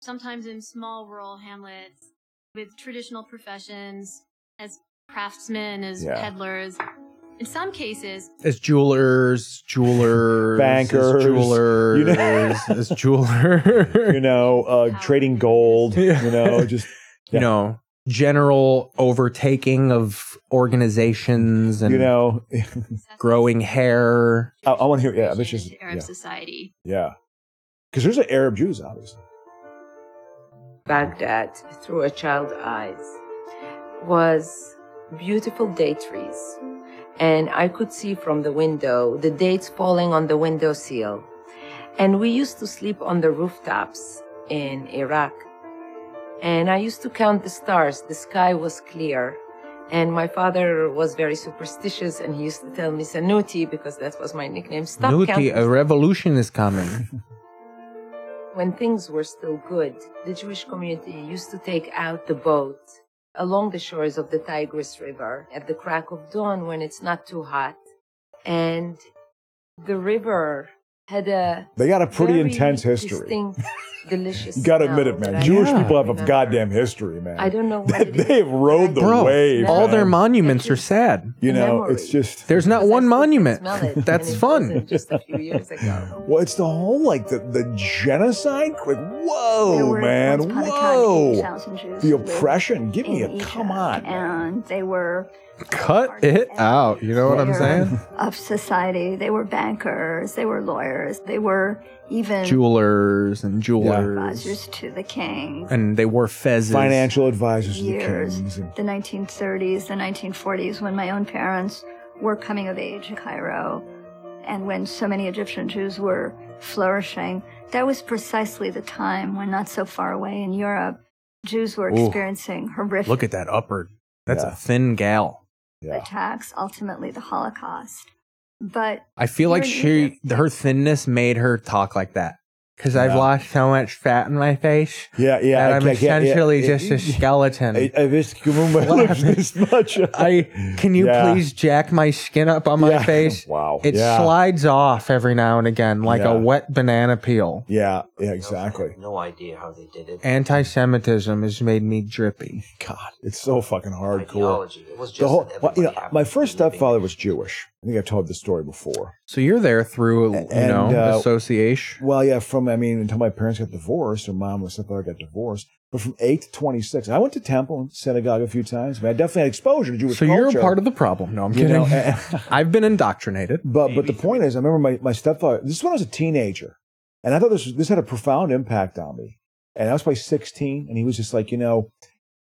Sometimes in small rural hamlets with traditional professions as craftsmen, as
Yeah.
peddlers. In some cases,
as jewelers, jewelers,
Bankers,
as jewelers,
you know- <laughs>
as jeweler,
you know, uh, trading gold, you know, just
<laughs> you know, general overtaking of organizations and
You know,
<laughs> growing hair.
I, I want to hear. Yeah, this is
to Arab society.
yeah, because there's an Arab Jews, obviously.
Baghdad through a child's eyes was beautiful date trees. And I could see from the window the dates falling on the window sill. And we used to sleep on the rooftops in Iraq. And I used to count the stars. The sky was clear. And my father was very superstitious and he used to tell me Sanuti because that was my nickname. Stop counting
Nuki, a revolution is coming.
<laughs>
when things were still good, the Jewish community used to take out the boat along the shores of the Tigris River at the crack of dawn when it's not too hot. And the river had a
They got a pretty
very
intense history. <laughs>
distinct, delicious.
You got to admit it,
smell
man.
that I
Jewish
still
people have a
remember.
goddamn history, man. <laughs>
I don't know what it
They have rode the
Bro,
wave.
all
man.
their monuments are sad.
You know, Memory. it's just
there's not one monument.
smell it,
<laughs> That's
and it
fun.
wasn't just a few years ago.
Well, it's the whole like the, the genocide. Like,
There
whoa,
were
man,
once upon a time
whoa,
80,000 Jews
the
who lived
oppression. Give me
in
a come on.
and they were
Cut it out. You know what I'm
<laughs>
saying?
of society. They were bankers. They were lawyers. They were even
Jewelers and jewelers,
advisors to the king.
and they wore fezzes.
Financial advisors
Years, the 1930s, the 1940s, when my own parents were coming of age in Cairo, and when so many Egyptian Jews were flourishing, that was precisely the time when, not so far away in Europe, Jews were
Ooh.
experiencing horrific
Look at that upper. That's
Yeah.
a thin gal.
attacks, ultimately the Holocaust. But
I feel like
You're
she, her thinness made her talk like that. Because I've
Yeah.
lost so much fat in my face.
Yeah, yeah.
That
I
I'm
can't- yeah, yeah,
essentially
yeah, <laughs>
just
yeah.
a skeleton.
I, I wish Kumumba
What
lived this much.
I can you
Yeah.
please jack my skin up on my
Yeah. <laughs>
face?
Wow.
It
Yeah.
slides off every now and again like
Yeah.
a wet banana peel.
Yeah, yeah, exactly.
No idea how they did it.
Anti Semitism has made me drippy.
God, it's so fucking hardcore.
Ideology. It was
The
just
whole,
that
well, you know,
everybody
my first stepfather was Jewish. I think I've told this story before.
So you're there through you
And,
know
uh,
association.
Well, yeah, from I mean, until my parents got divorced, or mom and stepfather got divorced. But from eight to twenty-six, I went to temple and synagogue a few times. Man, I definitely had exposure to Jewish
So
culture.
you're a part of the problem. No, I'm
You
kidding.
know,
eh,
<laughs>
I've been indoctrinated.
But but the point is, I remember my, my stepfather. This is when I was a teenager, and I thought this was- this had a profound impact on me. And I was probably 16, and he was just like, you know,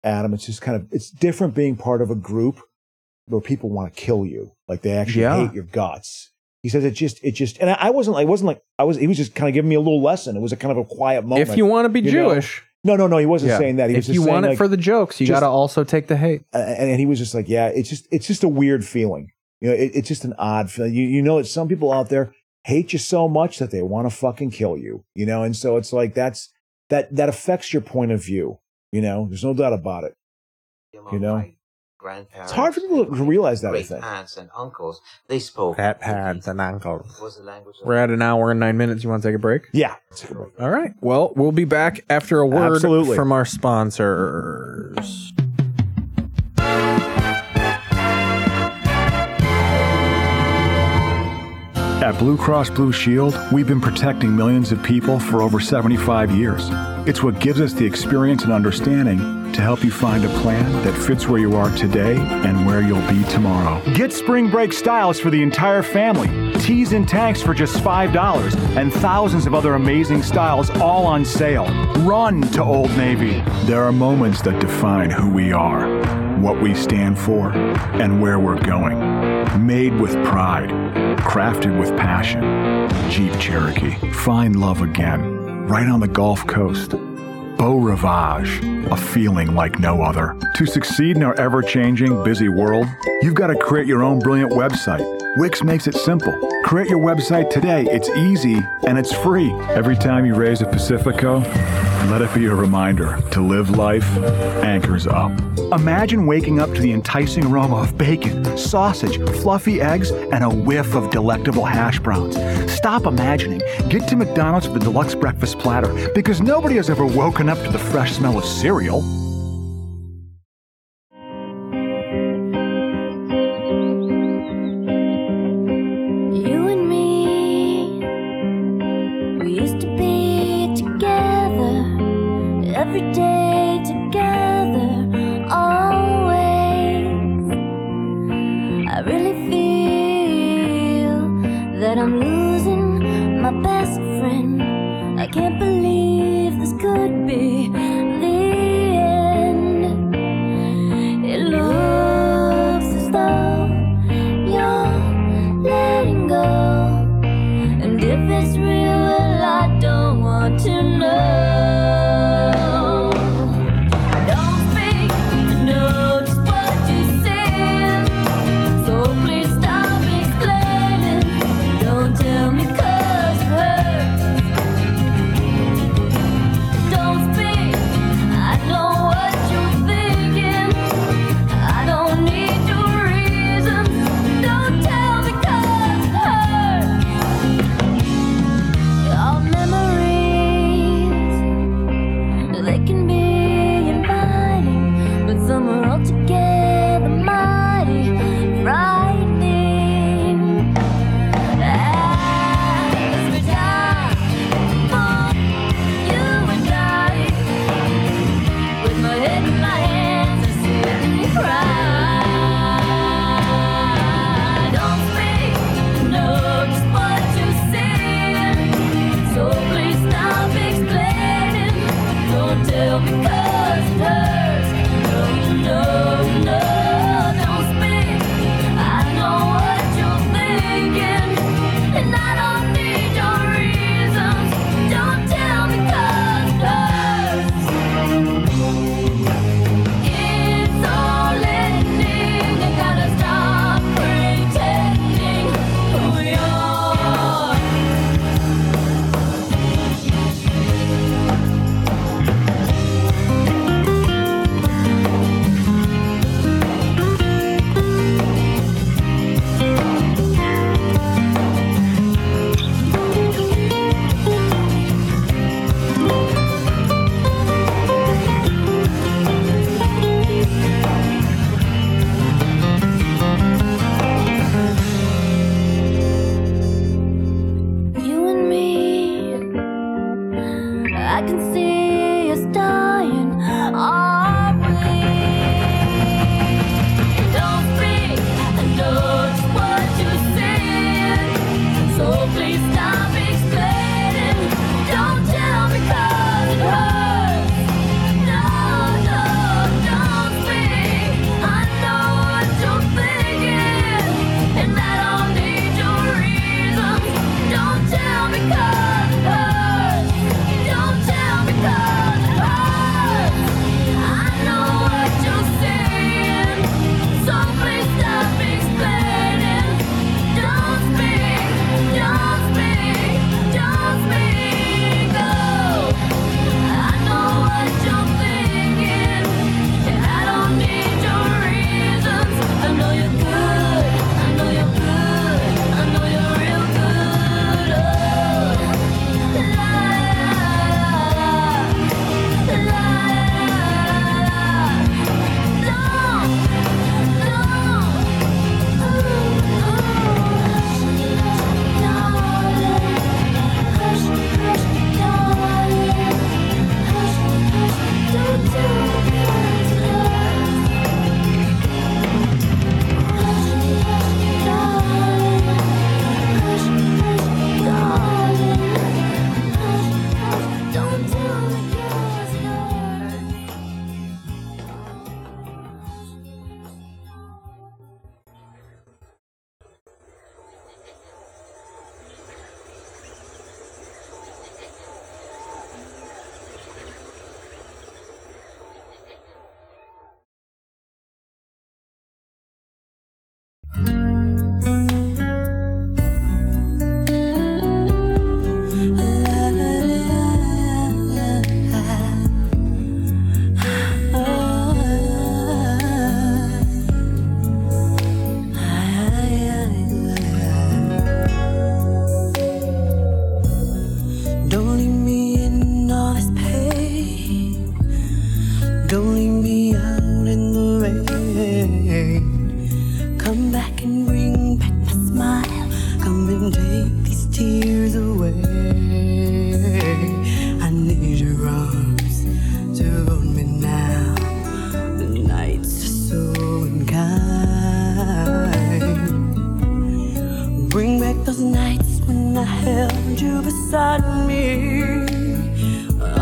Adam, it's just kind of it's different being part of a group where people want to kill you, like they actually
Yeah.
hate your guts. He says it just it just, and I, I wasn't like it wasn't like I was. He was just kind of giving me a little lesson. It was a kind of a quiet moment.
If you want to be
you know?
Jewish,
No, no, no. He wasn't
Yeah.
saying that. He was
if
just
you
saying,
want it
like,
for the jokes, you
just-
got to also take the hate.
Uh, and, and he was just like, yeah, it's just it's just a weird feeling. You know, it, it's just an odd feeling. You you know, it's some people out there hate you so much that they want to fucking kill you. You know, and so it's like that's that that affects your point of view. You know, there's no doubt about it. You know,
grandparents.
it's hard for people to realize that. I
great
think.
aunts and uncles. They spoke.
Pat pads and ankles.
was the language of
We're at an hour and nine minutes. You want to take a break?
Yeah.
All right. Well, we'll be back after a word
Absolutely.
from our sponsors.
At Blue Cross Blue Shield, we've been protecting millions of people for over 75 years. It's what gives us the experience and understanding to help you find a plan that fits where you are today and where you'll be tomorrow. Get spring break styles for the entire family, tees and tanks for just $5, and thousands of other amazing styles all on sale. Run to Old Navy. There are moments that define who we are, what we stand for, and where we're going. Made with pride, crafted with passion. Jeep Cherokee. Find love again. Right on the Gulf Coast. Beau Rivage, a feeling like no other. To succeed in our ever changing, busy world, you've got to create your own brilliant website. Wix makes it simple. Create your website today. It's easy and it's free. Every time you raise a Pacifico, let it be a reminder to live life anchors up.
Imagine waking up to the enticing aroma of bacon, sausage, fluffy eggs, and a whiff of delectable hash browns. Stop imagining. Get to McDonald's for the deluxe breakfast platter because nobody has ever woken up to the fresh smell of cereal.
You and me, we used to be together every day, together, always. I really feel that I'm losing my best friend. I can't believe this could be the end. It looks as though you're letting go. And if it's real, well, I don't want to know. Don't think to know just what you said. So please stop explaining. Don't tell me 'cause it hurts. Don't speak. I know what you're thinking. I don't need your reasons. Don't tell me 'cause it hurts. All memories, they can be inviting, but some are altogether mighty, frightening. As we die, for you and I, with my head in my hands, I sit and cry. Don't speak, know just what you said. So please stop explaining. Don't tell me 'cause it hurts. No, no, no. Don't speak. I know what you're thinking, and I don't need your reasons. Don't tell me 'cause it hurts. It's all in Oh.
Don't leave me out in the rain. Come back and bring back my smile. Come and take these tears away. I need your arms to hold me now. The nights are so unkind. Bring back those nights when I held you beside me.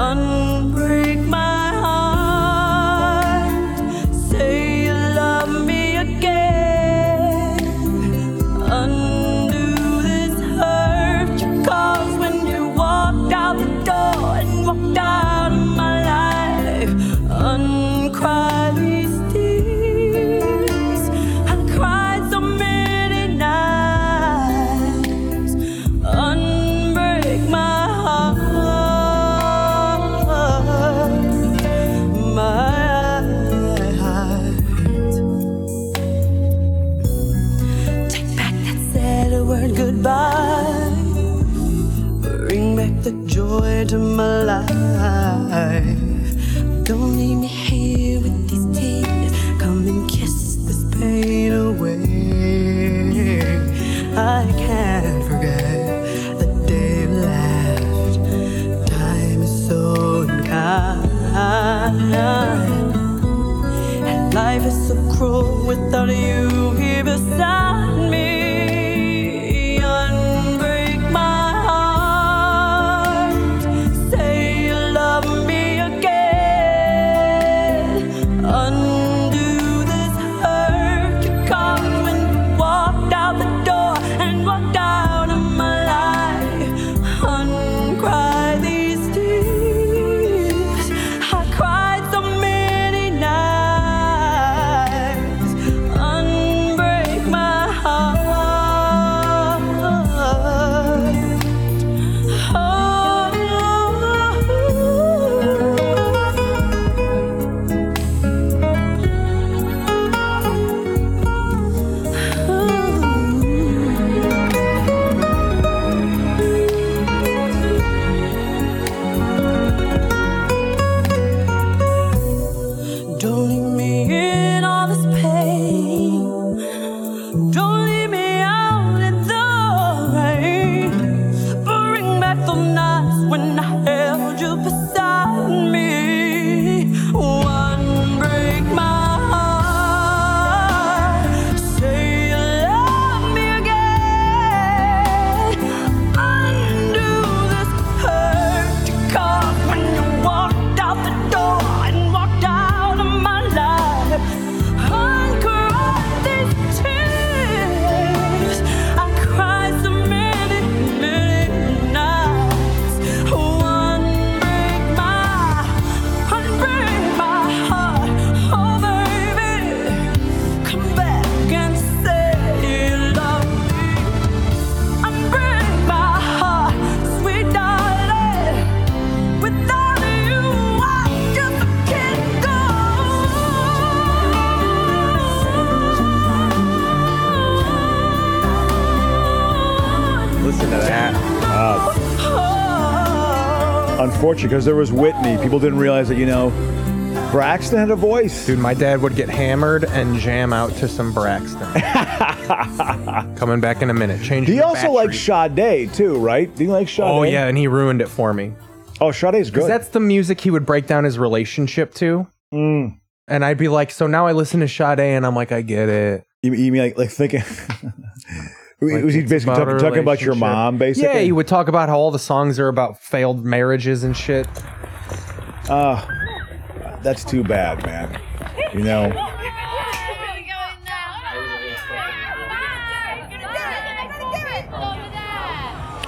Unbreak my heart. Say you love me again. Undo this hurt you caused when you walked out the door and walked out of my life. Uncry these tears. I cried so many nights. Unbreak my heart, my heart. Take back that sad word goodbye. Bring back the joy to my life. Don't leave me here with these tears. Come and kiss this pain away. I can't forget the day you left. Time is so unkind. And life is so cruel without you here beside me. Unbreak my heart. Say you love me again. Undo this hurt you caused when you walked out the door and walked out of my life. Uncry these tears. I cried so many nights. Unbreak my heart. Don't leave me in all this pain. Don't leave me out in the rain. Bring back the nights when I held you beside me. One break my heart. Say you love me again. Undo this hurt you caused when you walked out the door and walked out of my life. Uncry these tears. I cried so many, many nights. One break my, one break my heart. Oh baby, come back and say you love me. Unbreak my heart, sweet darling. Without you, I just can't
Listen to that. Uh, unfortunate, because there was Whitney. People didn't realize that, you know, Braxton had a voice.
Dude, my dad would get hammered and jam out to
<laughs>
some Braxton. Coming back in a minute. Change.
He also liked Sade, too, right? Do you like Sade?
Oh yeah, and he ruined it for me.
Oh, Sade's
Because
good.
that's the music he would break down his relationship to.
Mm.
And I'd be like, so now I listen to Sade, and I'm like, I get it.
You, you mean like, like
<laughs>
thinking? <laughs> was he
it's
basically
about
talking-
a
talking about your
relationship.
mom, basically?
Yeah, he would talk about how all the songs are about failed marriages and shit.
Uh, that's too bad, man. You know,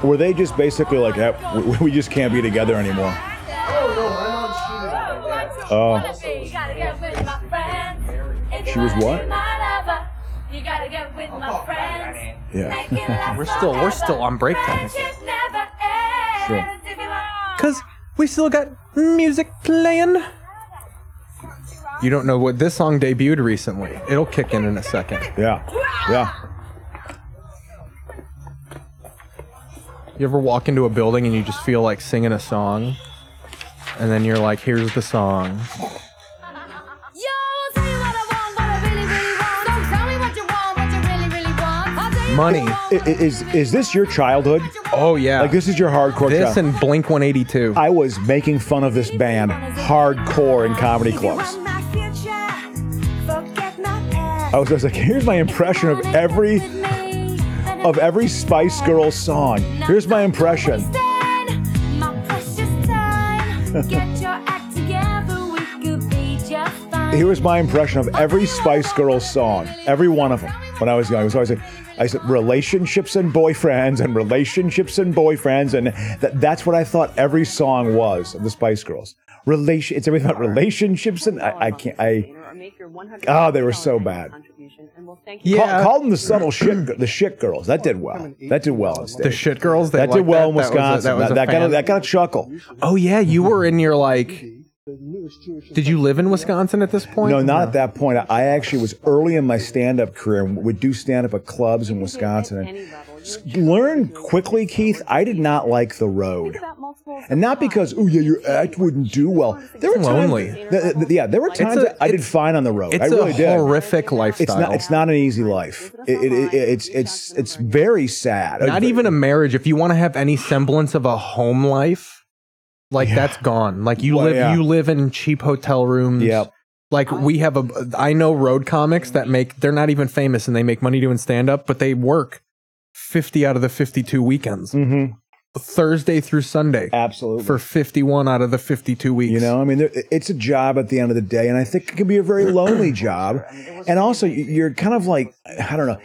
were they just basically like, eh, we, we just can't be together anymore? Oh. She was what?
You gotta get with my friends.
<laughs>
Yeah. we're still we're still on break time.
Never
Sure.
Cause we still got music playing. You don't know what this song debuted recently. It'll kick in in a second.
Yeah. Yeah.
You ever walk into a building and you just feel like singing a song? And then you're like, here's the song. money.
Is is this your childhood?
Oh yeah.
Like this is your hardcore.
This
child-
and Blink 182.
I was making fun of this band hardcore in comedy clubs. I was, I was like, here's my impression of every of every Spice Girl song. Here's my impression. <laughs> Here was my impression of every Spice Girl song, every one of them. When I was young, I was always like, I said relationships and boyfriends and relationships and boyfriends, and th- that's what I thought every song was of the Spice Girls. Relation, it's everything about relationships and I, I can't. I oh, they were so bad.
Yeah.
Call, call them the subtle shit, the shit girls. That did well. That did well on stage.
The shit girls. They
That did
liked
well in
that. That was a-
Wisconsin.
that was a
that, got a,
fan.
that got a chuckle.
Oh yeah, you were in your like. Did you live in Wisconsin at this point?
No, not at that point. I- I actually was early in my stand-up career and would do stand-up at clubs in Wisconsin. And s- learn quickly, Keith. I did not like the road, and not because oh yeah, your act wouldn't do well. There were times,
Lonely.
th- th- yeah, there were
a-
times that I did fine on the road.
It's
I really
a
did.
horrific lifestyle.
It's not. It's not an easy life. It, it, it, it's it's it's very sad.
Not even a marriage. If you want to have any semblance of a home life, like that's gone. Like you
Well,
live,
yeah.
you live in cheap hotel
<laughs>
rooms.
Yep.
Like we have a, I know road comics that make. They're not even famous, and they make money doing stand up, but they work fifty out of the fifty-two weekends,
mm-hmm.
Thursday through Sunday,
absolutely
for fifty-one out of the fifty-two weeks.
You know, I mean, there- it's a job at the end of the day, and I think it can be a very
<clears throat>
lonely job. And also, you- you're kind of like, I don't know.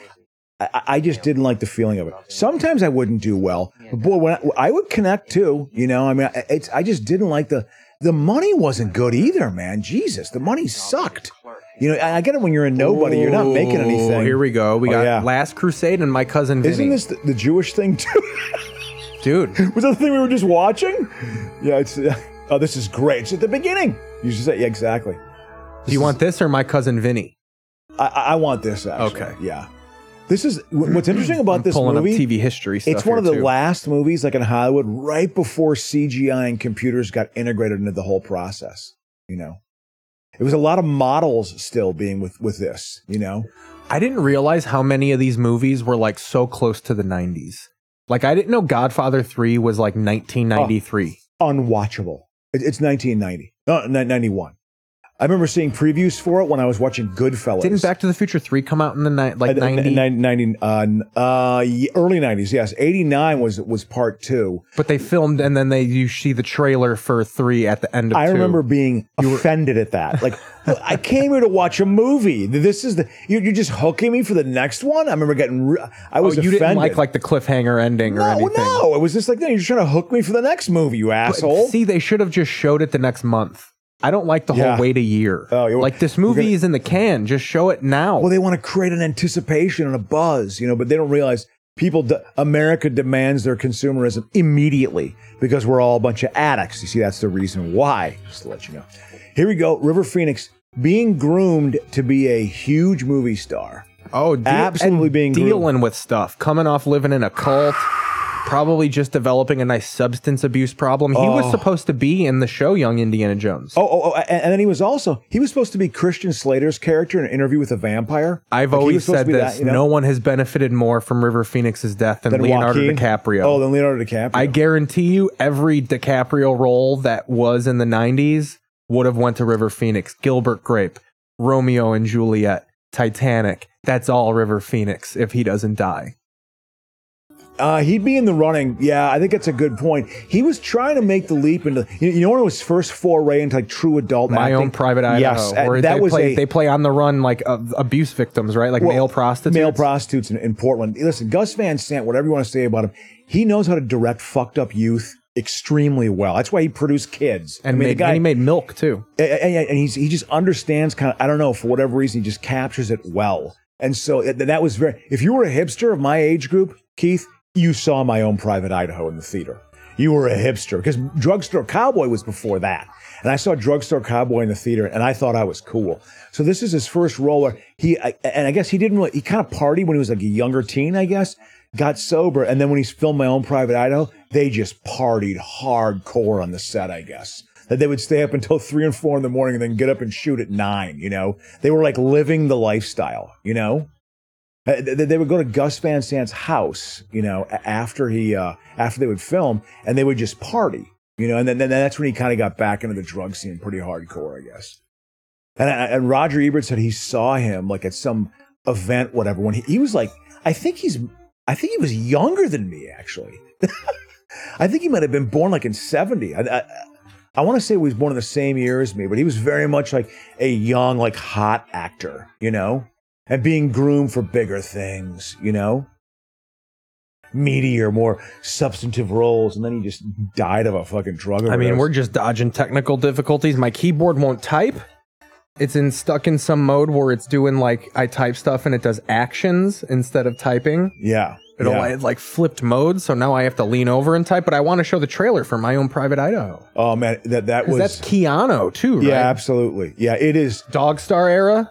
I, I just didn't like the feeling of it. Sometimes I wouldn't do well, but boy, when I, I would connect too. You know, I mean, I- it's I just didn't like the the money wasn't good either, man. Jesus, the money sucked. You know, I I get it when you're a nobody, you're not making
Ooh,
anything.
Here we go. We
Oh,
got
yeah.
Last Crusade and my cousin Vinny.
Isn't this the, the Jewish thing too?
dude?
<laughs> Was that the thing we were just watching? Yeah, it's. <laughs> oh, this is great. It's at the beginning. You should say, yeah, exactly.
Do you want this or my cousin Vinny?
I, I I want this. Actually.
Okay.
Yeah. This is wh-
<clears throat>
what's interesting about
I'm
this
pulling up
movie.
TV history
it's
stuff
one of the
here, too.
last movies, like in Hollywood, right before CGI and computers got integrated into the whole process. You know, it was a lot of models still being with with this. You know,
I didn't realize how many of these movies were like so close to the 90s. Like I didn't know Godfather 3 was like 1993.
Oh, unwatchable. It, it's 1990, no, ni- 91. I remember seeing previews for it when I was watching Goodfellas.
Didn't Back to the Future 3 come out in the ni- like
Uh, n-
90?
nine- 90, uh, n- uh, ye- early 90s, yes. 89 was was part two.
But they filmed and then they you see the trailer for 3 at the end of
I
2.
remember being offended at that.
<laughs>
Like, look, I came here to watch a movie. This is the you're, you're just hooking me for the next one. I remember getting. Re- I
Oh,
was
you
offended.
didn't like like the cliffhanger ending or
no,
anything.
no, it was just like no. You're just trying to hook me for the next movie, you
But
asshole.
See, they should have just showed it the next month. I don't like the
Yeah.
whole wait a year.
Oh, you-
like this
we're
movie
gonna-
is in the can. Just show it now.
well, they want to create an anticipation and a buzz, you know, but they don't realize people. De- America demands their consumerism immediately because we're all a bunch of addicts. You see, that's the reason why. Just to let you know. Here we go. River Phoenix being groomed to be a huge movie star.
Oh, deal-
Absolutely
and
being groomed.
dealing with stuff, coming off living in a cult, probably just developing a nice substance abuse problem. He was
Oh.
supposed to be in the show Young Indiana Jones.
Oh, oh, oh, and, and then he was also he was supposed to be Christian Slater's character in an interview with a vampire.
I've
Like, he
always
was supposed to
said
be
this:
that, you know?
no one has benefited more from River Phoenix's death than,
Then
Leonardo
Joaquin.
DiCaprio.
Oh, then Leonardo DiCaprio.
I guarantee you, every DiCaprio role that was in the '90s would have went to River Phoenix. Gilbert Grape, Romeo and Juliet, Titanic. That's all River Phoenix if he doesn't die.
Uh, he'd be in the running. Yeah, I think that's a good point. He was trying to make the leap into you, you know when his first foray into like true adult.
My
acting?
own private Idaho.
Yes, uh,
where
that
they
was
play,
a
they play on the run like uh, abuse victims, right? Like
well,
male prostitutes.
Male prostitutes in, in Portland. Listen, Gus Van Sant, whatever you want to say about him, he knows how to direct fucked up youth extremely well. That's why he produced kids.
and,
I mean, the
made, and he made milk too.
and, and- and he's, he just understands kind of i don't know for whatever reason he just captures it well and so it- that was very if you were a hipster of my age group keith you saw my own private idaho in the theater you were a hipster because drugstore cowboy was before that and i saw drugstore cowboy in the theater and i thought i was cool so this is his first role where he I, and i guess he didn't really he kind of partied when he was like a younger teen i guess got sober and then when he's filmed my own private idaho they just partied hardcore on the set i guess that they would stay up until <laughs> three and four in the morning and then get up and shoot at nine. You know, they were like living the lifestyle. You know, Uh, they, they would go to Gus Van Sant's house, you know, a- after he uh, after they would film, and they would just party, you know, and then, then that's when he kind of got back into the drug scene pretty hardcore, I guess. And, I- and Roger Ebert said he saw him like at some event, whatever. When he, he was like, I think he's, I think he was younger than me actually. <laughs> I think he might have been born like in seventy. I, I, I want to say he was born in the same year as me, but he was very much like a young, like hot actor, you know, and being groomed for bigger things, you know, meatier, more substantive roles, and then he just died of a fucking drug overdose.
I mean, we're just dodging technical difficulties. My keyboard won't type. It's in stuck in some mode where it's doing like I type stuff and it does actions instead of typing.
Yeah.
It'll
yeah.
it, like flipped mode, so now I have to lean over and type, but I want to show the trailer for my own private Idaho.
Oh man, that that
'Cause
was
that's Keanu too, right?
Yeah, absolutely. Yeah, it is
Dog Star era.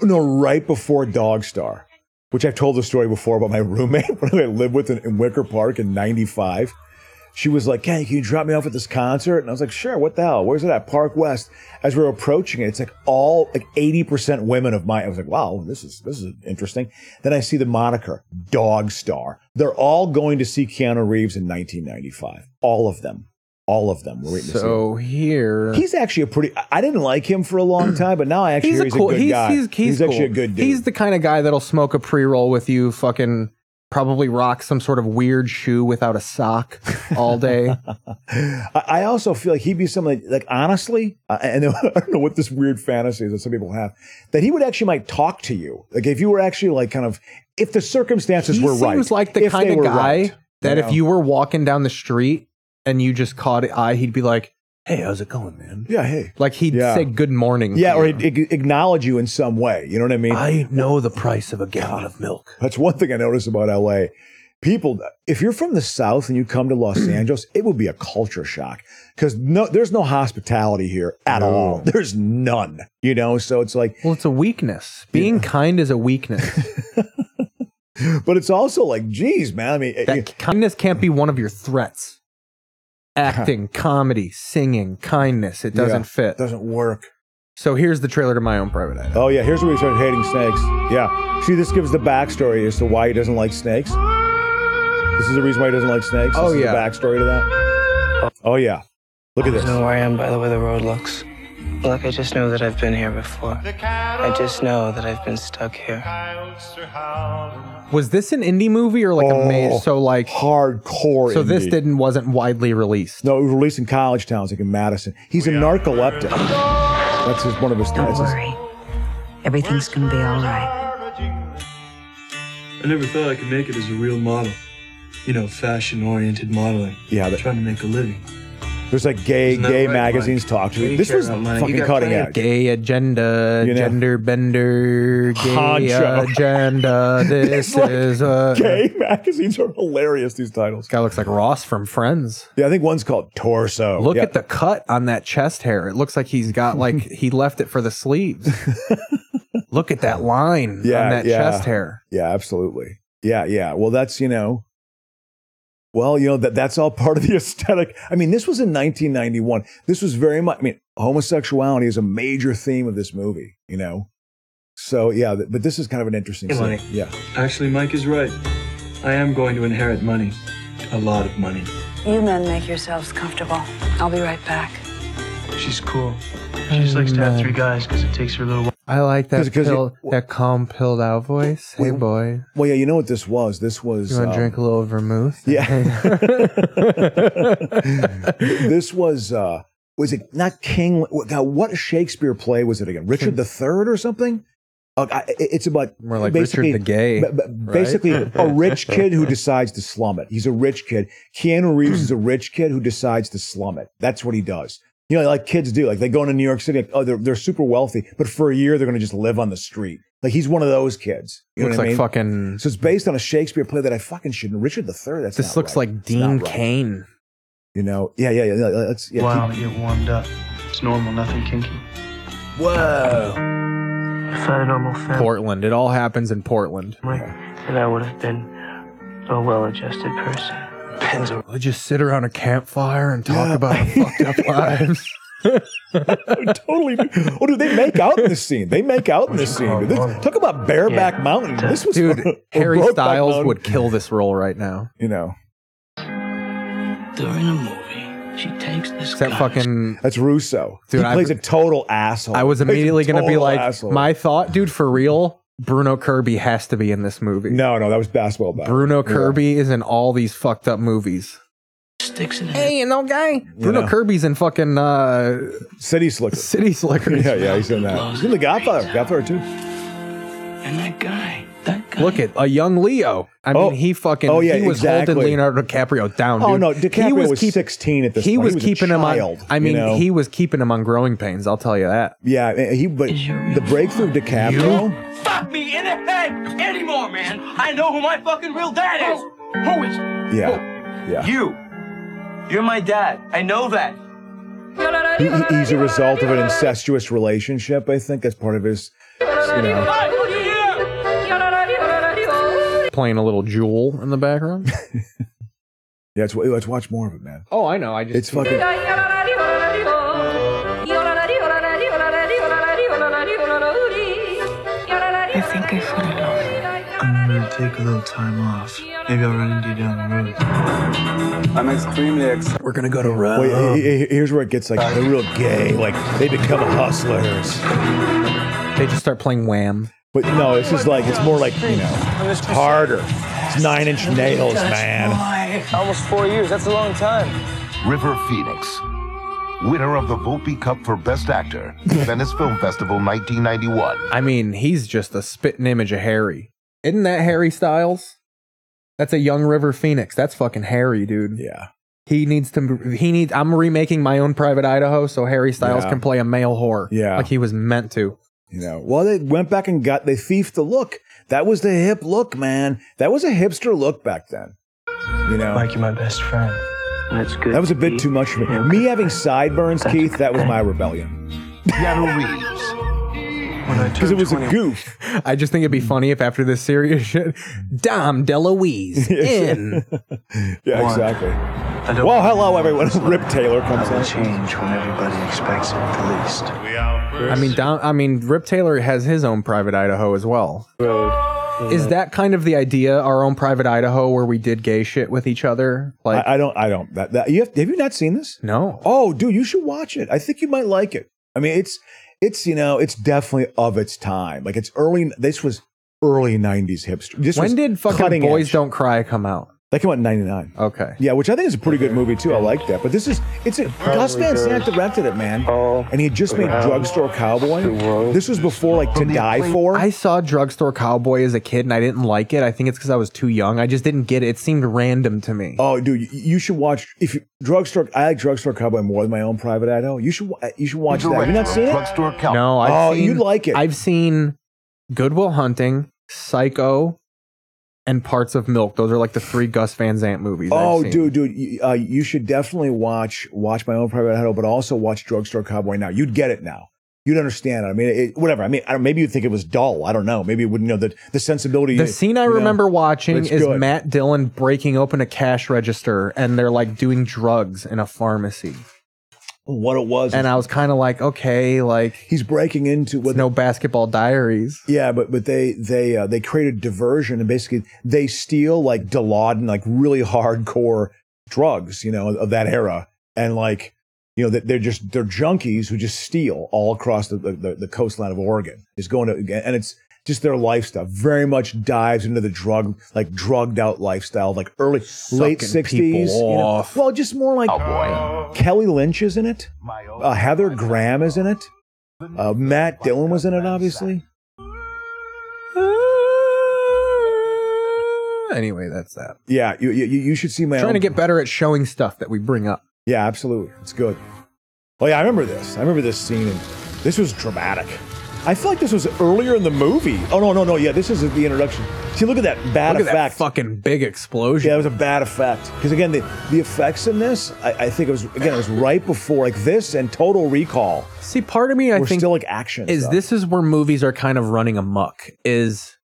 No, right before Dog Star, which I've told the story before about my <laughs> roommate when I lived with in, in Wicker Park in '95. She was like, "Hey, can you drop me off at this concert?" And I was like, "Sure. What the hell? Where's it at? Park West." As we were approaching it, it's like all like eighty percent women of my. I was like, "Wow, this is this is interesting." Then I see the moniker Dog Star. They're all going to see Keanu Reeves in 1995. All of them. All of them. We're waiting to see.
So here
He's actually a pretty. I- I didn't like him for a
<clears throat>
long time, but now I actually hear he's a, good
he's,
guy.
He's, he's cool.
actually a good dude.
He's the kind of guy that'll smoke a pre roll with you, fucking probably rock some sort of weird shoe without a sock
<laughs>
all day.
I, I also feel like he'd be someone that, like honestly, uh, and I don't know <laughs> what this weird fantasy is that some people have that he would actually might talk to you, like if you were actually like kind of if the circumstances
he
were
seems
right.
like the
if they
kind of
were
guy
right,
that
know?
if you were walking down the street and you just caught it eye, he'd be like, Hey, how's it going, man?
Yeah, hey.
Like he'd
Yeah.
say good morning.
yeah,
to
or
you.
he'd ig- acknowledge you in some way. You know what I mean?
I know the price of a gallon of milk.
That's one thing I notice about LA. People, if you're from the South and you come to Los Angeles, it would be a culture shock because no, there's no hospitality here at all. There's none, you know. So it's like,
well, it's a weakness. Being
<laughs>
kind is a weakness.
but it's also like, geez, man. I mean, eh, it-
That kindness can't be one of your threats.
<laughs>
Acting, comedy, singing, kindness. It
Yeah,
doesn't fit.
Doesn't work.
So here's the trailer to my own private eye.
Oh yeah, here's where he started hating snakes. Yeah. See, this gives the backstory as to why he doesn't like snakes. This is the reason why he doesn't like snakes. This
Oh,
is
yeah.
the backstory to that. Oh yeah. Look at this.
I don't know where I am by the way the road looks. Look, I just know that I've been here before. I just know that I've been stuck here.
Was this an indie movie or like a
Oh,
ma- so like
hardcore?
So this
indie.
didn't wasn't widely released.
No, it was released in college towns, like in Madison. He's a narcoleptic. That's his, one of his.
Don't
that's his-
worry. Everything's gonna be all right.
I never thought I could make it as a real model. You know, fashion oriented modeling.
Yeah, but
trying to make a living.
There's like gay
Isn't that
gay
right,
magazines
Mike?
talk to
We
you. This
care
was
about money. You
fucking
got
cutting
plenty of
edge.
Gay agenda,
You know?
gender bender, gay
Honcho. <laughs>
agenda. This
It's like
is uh,
<laughs> Gay magazines are hilarious. These titles.
Guy looks like Ross from Friends.
Yeah, I think one's called Torso.
Look
Yeah.
at the cut on that chest hair. It looks like he's
<laughs>
got like he left it for the sleeves. Look at that line on that chest hair.
Yeah, absolutely. Yeah, yeah. Well, that's you know, well, you know that that's all part of the <laughs> aesthetic. I mean, this was in 1991. This was very much. I mean, homosexuality is a major theme of this movie. You know, so yeah. th- But this is kind of an interesting.
Hey,
scene.
Mike.
Yeah.
Actually, Mike is right. I am going to inherit money. A lot of money.
You men make yourselves comfortable. I'll be right back.
She's cool.
Hmm.
She just likes to have three guys because it takes her a little while.
I like that
'Cause- 'cause
pill, that calm pilled out voice. Hey boy,
Well, yeah. You know what this was? This was.
you want to
um,
drink a little vermouth?
Yeah. <laughs> this was uh was it not King? what- God, what Shakespeare play was it again? Richard the Third or something? Uh, I- it- it's about
More like Richard the Gay,
ba- ba-
right?
Basically, a rich kid
<laughs>
who decides to slum it. He's a rich kid. Keanu Reeves is a rich kid who decides to slum it. That's what he does. You know, like kids do. Like they go into New York City. Like, oh, they're they're super wealthy, but for a year they're going to just live on the street. Like he's one of those kids. You know
looks
what I
like
mean?
fucking.
So it's based on a Shakespeare play that I fucking shouldn't. Richard the Third. That's
This
not
looks
right.
like
It's not
Dean
right.
Kane.
You know, yeah, yeah, yeah. yeah, Let's yeah, Oh,
wow,
keep-
you get warmed up. It's normal, nothing kinky.
Whoa.
If I had a normal family
Portland. It all happens in Portland.
then I would have been a well adjusted person.
<laughs>
We just sit around a campfire and talk about our fucked up lives.
<laughs> totally. Oh, dude, they make out in this scene. They make out in this scene. dude. This- talk about Bareback Mountain. This was <laughs>
dude.
or
Harry
Brokeback
Styles
Mountain.
would kill this role right now.
You know,
During the movie, she takes this
except fucking.
That's Russo.
Dude,
he
I-
plays a total asshole. <laughs>
I was
He plays a
immediately going to be
total
like,
asshole.
my thought, dude, for real, Bruno Kirby has to be in this movie.
No, no, that was basketball. Bat.
Bruno Kirby is in all these fucked up movies.
sticks in
Hey, you know, guy. Bruno
know.
Kirby's in fucking uh,
City Slicker.
City
<laughs>
Slickers.
Yeah, yeah, he's in that. He's in The Godfather. Godfather too.
And that guy,
Look at a young Leo. I mean, he fucking
oh, yeah,
he was
exactly.
holding Leonardo DiCaprio down.
Oh
dude.
no,
He
DiCaprio was,
keep-
sixteen at this.
he
point.
was,
he was
keeping
a
him on.
child,
I mean,
you know?
he was keeping him on growing pains. I'll tell you that.
Yeah, and he but the breakthrough DiCaprio.
Fuck me in the head anymore, man. I know who my fucking real dad is. Oh, Who is?
Yeah, yeah.
You. You're my dad. I know that.
He, he- he's a result of an incestuous relationship. I think that's part of his. You know,
Playing a little jewel in
<laughs>
the background.
yeah, let's, let's watch more of it, man.
<laughs> oh, I know. I just
It's fucking.
I think I fell in love. I'm gonna take a little time off. Maybe I'll run into you down the road. I'm extremely excited.
We're gonna go to Rome.
Wait, he- he- here's where it gets like they're real gay. Like they become hustlers.
They just start playing Wham.
But no, this is like it's more like you know, it's harder. It's nine inch nails, man.
Almost four years. That's a long time.
River Phoenix, winner of the Volpe Cup for Best Actor,
<laughs>
Venice Film Festival 1991.
I mean, he's just a spitting image of Harry. Isn't that Harry Styles? That's a young River Phoenix. That's fucking Harry, dude.
Yeah.
He needs to. He needs. I'm remaking my own Private Idaho, so Harry Styles
Yeah.
can play a male whore.
Yeah.
like he was meant to.
You know, well they went back and got they thiefed the look. That was the hip look, man. That was a hipster look back then. You know,
Mike, you're my best friend. That's good.
that was a bit too much for me. Me having sideburns, Keith, that was my rebellion.
Keanu Reeves,
Because it was a goof.
<laughs> I just think it'd be funny if after this serious shit, Dom
<laughs>
DeLuise in.
Yeah,
One.
exactly. Well, hello everyone. <laughs> Rip Taylor comes in.
change when everybody expects it the least. We out
I mean, Dom, I mean, Rip Taylor has his own Private Idaho as well. Is
Mm-hmm.
that kind of the idea? Our own Private Idaho, where we did gay shit with each other. Like,
I, I don't. I don't. That, that you have, have you not seen this?
no,
Oh, dude, you should watch it. I think you might like it. I mean, it's it's you know, it's definitely of its time. Like it's early. This was early '90s hipster. This was
when did fucking
cutting
Boys
edge.
Don't Cry come out?
They came out in '99.
Okay.
Yeah, which I think is a pretty good movie too. I like that. But this is it's a Gus Van Sant directed it, man. and he had just made Drugstore Cowboy. This Oh. was before like To Die For.
I saw Drugstore Cowboy as a kid and I didn't like it. I think it's because I was too young. I just didn't get it. It seemed random to me.
Oh, dude, you, you should watch if you, Drugstore. I like Drugstore Cowboy more than my own Private Idaho. You should wa- you should watch that. Have you not seen it?
Drugstore Couch.
No, I've
oh,
seen,
you'd like it.
I've seen Goodwill Hunting, Psycho, and parts of Milk. Those are like the three Gus Van Sant movies. I've
Oh,
seen.
dude, dude, you, uh, you should definitely watch watch my own private Idaho, but also watch Drugstore Cowboy now. You'd get it now. You'd understand it. I mean, it, whatever. I mean, I don't, maybe you'd think it was dull. I don't know. Maybe you wouldn't know the the sensibility.
The scene I
you know?
remember watching
It's
is
good.
Matt Dillon breaking open a cash register and they're like doing drugs in a pharmacy.
what it was.
And I was kind of like, okay, like
he's breaking into what.
no basketball diaries.
Yeah, but but they they uh, they created diversion and basically they steal like Dilaudin, like really hardcore drugs, you know, of that era, and like you know that they're just they're junkies who just steal all across the the, the coastline of Oregon. Is going to and it's just their life stuff. Very much dives into the drug like drugged out lifestyle, like early late
Sucking
sixties.
people off. Oh,
Well, just more like Kelly Lynch is in it. Uh, Heather Graham is in it. Uh, Matt Dillon was in it, obviously.
Anyway, that's that.
Yeah, you you, you should see my
Trying to
own-
get better at showing stuff that we bring up.
Yeah, absolutely. It's good. Oh yeah, I remember this. I remember this scene. And this was dramatic. I feel like this was earlier in the movie. Oh no, no, no. Yeah, this is the introduction. See, look at that bad
Look at that
effect.
fucking big explosion.
yeah, it was a bad effect. Because again, the, the effects in this, I, I think it was again, it was right before like this and Total Recall.
See, part of me, I
We're
think,
still like action.
is
stuff.
this is where movies are kind of running amok. Is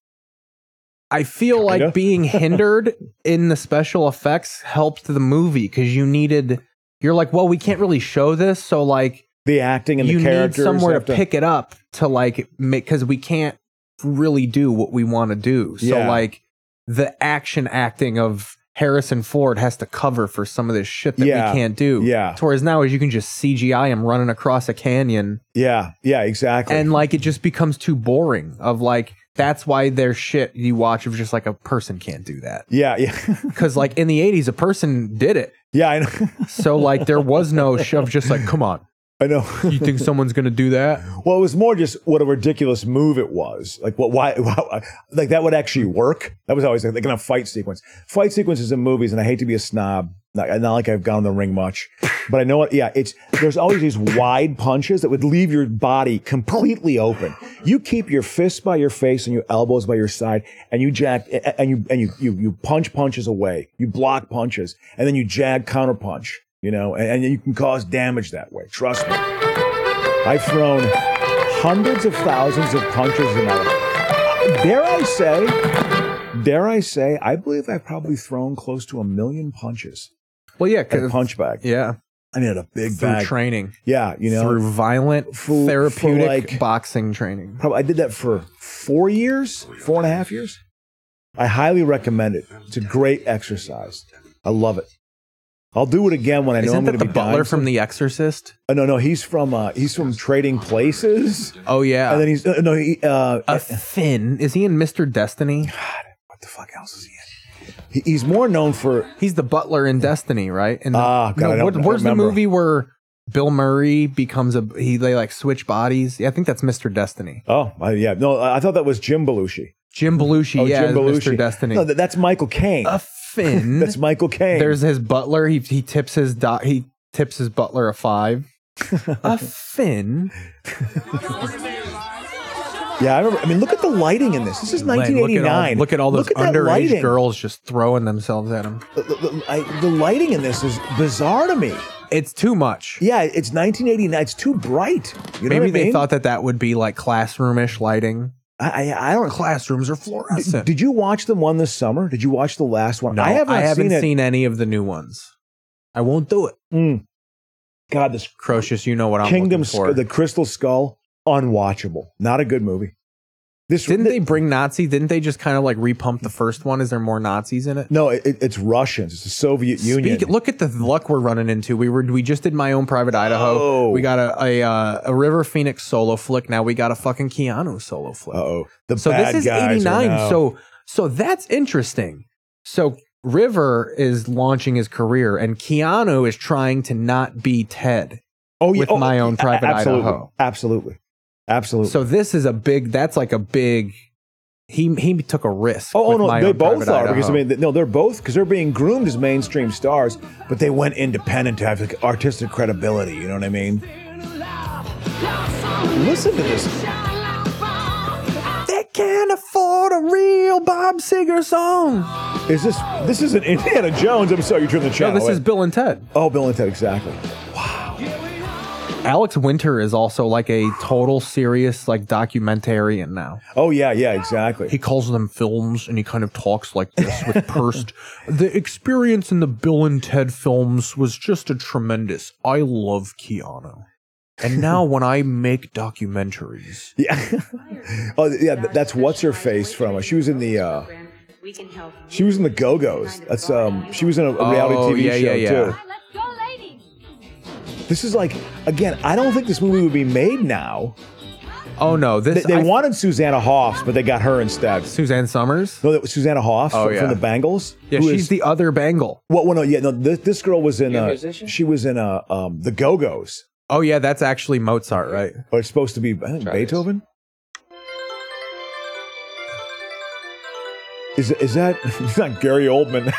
I feel like
<laughs>
being hindered in the special effects helped the movie because you needed. You're like, well, we can't really show this, so like,
the acting and
you
the
need
characters.
somewhere
have
to pick it up to like make because we can't really do what we want to do. So
Yeah.
like the action acting of Harrison Ford has to cover for some of this shit that
Yeah.
we can't do.
Yeah.
Whereas now is you can just CGI him running across a canyon.
Yeah. Yeah. Exactly.
And like it just becomes too boring. Of like that's why there's shit you watch of just like a person can't do that.
Yeah. Yeah. <laughs>
Because like in the '80s, a person did it.
Yeah, I know.
so like there
<laughs>
was no shove. Just like come on.
I know. <laughs>
you think someone's gonna do that?
Well, it was more just what a ridiculous move it was. Like what? Why? <laughs> why like that would actually work. That was always like, like in a fight sequence. Fight sequences in movies, and I hate to be a snob. Not, not like I've gone in the ring much, <laughs> but I know what. Yeah, it's there's always these wide punches that would leave your body completely open. You keep your fists by your face and your elbows by your side, and you jack and you and you you, you punch punches away. You block punches, and then you jag counter punch. You know, and, and you can cause damage that way. Trust me. I've thrown hundreds of thousands of punches in my life. Dare I say, dare I say, I believe I've probably thrown close to a million punches.
Well, yeah,
at a punch bag.
Yeah,
I mean, at a big
through
bag.
training.
Yeah, you know,
through violent
for
therapeutic
like-
boxing training.
Probably, I did that for four years, four and a half years. I highly recommend it. It's a great exercise. I love it. I'll do it again when I know
Isn't
I'm
that
going
the
to be
butler
dying.
from The Exorcist?
Oh, no, no, he's from uh, he's from Trading Places.
Oh yeah,
and then he's uh, no, he, uh,
a Finn. Is he in Mister Destiny? God,
<sighs> what the fuck else is he in? He's more known for
he's the butler in Destiny, right? And the-
Ah, God, I don't-
what-
I don't
where's the
remember.
movie where Bill Murray becomes a he? They like switch bodies. Yeah, I think that's Mister Destiny.
Oh, uh, yeah. No, I I thought that was Jim Belushi.
Jim Belushi,
Oh,
yeah,
Jim
is
Belushi.
Mr. Destiny.
No, th- that's Michael Caine.
A Finn.
that's Michael Caine.
There's his butler. He he tips his do- he tips his butler a five.
<laughs>
a Finn.
yeah, I remember. I mean, look at the lighting in this. This is
Len, look at all-
1989.
Look at all,
Look
those
at that
underage
lighting.
girls just throwing themselves at him.
The- the- I- the lighting in this is bizarre to me.
It's too much.
Yeah, it's 1989. It's too bright. You know
Maybe
what I
they
mean?
thought that that would be like classroomish lighting.
I, I, I don't.
Classrooms are
Did,
fluorescent.
did you watch the one this summer? Did you watch the last one?
No,
I haven't, seen, it.
any of the new ones. I won't do it.
Mm. God, this
Crocious, you know what I'm
Kingdom,
looking for.
Sk- the Crystal Skull, unwatchable. Not a good movie. This
didn't they bring Nazi? Didn't they just kind of like repump the first one? Is there more Nazis in it?
No, it, it- it's Russians. It's the Soviet Union.
Speak, look at the luck we're running into. We were we just did my own private Idaho.
Oh.
We got a a, uh, a River Phoenix solo flick. Now we got a fucking Keanu solo flick.
Oh, the
so
bad
this is
guys are now-
'89. So so that's interesting. So River is launching his career, and Keanu is trying to not be Ted.
Oh, yeah.
with
Oh,
my own
a-
private
absolutely.
Idaho.
Absolutely, absolutely.
So this is a big. That's like a big. He he took a risk.
Oh, oh
with
no,
My
they
Own
both
Private
are because I
Idaho.
mean, th- no, they're both because they're being groomed as mainstream stars, but they went independent to have like, artistic credibility. You know what I mean? Listen to this.
they can't afford a real Bob Seger song.
Is this this is an Indiana Jones? I'm sorry, you turned the
No,
channel.
this is
away.
Bill and Ted.
oh Bill and Ted exactly. <laughs>
Alex Winter is also like a total serious like documentarian now.
Oh yeah, yeah, exactly.
He calls them films and he kind of talks like this
<laughs>
with pursed. The experience in the Bill and Ted films was just a tremendous. I love Keanu. And now when I make documentaries,
Yeah. oh yeah, th- that's what's her face from. uh, She was in the. Uh, she was in the Go Go's. That's um. She was in a, a reality
Oh,
TV
yeah,
show
yeah, yeah.
too. This is like again. I don't think this movie would be made now.
oh no,
They,
this
they
I-
wanted Susanna Hoffs, but they got her instead.
Suzanne Summers.
No, that was Susanna Hoffs
Oh,
from, from
yeah.
the Bangles.
Yeah,
who
she's
is-
the other Bengal.
Well, well, no, yeah, no. This, this girl was in
You a
uh
musician?
She was in uh um the Go Go's.
Oh yeah, that's actually Mozart, right?
Or it's supposed to be I think, Beethoven. Is is that <laughs> it's not Gary Oldman?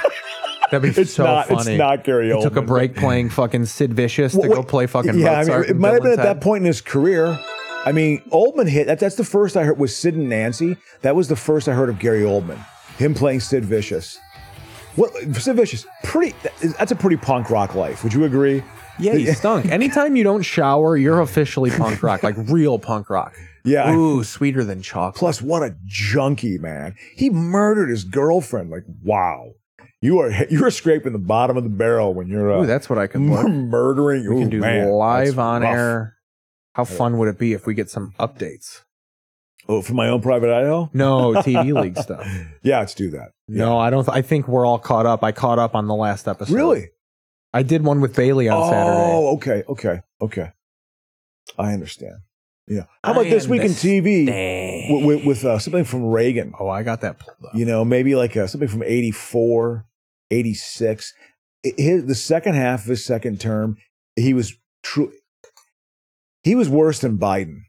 That'd
<laughs>
be
It's
so
not- it's
funny.
not Gary
He took a
Oldman.
break playing fucking Sid Vicious to
Well,
go
wait,
play fucking
yeah,
Mozart.
I mean, it
and
might have been
Bill and
at that
Ted.
point in his career. I mean, Oldman hit. That, that's the first I heard was Sid and Nancy. That was the first I heard of Gary Oldman, him playing Sid Vicious. What Sid Vicious? Pretty. that is- That's a pretty punk rock life. Would you agree?
Yeah,
<laughs>
he stunk. Anytime you don't shower, you're officially punk
<laughs>
rock, like real punk rock.
Yeah.
Ooh, sweeter than chocolate.
Plus, what a junkie, man! He murdered his girlfriend. Like, wow, you are <laughs> you are scraping the bottom of the barrel when you're uh,
Ooh, that's what I can look.
<laughs> murdering.
We
Ooh,
can do
man,
live
that's
on
rough.
air How fun would it be if we get some updates?
Oh, for my own private Idaho?
No, TV
<laughs>
league stuff.
Yeah, let's do that.
No, I don't. I think we're all caught up. I caught up on the last episode.
Really?
I did one with Bailey on
oh,
Saturday.
okay, okay, okay. I understand. Yeah. How about this week in TV with, with, with uh, something from Reagan?
Oh, I got that pulled up.
You know, maybe like uh, something from 84, 86. I- His, the second half of his second term, he was true. He was worse than Biden.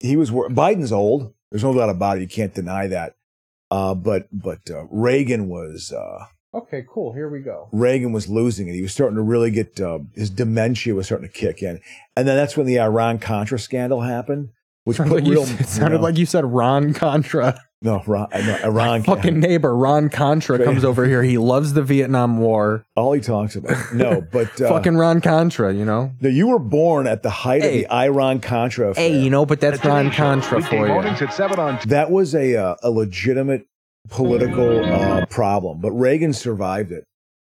He was wor- Biden's old. There's no doubt about it. You can't deny that. Uh, but but uh, Reagan was uh,
Okay, cool. Here we go.
Reagan was losing it. He was starting to really get uh, his dementia was starting to kick in, and then that's when the Iran Contra scandal happened, which
Sounded
put
like you
real.
said- it <laughs>
<laughs>
sounded like you said Ron Contra.
No, Ron, no Iran.
<laughs> Fucking neighbor Ron Contra comes over here. He loves the Vietnam War.
All he talks about. No,
<laughs>
but uh,
fucking Ron Contra, you know.
No, you were born at the height
Hey.
of the Iran Contra.
Hey, you know, but that's Ron Contra for you.
at seven on. That was a uh, a legitimate political uh, problem, but Reagan survived it.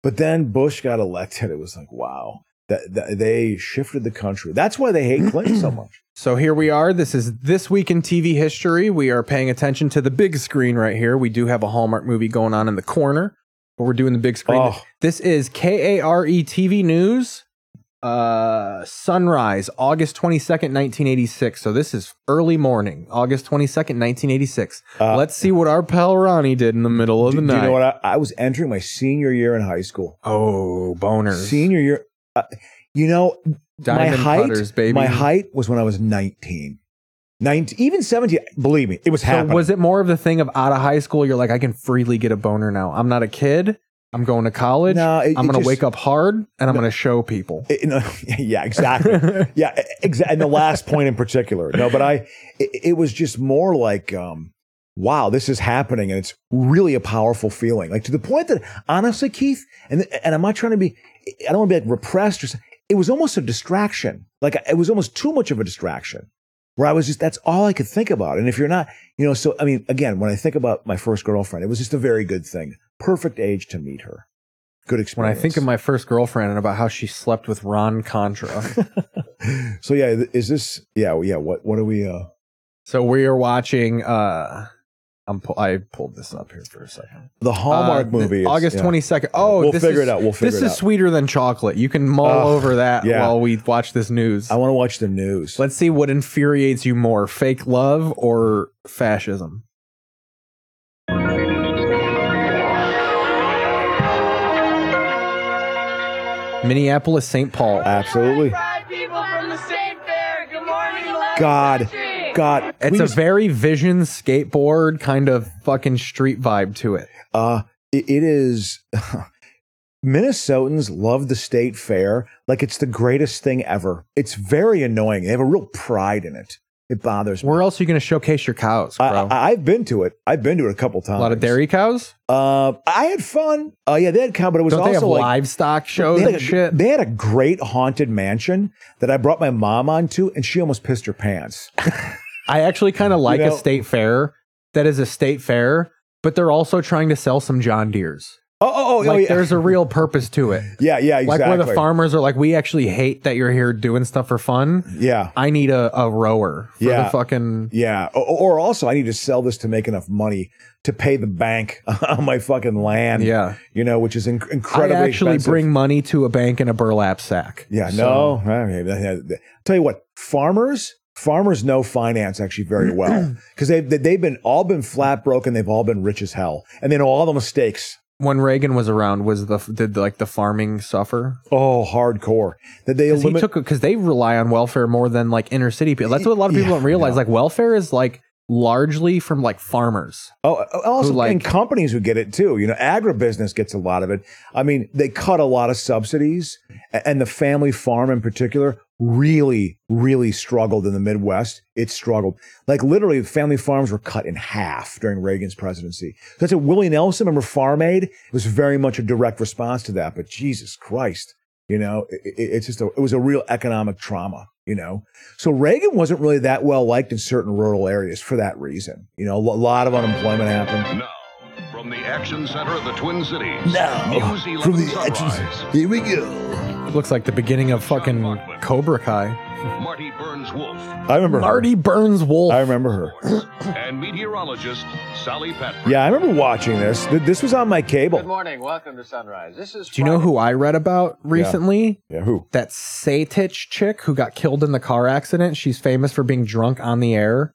But then Bush got elected. It was like wow, that, that they shifted the country. That's why they hate Clinton
<clears throat>
so much.
So here we are. This is this week in TV history. We are paying attention to the big screen right here. We do have a Hallmark movie going on in the corner, but we're doing the big screen.
Oh.
This is K A R E TV News. Uh, sunrise, August twenty second, nineteen eighty six. So this is early morning, August twenty second, nineteen eighty six. Let's see what our pal Ronnie did in the middle of
Uh, Do,
the
do
night.
you know what? I, I was entering my senior year in high school.
Oh, boners.
Senior year. Uh, you know, my
Diamond
height.
putters, baby.
My height was when I was 19. 19 even 17. Believe me, it was
So
happening.
was it more of the thing of out of high school? You're like, I can freely get a boner now. I'm not a kid. I'm going to college.
No, it-
I'm
it
going to
just-
wake up hard and I'm going to show people.
It- no, <laughs> yeah,
<laughs>
exactly. yeah, exactly. And the last point in particular. No, but I, it, it was just more like, um, wow, this is happening, and it's really a powerful feeling. Like to the point that, honestly, Keith, and and I'm not trying to be, I don't want to be like repressed or something. It was almost a distraction. Like it was almost too much of a distraction. Where I was just, that's all I could think about. And if you're not, you know, so I mean, again, when I think about my first girlfriend, it was just a very good thing. Perfect age to meet her. Good experience.
When I think of my first girlfriend and about how she slept with
<laughs>
Ron Contra.
So yeah, th- is this yeah well, yeah what what are we uh
so we are watching, uh, I'm pu- I pulled this up here for a second.
the Hallmark
Uh, the-
movie is-
August
yeah.
22nd. Oh,
we'll
this
figure
is-
it out. We'll figure
This
it
is
out.
sweeder than chocolate. You can mull
Ugh,
over that
yeah.
while we watch this news.
I want to watch the news.
Let's see what infuriates you more fake love or fascism. Minneapolis, St. Paul.
Absolutely.
People from the same fair. Good morning, love.
God, God,
It's a very vision skateboard kind of fucking street vibe to it.
Uh it, it is <laughs> Minnesotans love the state fair like it's the greatest thing ever. It's very annoying. They have a real pride in it. It bothers me.
Where else are you going to showcase your cows, bro?
I, I, I've been to it. I've been to it a couple times.
A lot of dairy cows?
Uh, I had fun. Uh, yeah, they had come, but it was
Don't they
also
have
like
livestock shows
They had,
and
a,
shit?
they had a great haunted mansion that I brought my mom onto, and she almost pissed her pants.
I actually kind of like
know-
a state fair that is a state fair, but they're also trying to sell some John Deeres.
Oh, oh, oh,
like,
oh, yeah.
There's a real purpose to it.
<laughs> Yeah, yeah, exactly.
Like where the farmers are like, we actually hate that you're here doing stuff for fun.
Yeah.
I need a, a rower for
Yeah.
the fucking.
Yeah. O- Or, also, I need to sell this to make enough money to pay the bank <laughs> on my fucking land.
Yeah.
You know, which is inc- incredibly
I actually
expensive.
bring money to a bank in a burlap sack.
Yeah,
So-
no. I mean, that- that- that- tell you what, farmers, farmers know finance actually very well because they've, they- they've been all been flat broke and they've all been rich as hell and they know all the mistakes.
When Reagan was around, was the did like the farming suffer?
Oh, hardcore. That they
Because he
eliminate.
took because they rely on welfare more than like inner city people. That's what a lot of people don't realize. Like welfare is like largely from like farmers.
Oh, oh, also,
like-
and companies who get it too. You know, agribusiness gets a lot of it. I mean, they cut a lot of subsidies, a- and the family farm in particular really, really struggled in the Midwest. It struggled. Like literally, family farms were cut in half during Reagan's presidency. That's a Willie Nelson. Remember Farm Aid? It was very much a direct response to that. But Jesus Christ, you know, i i- it's just a, it was a real economic trauma you know so reagan wasn't really that well liked in certain rural areas for that reason you know a lo- lot of unemployment happened
From the action center of the Twin Cities.
Now,
News 11
from the
Sunrise.
action here we go
Looks like the beginning of fucking Cobra Kai.
Marty Burns Wolf
I remember Marty
Burns Wolf.
I remember her.
and meteorologist Sally Patton.
Yeah, I remember watching this. Th- This was on my
Good
cable.
morning. Welcome to Sunrise. This is
Do you know who I read about recently?
Yeah, who?
That Satich chick who got killed in the car accident. She's famous for being drunk on the air.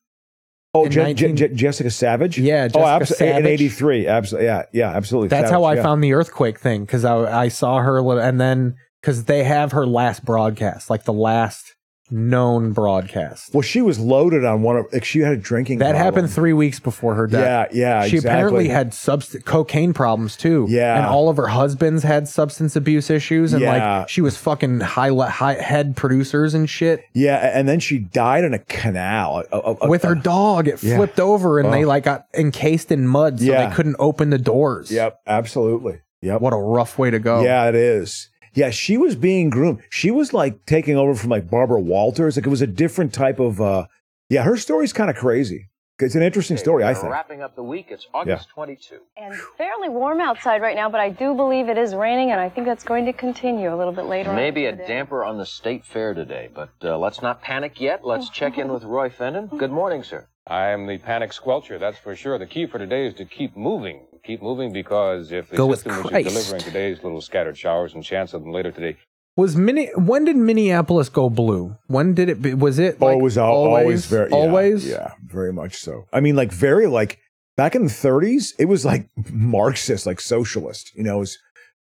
Oh,
In
Je- Je-
19
Je- Jessica Savage.
Yeah, Jessica
oh, abso- in
Savage.
'83, absolutely. Yeah, yeah, absolutely.
That's
Savage,
how I
yeah.
found the earthquake thing because I, I saw her li- and then because they have her last broadcast, like the last known broadcast.
Well, she was loaded on one of. Like, she had a drinking.
That
problem.
happened three weeks before her death.
Yeah, yeah,
She apparently
exactly.
had subst- cocaine problems too.
Yeah.
and all of her husbands had substance abuse issues, and
Yeah.
like she was fucking high, le- high head producers and shit.
Yeah, a- and then she died in a canal a- a- a-
With her dog, it
Yeah.
flipped over and they
Oh.
like got encased in mud, so
Yeah.
they couldn't open the doors.
Yep, absolutely. Yep.
What a rough way to go.
Yeah, it is. Yeah, she was being groomed. She was like taking over from like Barbara Walters. Like it was a different type of. uh Yeah, her story's kind of crazy. It's an interesting story, I think.
Wrapping up the week. It's August 22.
And fairly warm outside right now, but I do believe it is raining, and I think that's going to continue a little bit later. on.
Maybe a damper on the state fair today, but uh, let's not panic yet. Let's check in with Roy Fenton. Good morning, sir.
I am the panic squelcher, that's for sure. The key for today is to keep moving. Keep moving because if the
Go with
system which
Christ.
is delivering today's little scattered showers and chance of them later today
Was mini? When did Minneapolis go blue? When did it? Be, was it? Like
always, al- always, very, yeah,
always.
yeah, very much so. I mean, like very like back in the 30s, it was like Marxist, like socialist. You know, it was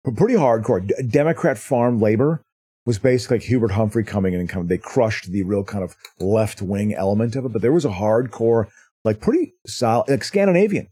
p- pretty hardcore. D- Democrat farm labor was basically like Hubert Humphrey coming in and coming. They crushed the real kind of left wing element of it, but there was a hardcore, like pretty solid, like Scandinavian.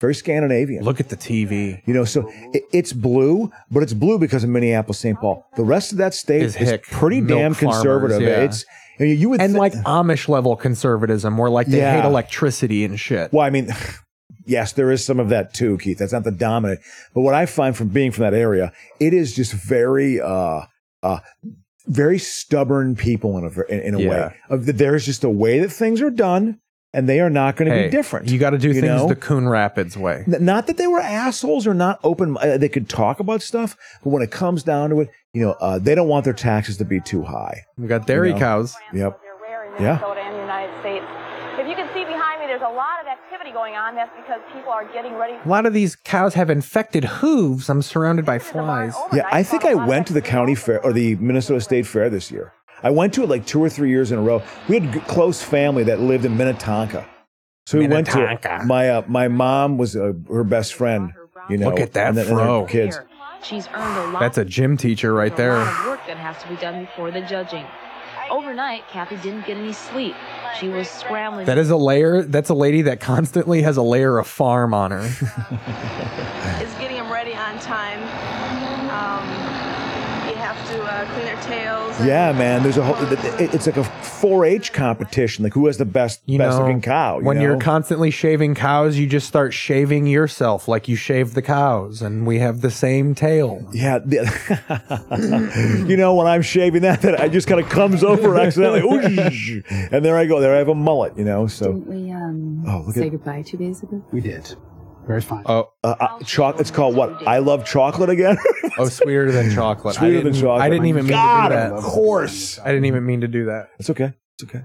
Very Scandinavian.
Look at the TV.
You know, so it, it's blue, but it's blue because of Minneapolis, St. Paul. The rest of that state
Is
is,
hick,
pretty
milk
damn
farmers,
conservative.
yeah.
It's I mean, you would
and like Amish level conservatism, where like they
Yeah.
hate electricity and shit.
Well, I mean, <sighs> yes, there is some of that too, Keith. That's not the dominant. But what I find from being from that area, it is just very, uh, uh, very stubborn people in a ver- in, in a
Yeah.
way. Of the, there's just a way that things are done, and they are not going to
Hey,
be different.
You got to do things
know?
the Coon Rapids way.
N- Not that they were assholes or not open. Uh, they could talk about stuff, but when it comes down to it, you know, uh, they don't want their taxes to be too high.
We got dairy cows.
Yep. Yeah.
Minnesota and the United States. If you can see behind me, there's a lot of activity going on. That's because people are getting ready.
A lot of these cows have infected hooves. I'm surrounded by flies.
Yeah, I think I went to the county fair or the Minnesota State Fair this year. I went to it like two or three years in a row. We had g- close family that lived in Minnetonka, so we went to
Minnetonka.
it. My uh, my mom was uh, her best friend. You know,
Look at that
and then- and her
fro.
kids.
She's earned a lot
That's a gym teacher right
a lot
there.
of work that has to be done before the judging. Overnight, Kathy didn't get any sleep. She was scrambling.
That is a layer. That's a lady that constantly has a layer of farm on her. <laughs>
is getting them ready on time. Um, you have to uh, clean their tails.
Yeah, man. There's a whole. it- it- It's like a 4-H competition. Like who has the best
You
best
know,
looking cow? You
when
know? <laughs>
you're constantly shaving cows, you just start shaving yourself like you shave the cows, and we have the same tail.
Yeah, the- you know when I'm shaving that, that I just kind of comes over
<laughs>
accidentally, oosh, and there I go. There I have a mullet. You know, so
We um,
Oh, look
say
at-
goodbye two days ago.
we did. Very fine. Oh, uh, uh, choc- It's called what? I love chocolate again. <laughs>
oh, sweeter than chocolate. I
Sweeter than
didn't-
chocolate.
I didn't even mean
God,
to do that.
Of course.
I didn't even mean to do that.
It's okay. It's okay.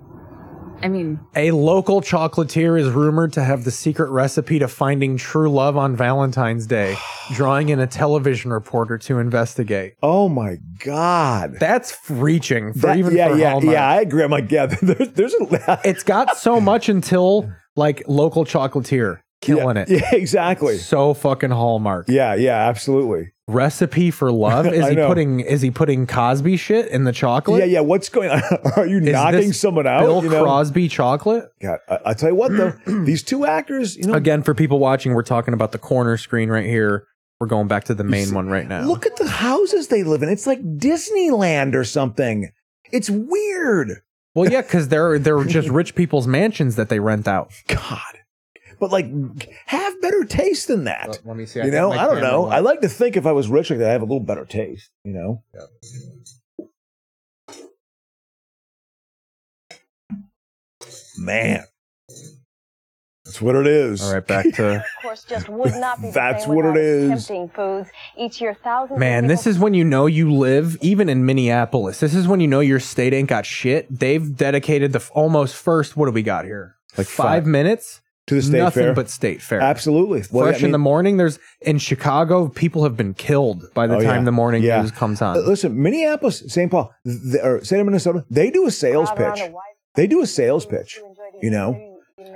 I mean,
A local chocolatier is rumored to have the secret recipe to finding true love on
<sighs>
Valentine's Day, drawing in a television reporter to investigate.
Oh my god,
that's f- reaching for
That-
even
yeah,
for
yeah,
Hallmark.
yeah. I agree. I'm like, yeah. <laughs> There's, there's a
it's got
<laughs>
so much until like local chocolatier killing it.
Yeah, exactly.
So fucking Hallmark.
Yeah, yeah, absolutely.
Recipe
<laughs>
for love? Is
I
he
know.
putting is he putting Cosby shit in the chocolate?
Yeah, yeah. What's going on? <laughs> Are you
Is
knocking
this
someone out?
Bill
you know?
Crosby chocolate?
God, I, I tell you what,
<clears throat>
though, these two actors, you know,
Again, for people watching, we're talking about the corner screen right here. We're going back to the main one right now.
Look at the houses they live in. It's like Disneyland or something. It's weird.
Well, yeah, because they're they're just rich people's mansions that they rent out.
<laughs> God. But like, have better taste than that.
Let me see.
you know, I don't know. I like to think if I was rich like that, I have a little better taste. You know. Man, that's what it is.
All right, back to
Of course, just would not be the
That's
same
what it
without
is.
Tempting foods each year, thousands. of
Man, this is when you know you live, even in Minneapolis. This is when you know your state ain't got shit. They've dedicated the f- almost first. What do we got here? Like five,
five-
minutes
to the state
nothing
fair.
but state fair.
Absolutely. Well,
Fresh
I mean-
in the morning. There's in Chicago, people have been killed by the
Oh,
time
yeah.
the morning news comes on.
Uh, Listen, Minneapolis, St. Paul, th- or State of Minnesota, they do a sales pitch. They do a sales pitch. You know,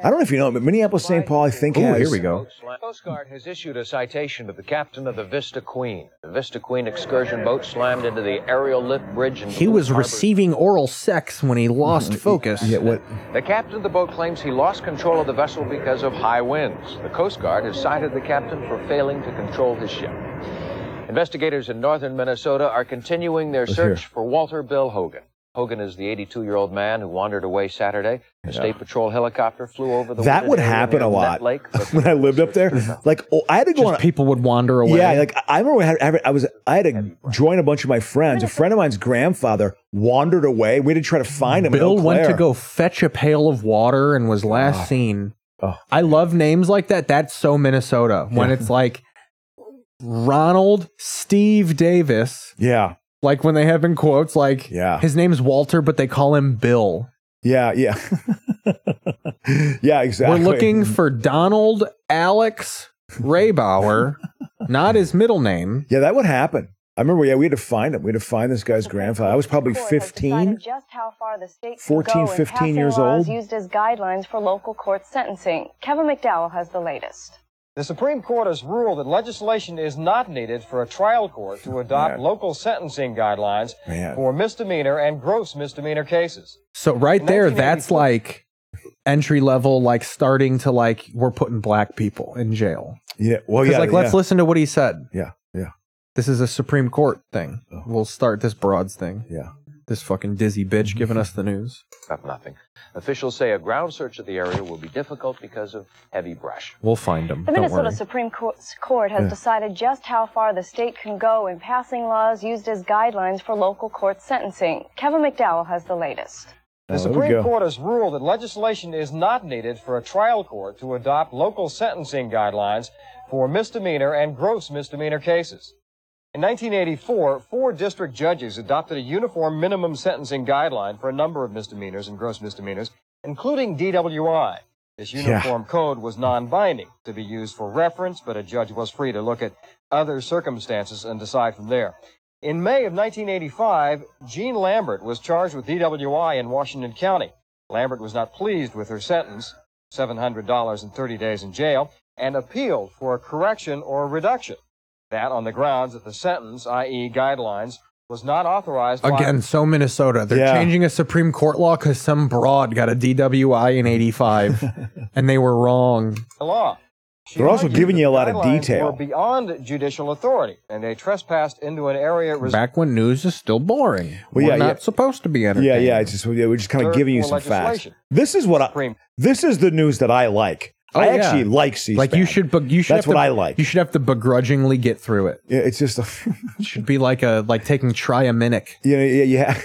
I don't know if you know, but Minneapolis, St. Paul, I think
Ooh,
has.
here we go.
Coast Guard has issued a citation to the captain of the Vista Queen. The Vista Queen excursion boat slammed into the aerial lift bridge in
He was receiving oral sex when he lost focus. Yeah,
Mm-hmm. what?
The captain of the boat claims he lost control of the vessel because of high winds. The Coast Guard has cited the captain for failing to control his ship. Investigators in northern Minnesota are continuing their
Let's
search
hear.
for Walter Bill Hogan. Hogan is the 82 year old man who wandered away Saturday. A state patrol helicopter flew over the
That
wooded
would
area
happen
near
a
Net
lot
Lake.
<laughs> when I lived up there. Like oh, I had to go on.
People would wander away.
Yeah, like I- I remember I, had, I was I had to join a bunch of my friends. A friend of mine's grandfather wandered away. We had to try to find him. in
Bill
Eau
went to
Claire.
go fetch a pail of water and was last
Oh.
seen. I love names like that. That's so Minnesota when
Yeah.
it's like Ronald Steve Davis.
Yeah.
Like when they have in quotes, like
Yeah.
his name's Walter, but they call him Bill.
Yeah, yeah. <laughs> yeah, exactly.
We're looking for Donald Alex Raybauer, not his middle name.
Yeah, that would happen. I remember, yeah, we had to find him. We had to find this guy's grandfather. I was probably
Court has
15.
decided Just how far the state
14, 15 years old.
Used as guidelines for local court sentencing. Kevin McDowell has the latest.
The Supreme Court has ruled that legislation is not needed for a trial court to adopt local sentencing guidelines for misdemeanor and gross misdemeanor cases.
So right there, that's like entry level, like starting to like we're putting black people in jail.
Yeah. Well,
'Cause,
yeah.
Like let's
yeah.
listen to what he said.
Yeah. Yeah.
This is a Supreme Court thing. We'll start this broads thing.
Yeah.
This fucking dizzy bitch giving us the news.
Up nothing. Officials say a ground search of the area will be difficult because of heavy brush.
We'll find him.
The Minnesota Supreme Court's court has
Yeah.
decided just how far the state can go in passing laws used as guidelines for local court sentencing. Kevin McDowell has the latest.
The
Oh, there we
Supreme
go.
Court has ruled that legislation is not needed for a trial court to adopt local sentencing guidelines for misdemeanor and gross misdemeanor cases. In 1984, four district judges adopted a uniform minimum sentencing guideline for a number of misdemeanors and gross misdemeanors, including DWI. This uniform code was non binding to be used for reference, but a judge was free to look at other circumstances and decide from there. In May of 1985, Jean Lambert was charged with DWI in Washington County. Lambert was not pleased with her sentence, $700 and 30 days in jail, and appealed for a correction or a reduction. That on the grounds that the sentence, i.e., guidelines, was not authorized by-
Again, so Minnesota. They're
Yeah.
changing a Supreme Court law because some broad got a DWI in 85 and they were wrong.
the law.
They're also
argued
giving
that
you a lot
the
of
guidelines
detail.
Were beyond judicial authority, and they trespassed into an area reserved
Back when news is still boring.
Well,
we're
yeah,
not
yeah.
supposed to be entertained.
Yeah, yeah. It's just, yeah, we're just kind of
Third
giving you
floor
some facts.
legislation.
This is what I, this is the news that I like.
Oh,
I
yeah.
actually like C-SPAN.
Like you should, be- you should.
That's
have
what
to-
I like.
You should have to begrudgingly get through it.
Yeah, it's just. A <laughs>
should be like a like taking triaminic.
Yeah, yeah, yeah.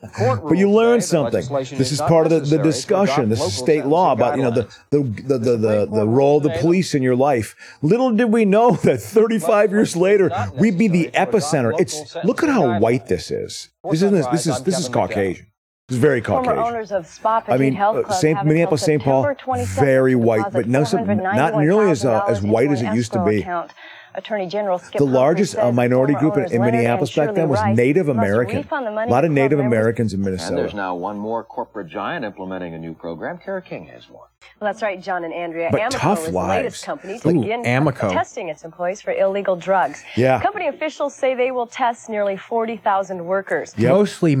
<laughs> but you learn something.
legislation
This
is
is
not
part of the, the
necessary to
discussion.
adopt
This is
local
state law about you know the the the, the, the, the role of the police in your life. Little did we know <laughs> that 35 years later we'd be the epicenter. It's look at how white this is. This isn't this is this is Caucasian. This is very
Former
Caucasian.
owners of Spa
I
Petite
mean,
Health
uh,
Club
Saint
have
Minneapolis,
until
St. Paul,
September 22nd
very
to
white,
deposit
but no, some, not
$491,000
nearly as uh, as
into
white
an
as it used to
escrow
be.
account. Attorney General Skip
The
Humphrey
largest uh,
says
minority
former
group in,
owners
in
Leonard and
Minneapolis back
Shirley
then was
Rice
Native
must
American.
refund the
A
money
lot of
to
Native
corporate members.
Americans in
And there's
Minnesota.
now one more corporate giant implementing a new program. Kara King has more.
Well, that's right, John and Andrea.
But
Amoco
tough
is the
lives.
latest company to
Ooh,
begin
Amoco.
testing its employees for illegal drugs.
Yeah.
Company officials say they will test nearly 40,000 workers.
oh,
Mostly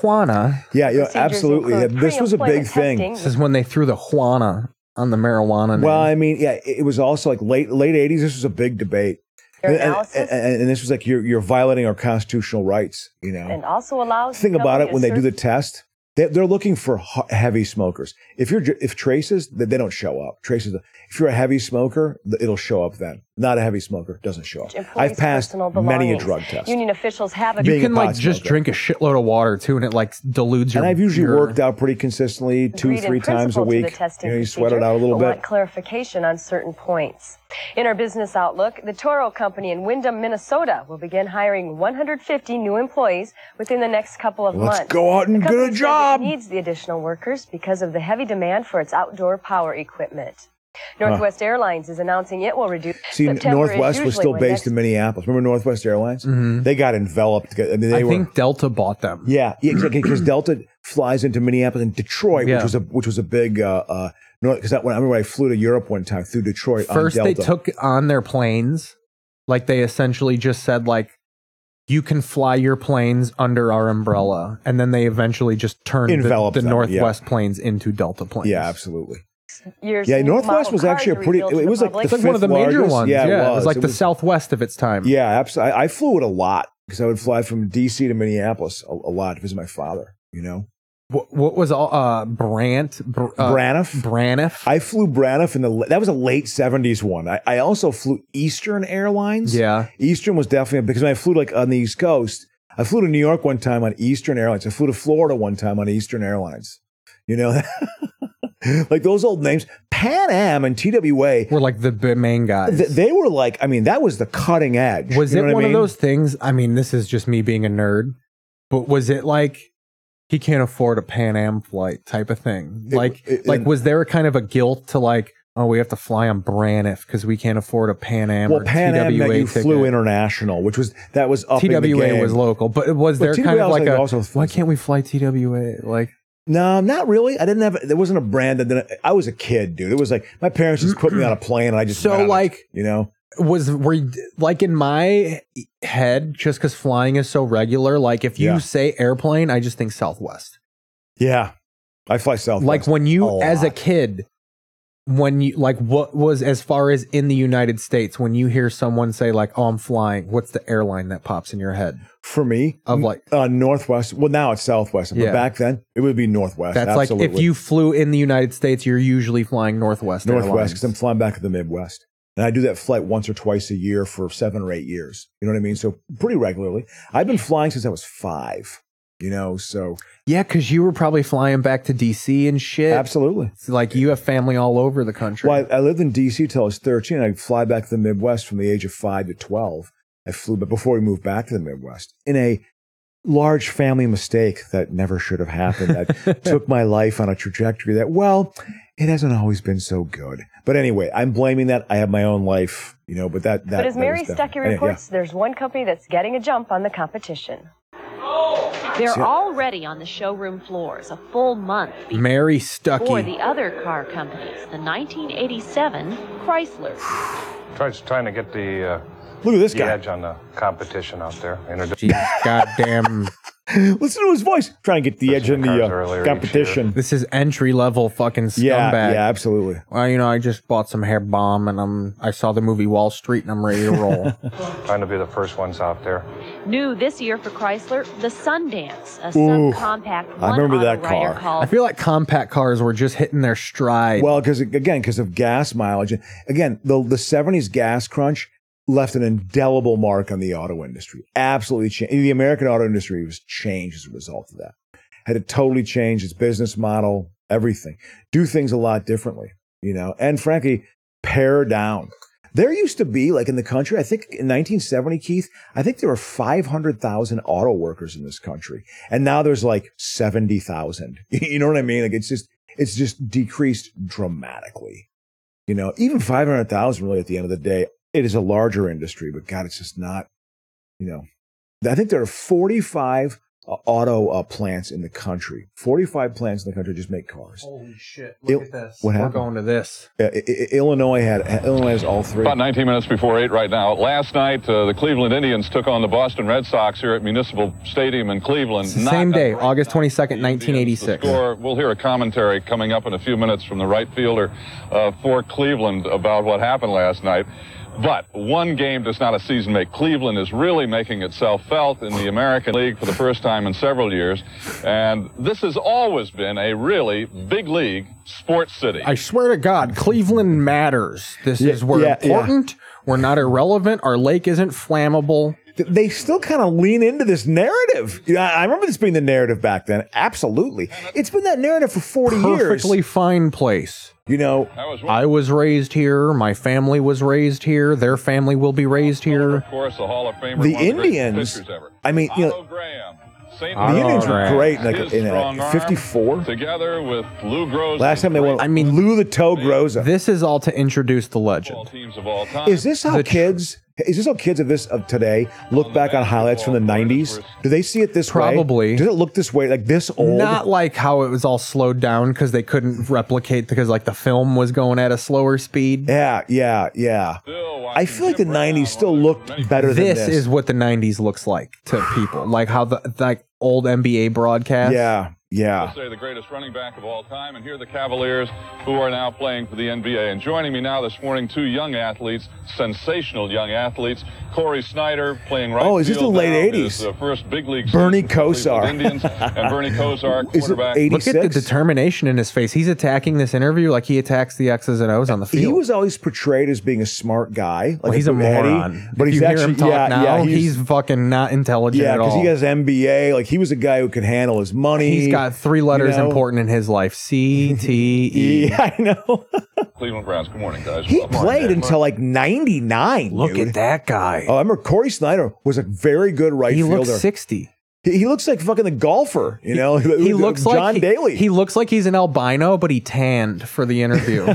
marijuana.
Yeah, yeah,
Procedures absolutely. include This was a big pre-employment thing. testing.
This is when they threw the Juana on the marijuana. name.
Well, I mean, yeah, it it was also like late late eighties. This was a big debate,
Their
and, and-
analysis-
and- and this was like you're you're violating our constitutional rights. You know,
And also allows
think
the
about
company
it when they
to
do
search
the test. They, they're looking for ho- heavy smokers. If you're ju- if traces, they, they don't show up. Traces. If you're a heavy smoker, th- it'll show up then. Not a heavy smoker. Doesn't show up.
Employees'
I've passed
personal
many a
belongings.
drug test.
Union officials have a
You can like just drink a shitload of water too, and it like dilutes your.
and I've usually
your-
worked out pretty consistently, two,
agreed in
three times a
principle to the
week.
testing
You, know, you sweat it
procedure,
out a little
but
bit.
want clarification on certain points. In our business outlook, the Toro Company in Windham, Minnesota will begin hiring 150 new employees within the next couple of
Let's
months.
go out and
The
get a
company says it
job.
needs the additional workers because of the heavy demand for its outdoor power equipment.
Huh.
Northwest Airlines is announcing it will reduce.
See, N-
September is
Northwest was
usually
still
when next-
based in Minneapolis. Remember Northwest Airlines? They got enveloped. I mean, they
Mm-hmm. I
were.
think Delta bought them.
yeah, because Delta flies into Minneapolis and Detroit,
Yeah.
which was a which was a big uh, uh, because I, when- I remember I flew to Europe one time through Detroit
First,
on
they
Delta.
took on their planes, like they essentially just said like. You can fly your planes under our umbrella, and then they eventually just turned the,
Enveloped
the
them, yeah.
Northwest planes into Delta planes.
yeah, absolutely.
years
Yeah,
new
Northwest
model
was
cars
actually a
are
pretty.
revealed to
It was like,
public.
the
It's like one of the
fifth
major
largest.
ones.
Yeah, it was,
like the
south.
Southwest of its time.
Yeah, absolutely. I, I flew it a lot because I would fly from D.C. to Minneapolis a, a lot to visit my father. You know,
What, what was all uh, Brant? Br- uh,
Braniff.
Braniff.
I flew Braniff in the la- that was a late seventies one. I, I also flew Eastern Airlines.
Yeah.
Eastern was definitely because when I flew like on the East Coast, I flew to New York one time on Eastern Airlines. I flew to Florida one time on Eastern Airlines. You know, <laughs> like those old names, Pan Am and TWA.
Were like the b- main guys.
Th- they were like, I mean, that was the cutting edge.
Was
You know what
it
I
one
mean?
of those things? I mean, this is just me being a nerd, but was it like he can't afford a Pan Am flight type of thing? Like,
it-
like
it-
was there a kind of a guilt to like, oh, we have to fly on Braniff because we can't afford a Pan Am
Well,
or
Pan
TWA
Am that you
ticket?
flew international, which was that was up
TWA
the game.
was local, but it was
But
there
TWA
kind of
was
like
like
a
also-
why can't we fly TWA? Like,
No, not really. I didn't have. There wasn't a brand that. Didn't, I was a kid, dude. It was like my parents just put me on a plane, and I just
So,
went on it,
like-
you know,
was were you- like in my head just because flying is so regular like if you
Yeah.
say airplane i just think southwest
yeah. I fly south.
like when you as a kid when you like what was as far as in the united states when you hear someone say like oh i'm flying what's the airline that pops in your head
for me
of like
uh, Northwest. Well, now it's Southwest, but
Yeah.
back then it would be Northwest.
that's
absolutely.
like if you flew in the united states you're usually flying northwest
Northwest
Airlines.
because I'm flying back to the Midwest. And I do that flight once or twice a year for seven or eight years. You know what I mean? So pretty regularly. I've been flying since I was five. You know, so
yeah because you were probably flying back to dc and shit
absolutely
It's like you have family all over the country
Well, I, I lived in D.C. till I was 13. I fly back to the Midwest from the age of five to 12. I flew, but before we moved back to the Midwest, in a large family mistake that never should have happened, <laughs> that took my life on a trajectory that, well, it hasn't always been so good. But anyway, I'm blaming that. I have my own life, you know. But that, that
but as
that
Mary
was definitely-
Stuckey
anyway, yeah.
reports, there's one company that's getting a jump on the competition.
They're
Yeah.
already on the showroom floors a full month
mary
before
stuckey
the other car companies, the 1987 Chrysler.
Tries trying to get the uh,
look at this
guy edge on the competition out there.
Jeez, <laughs> goddamn
<laughs> Listen to his voice. Trying to get the edge in the uh, competition.
This is entry level fucking scumbag.
Yeah, yeah, absolutely.
Well, you know, I just bought some hair bomb and I'm I saw the movie Wall Street and I'm ready to
<laughs>
roll.
Trying to be the first ones out there.
New this year for Chrysler, the Sundance, a
Ooh,
subcompact
I
one
remember that
rider
car.
called
I feel like compact cars were just hitting their stride.
Well, because again, because of gas mileage. Again, the the seventies gas crunch left an indelible mark on the auto industry. Absolutely changed. The American auto industry was changed as a result of that. Had to totally change its business model, everything. Do things a lot differently, you know. And frankly, pare down. There used to be, like in the country, I think in 1970, Keith, I think there were 500,000 auto workers in this country. And now there's like 70,000. <laughs> You know what I mean? Like it's just, it's just decreased dramatically. You know, even 500,000 really at the end of the day, it is a larger industry, but God, it's just not, you know, I think there are 45 uh, auto uh, plants in the country. 45 plants in the country just make cars.
Holy shit!
Look at this. What
We're
happened?
going to this.
Uh, I- I- Illinois had, Illinois has all three.
About 19 minutes before 8 right now. Last night, uh, the Cleveland Indians took on the Boston Red Sox here at Municipal Stadium in Cleveland.
It's the
Not
same
a
day, August twenty second, nineteen eighty
the
six.
score. We'll hear a commentary coming up in a few minutes from the right fielder uh, for Cleveland about what happened last night. But one game does not a season make. Cleveland is really making itself felt in the American League for the first time in several years. And this has always been a really big league sports city.
I swear to God, Cleveland matters. This is we're
yeah, yeah.
important. We're not irrelevant. Our lake isn't flammable.
They still kind of lean into this narrative. Yeah, I remember this being the narrative back then. Absolutely. It's been that narrative for 40 years.
perfectly fine place.
You know,
I was raised here. My family was raised here. Their family will be raised here.
Of course, the Hall of Famer.
The
one of greatest
Indians-
pitchers ever.
I mean, you know-
Otto Graham. St.
The Indians were great in like
His
in
strong
uh,
arm
54.
Together with Lou Groza.
Last time they won,
I mean,
Lou the Toe Groza.
This is all to introduce the legend.
Teams of all time.
Is this how kids? Is this how kids of this of today look back on highlights from the '90s? Do they see it this way?
Probably.
Does it look this way, like this old?
Not like how it was all slowed down because they couldn't replicate because like the film was going at a slower speed.
Yeah, yeah, yeah. I feel like the '90s still looked better than
This,
this.
is what the '90s looks like to people, like how the like old NBA broadcast.
Yeah, Uh, yeah.
Say the greatest running back of all time, and here are the Cavaliers who are now playing for the NBA. And joining me now this morning, two young athletes, sensational young athletes. Corey Snyder playing right.
Oh, is this
field
the late
now
80s?
in his, uh, first big league. <laughs>
Bernie
season for
Kosar.
the Cleveland <laughs> Indians and Bernie Kosar,
Is it
quarterback.
Look at the determination in his face. He's attacking this interview like he attacks the X's and O's on the
He
field.
was always portrayed as being a smart guy. Like
Well, he's a
big-headed,
moron.
but
if
he's
you
actually
hear him talk
yeah,
now,
yeah,
he's, fucking not intelligent
yeah,
at
because
all.
he has MBA. Like he was a guy who could handle his money.
He's got three
you
letters
know?
important in his
<laughs>
life: C T E.
Yeah, I know.
Cleveland Browns. Good morning, guys.
He
Good morning,
played
guys.
until like 99.
Look
dude.
at that guy.
Oh, I remember Corey Snyder was a very good right
He
fielder.
looks sixty.
He, he looks like fucking the golfer, you know?
<laughs>
<laughs>
He looks
John
like he-
Daly.
He looks like he's an albino, but he tanned for
<laughs>
the interview.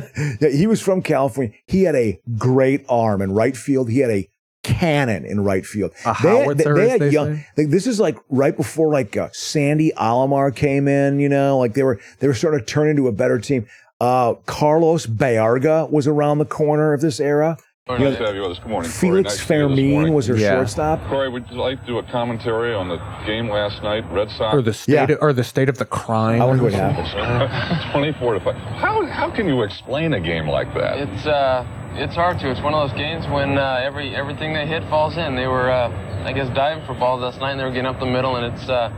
Yeah, he was from California. He had a great arm in right field. He had a cannon in right field.
A howitzer, as they say.
like, this is like right before like uh, Sandy Alomar came in. You know, like they were they were starting to turn into a better team. Uh, Carlos Bayarga was around the corner of this era.
Very
You know,
nice to have you with us. Good morning. Corey.
Felix
Nice to see you this
Fermin
morning.
was their shortstop.
Corey, would you like to do a commentary on the game last night, Red Sox?
or the state of, or the state of the crime.
I wonder
what
happened. <laughs> Twenty-four to five. How how can you explain a game like that?
It's uh, it's hard to. It's one of those games when uh, every everything they hit falls in. They were, uh, I guess, diving for balls last night, and they were getting up the middle, and it's uh,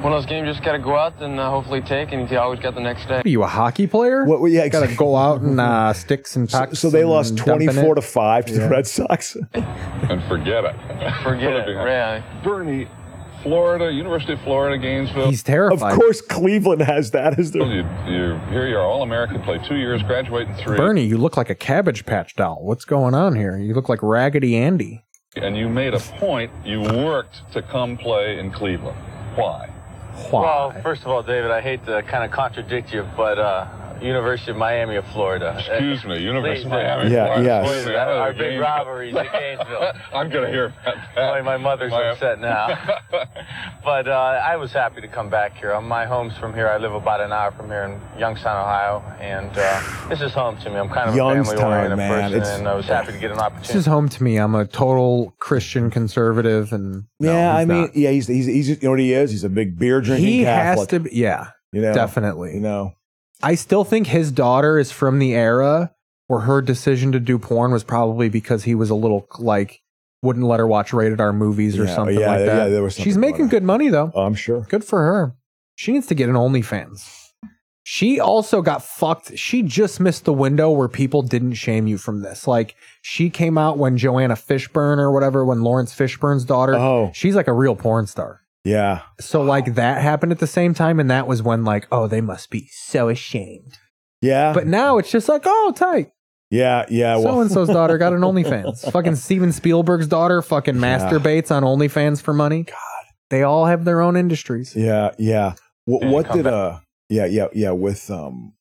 one of those games you just gotta go out and uh, hopefully take, and you always got the next day.
What Are you a hockey player?
What? Yeah,
gotta go out and
<laughs>
uh, sticks and
So,
pucks.
so they
and
lost
dumping it.
24 to 5 to
Yeah.
the Red Sox.
and forget it.
Forget
it, really. Bernie, Florida, University of Florida, Gainesville.
He's terrified.
Of course, Cleveland has that as their.
You, you, here you are, all American, play two years, graduate in three,
Bernie, you look like a cabbage patch doll. What's going on here? You look like Raggedy Andy.
and you made a point. You worked to come play in Cleveland. Why?
Well, first of all, David, I hate to kind of contradict you, but uh, University of Miami of Florida.
Excuse me, University of
Please, man.
Miami.
Yeah,
Florida.
yes.
Wait a minute,
Our-
that
our
was
big
Gainesville. <laughs>
robberies at Gainesville.
I'm gonna hear about that.
Boy, my mother's
My-
upset now. but uh, I was happy to come back here. Um, My home's from here. I live about an hour from here in Youngstown, Ohio, and uh, this is home to me. I'm kind of
Youngstown,
a family-oriented
man,
person,
it's-
and I was happy to get an
This is
opportunity.
home to me. I'm a total Christian conservative, and
yeah, I
he's
mean,
not.
yeah, he's, he's he's you know what he is. He's a big beer drinking.
he
Catholic.
has to. Be, yeah,
You know,
definitely.
You know,
I still think his daughter is from the era where her decision to do porn was probably because he was a little like wouldn't let her watch rated R movies or
Yeah,
something
yeah,
like that.
yeah, there was
She's
something going Oh,
making good money though.
I'm sure.
Good for her. She needs to get an OnlyFans. She also got fucked. She just missed the window where people didn't shame you from this. Like she came out when Joanna Fishburne or whatever, when Lawrence Fishburne's daughter.
Oh.
she's like a real porn star.
Yeah.
So like that happened at the same time, and that was when like, oh, they must be so ashamed.
Yeah.
But now it's just like, oh, tight.
yeah, yeah. well-
So and so's daughter
<laughs>
got an OnlyFans. fucking Steven Spielberg's daughter fucking masturbates on OnlyFans for money. God. They all have their own industries.
Yeah, yeah. What,
And
what
come
did
back.
uh? Yeah, yeah, yeah. With um,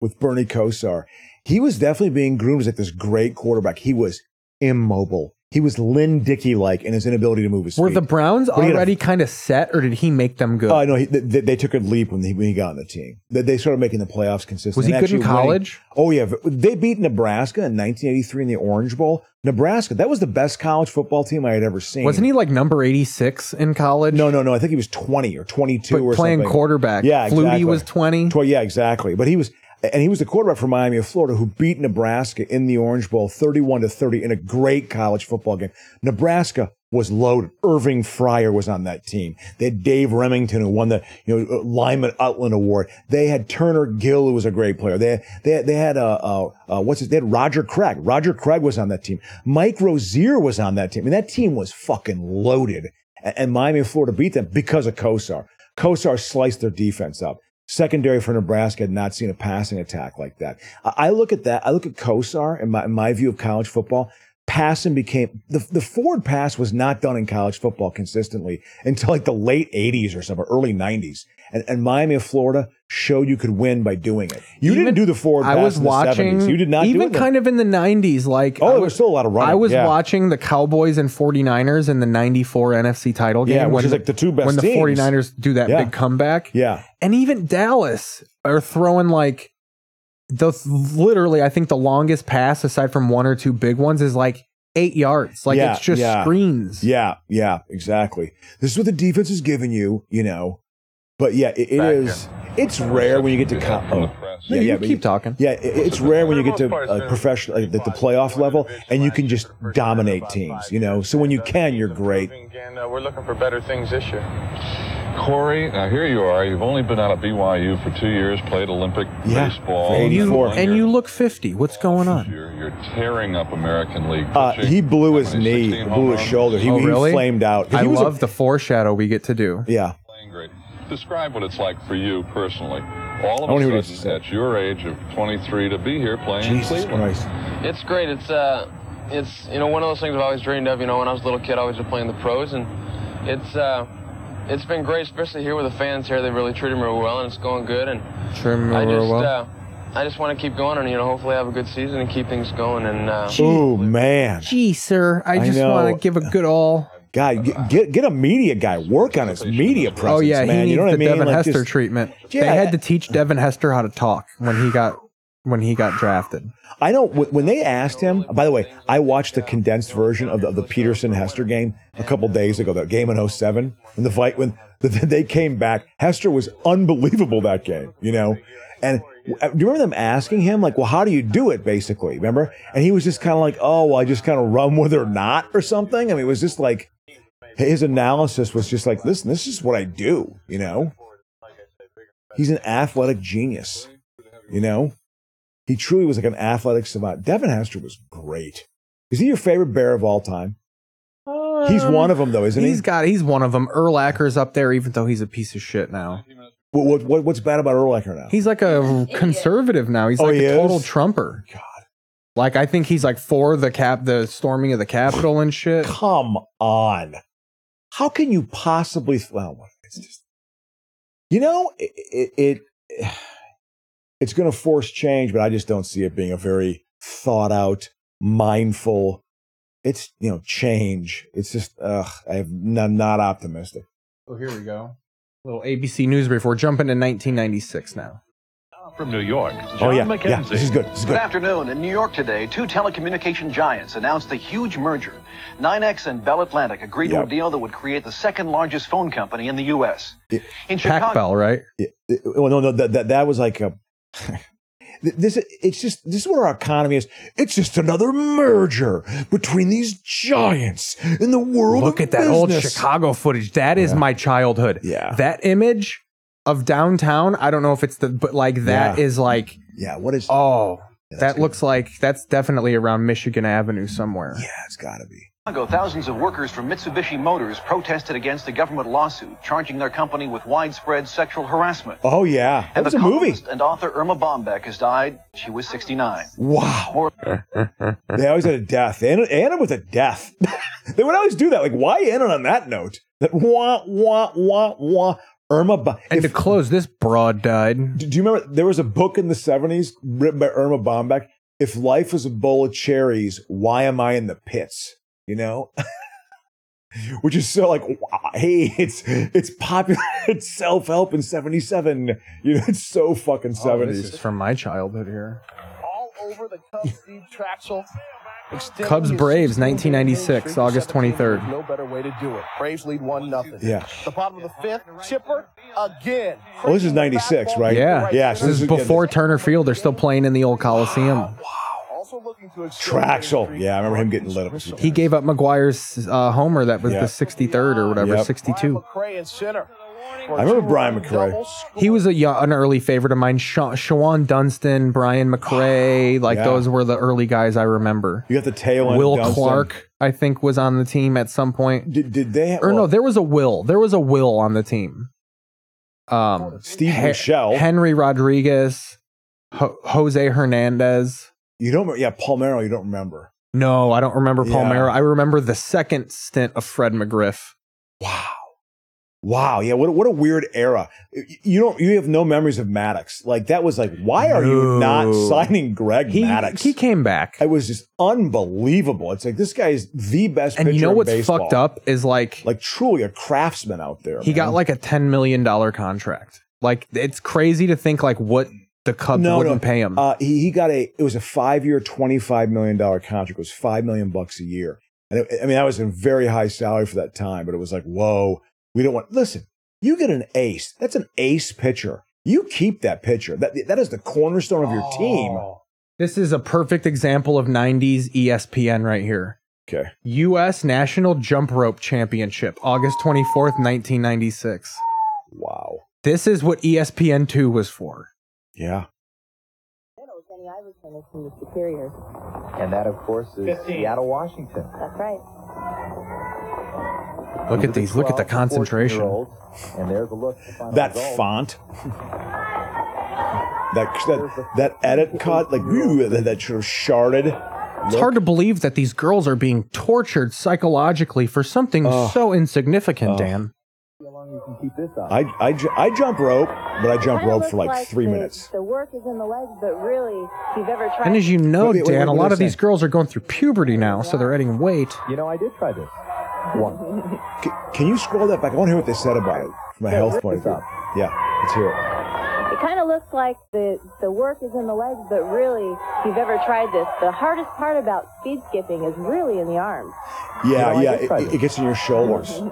with Bernie Kosar, he was definitely being groomed as like this great quarterback. He was immobile. He was Lynn Dickey like in his inability to move his
Were
feet.
the Browns
But he had a-
already kind of set, or did he make them good?
Oh no, he, they, they took a leap when he, when he got on the team. They, they started making the playoffs consistently.
Was he
and
good in
actually
college?
Winning. Oh yeah, v- they beat Nebraska in 1983 in the Orange Bowl. Nebraska, that was the best college football team I had ever seen.
Wasn't he like number 86 in college?
No, no, no. I think he was 20 or 22
But
or
playing
something.
quarterback.
Yeah,
Flutie
exactly.
was 20.
yeah, exactly. But he was, and he was the quarterback for Miami of Florida who beat Nebraska in the Orange Bowl 31 to 30 in a great college football game. Nebraska was loaded. Irving Fryer was on that team. They had Dave Remington, who won the you know uh, Lyman Utland Award. They had Turner Gill, who was a great player. They they they had uh, uh, uh, what's his? They had Roger Craig. Roger Craig was on that team. Mike Rozier was on that team. I mean, that team was fucking loaded. A- And Miami and Florida beat them because of Kosar. Kosar sliced their defense up. Secondary for Nebraska had not seen a passing attack like that. I I look at that. I look at Kosar in my, in my view of college football. Passing became the, the forward pass was not done in college football consistently <laughs> until like the late 80s or something, early 90s. And, and Miami of Florida showed you could win by doing it. You didn't do the forward
I
pass
was
in the
watching.
70s. You did not
even
do it in the-
kind of in the '90s. Like
Oh,
I
there was still a lot of running,
I was
yeah.
watching the Cowboys and 49ers in the '94 NFC title game.
Yeah, which
when
is like the two best
when the
teams.
49ers do that
Yeah.
big comeback.
Yeah,
and even Dallas are throwing like the literally. I think the longest pass, aside from one or two big ones, is like eight yards. Like
Yeah,
it's just
yeah.
screens.
Yeah, yeah, exactly. This is what the defense is giving you, you know. But yeah, it, it is. It's rare when you get to co- oh.
No,
yeah,
you
yeah, but
keep talking.
Yeah, it, it's rare when you get to uh, professional like, the, the playoff level and you can just dominate teams, you know. So when you can, you're great.
And uh, we're looking for better things this year.
Corey, now here you are. You've only been out of BYU for two years, played Olympic
Yeah,
baseball.
And you,
One year,
and you look 50. What's going on?
You're tearing up American League.
Uh, he blew his knee, blew his shoulder. He,
Oh,
he
really?
flamed out. 'Cause
I
he was a-
love the foreshadow we get to do.
Yeah.
Describe what it's like for you personally. All
I
of
wanna hear
a
what he
sudden, at your age of 23, to be here playing
Jesus
in Cleveland.
Christ.
It's great. It's uh, it's you know one of those things I've always dreamed of. You know, when I was a little kid, I always just playing the pros, and it's uh, it's been great, especially here with the fans here. They really treated me real well, and it's going good. And
Trim
I
real
just
well.
uh, I just want to keep going, and you know, hopefully have a good season and keep things going. And uh,
Ooh, man.
Gee, sir, I just
know.
want to give a good all.
God, get- get get a media guy. Work on his media presence,
oh yeah, he
man.
needs
you know what
the
I mean?
Devin
Like,
Hester
just-
treatment.
Yeah.
they had to teach Devin Hester how to talk when he got when he got drafted.
I know wh- when they asked him. By the way, I watched the condensed version of the, of the Peterson Hester game a couple days ago. That game in 07, when the fight when the, <laughs> they came back, Hester was unbelievable that game. You know, and w- uh, do you remember them asking him like, "Well, how do you do it?" Basically, remember? And he was just kind of like, "Oh, well, I just kind of run with it or not or something." I mean, it was just like his analysis was just like, "Listen, this is what I do." You know, he's an athletic genius. You know. He truly was like an athletic savant. Devin Hester was great. Is he your favorite bear of all time? He's one of them, though, isn't he?
He's got he's one of them. Erlacher's up there, even though he's a piece of shit now.
What, what, what- what's bad about Erlacher now?
He's like a conservative now. He's
Oh,
like
he
a total
is?
Trumper. God. Like I think he's like for the cap the storming of the Capitol and shit.
Come on. How can you possibly? Well, it's just, you know, it, it, it <sighs> it's going to force change, but I just don't see it being a very thought out, mindful. It's you know change. It's just ugh, I'm not, not optimistic.
Oh, here we go. Little ABC news brief. We're jumping to 1996 now.
From New York,
Oh,
John
yeah.
McKenzie.
Yeah, this is good. This is good.
afternoon. In New York today, two telecommunication giants announced a huge merger. 9X and Bell Atlantic agreed to a deal that would create the second largest phone company in the U.S. In Chicago,
right?
well, no, no, that, that that was like a. <laughs> This it's just this is what our economy is. It's just another merger between these giants in the world.
Look
of
at that old
business.
Chicago footage. That is my childhood. Yeah. That image of downtown, I don't know if it's the but like that is
Yeah.
like
Yeah, what is
Oh. that looks like that's definitely around Michigan Avenue somewhere. Yeah,
it's gotta be.
Chicago, thousands of workers from Mitsubishi Motors protested against a government lawsuit charging their company with widespread sexual harassment.
Oh yeah, that
And
was
the
a movie.
columnist and author Irma Bombeck has died. She was 69.
Wow. they always had a death. They ended, they ended with a death. <laughs> they would always do that. Like why end it on that note? That wah wah wah wah. Irma. Ba-
and to close, this broad died.
Do, do you remember there was a book in the seventies written by Irma Bombeck? If life is a bowl of cherries, why am I in the pits? You know, <laughs> which is so like, wow, hey, it's it's popular. <laughs> It's self help in seventy seven. You know, it's so fucking
Oh, this
seventies.
is from my childhood here.
over the Cubs lead Traxel. extending
Cubs
his
Braves
16 game
1996,
streak to
August
17.
23rd.
No better way to do it. Braves lead one nothing.
Yeah.
The bottom of the fifth, Chipper again.
Oh, this is ninety six, right?
Yeah.
yeah.
This is before Turner Field. They're still playing in the old Coliseum.
Also look looking to
Traxel. Yeah, I remember him getting lit up. a few
He gave up McGuire's uh, homer that was
Yeah.
the 63rd or whatever,
Yep.
62.
McCray in center.
I remember Brian McRae.
He was a yo- an early favorite of mine. Sha- Shawan Dunston, Brian
<gasps>
McRae, like
Yeah.
those were the early guys I remember.
You got the tail end.
Will
Dunstan.
Clark, I think, was on the team at some point.
Did, did they?
or no, there was a Will. There was a Will on the team. Um,
Steve Michelle.
Henry Rodriguez, Ho- Jose Hernandez.
You don't. remember- Yeah, Palmero. You don't remember.
No, I don't remember
Yeah.
Palmero. I remember the second stint of Fred McGriff.
Wow. Yeah. What, what a weird era. You don't. You have no memories of Maddox. Like that was like. Why are you not
No.
signing Greg
He-
Maddox?
he came back.
It was just unbelievable. It's like this guy is the best.
And you
pitcher
know
in
what's
baseball.
fucked up is like
like truly a craftsman out there.
He got like a ten million dollar contract. Like it's crazy to think like what the Cubs wouldn't pay him.
Uh, he, he got a. It was a five-year, twenty-five million dollar contract. It was five million bucks a year, and it, I mean that was a very high salary for that time. But it was like, whoa, we don't want. Listen, you get an ace. That's an ace pitcher. You keep that pitcher. That that is the cornerstone of your team.
Oh. This is a perfect example of E 90s ESPN right here.
Okay.
US National Jump Rope Championship, August 24th, 1996.
Wow.
This is what E ESPN2 was for.
Yeah.
Benny Iverson is from the Superiors.
And that, of course, is Seattle, Washington.
That's right.
Look at these. Look at the
12 to 14
concentration.
year-olds. And there's a look. at the final
That
result.
font. That that that edit cut like whew, that, that should have sharded.
It's hard to believe that these girls are being tortured psychologically for something
Ugh.
so insignificant,
Ugh.
Dan.
I, I, ju- I jump rope, but I jump
Kinda
rope
looks
for like, three
the,
minutes.
The work is in the legs, but really, if you've ever tried.
And as you know,
Wait, wait, wait,
Dan, a
what
lot
are
of
they
these girls are going through puberty now, so they're adding weight.
You know, I did try this. One.
Can, can you scroll that back? I want to hear what they said about it from a
Yeah,
health
look
point of
this
view.
up.
Yeah, let's hear it.
It kind of looks like the, the work is in the legs, but really, if you've ever tried this, the hardest part about speed skipping is really in the arms.
Yeah,
You know, I
yeah,
did try
it, it gets in your shoulders.
<laughs>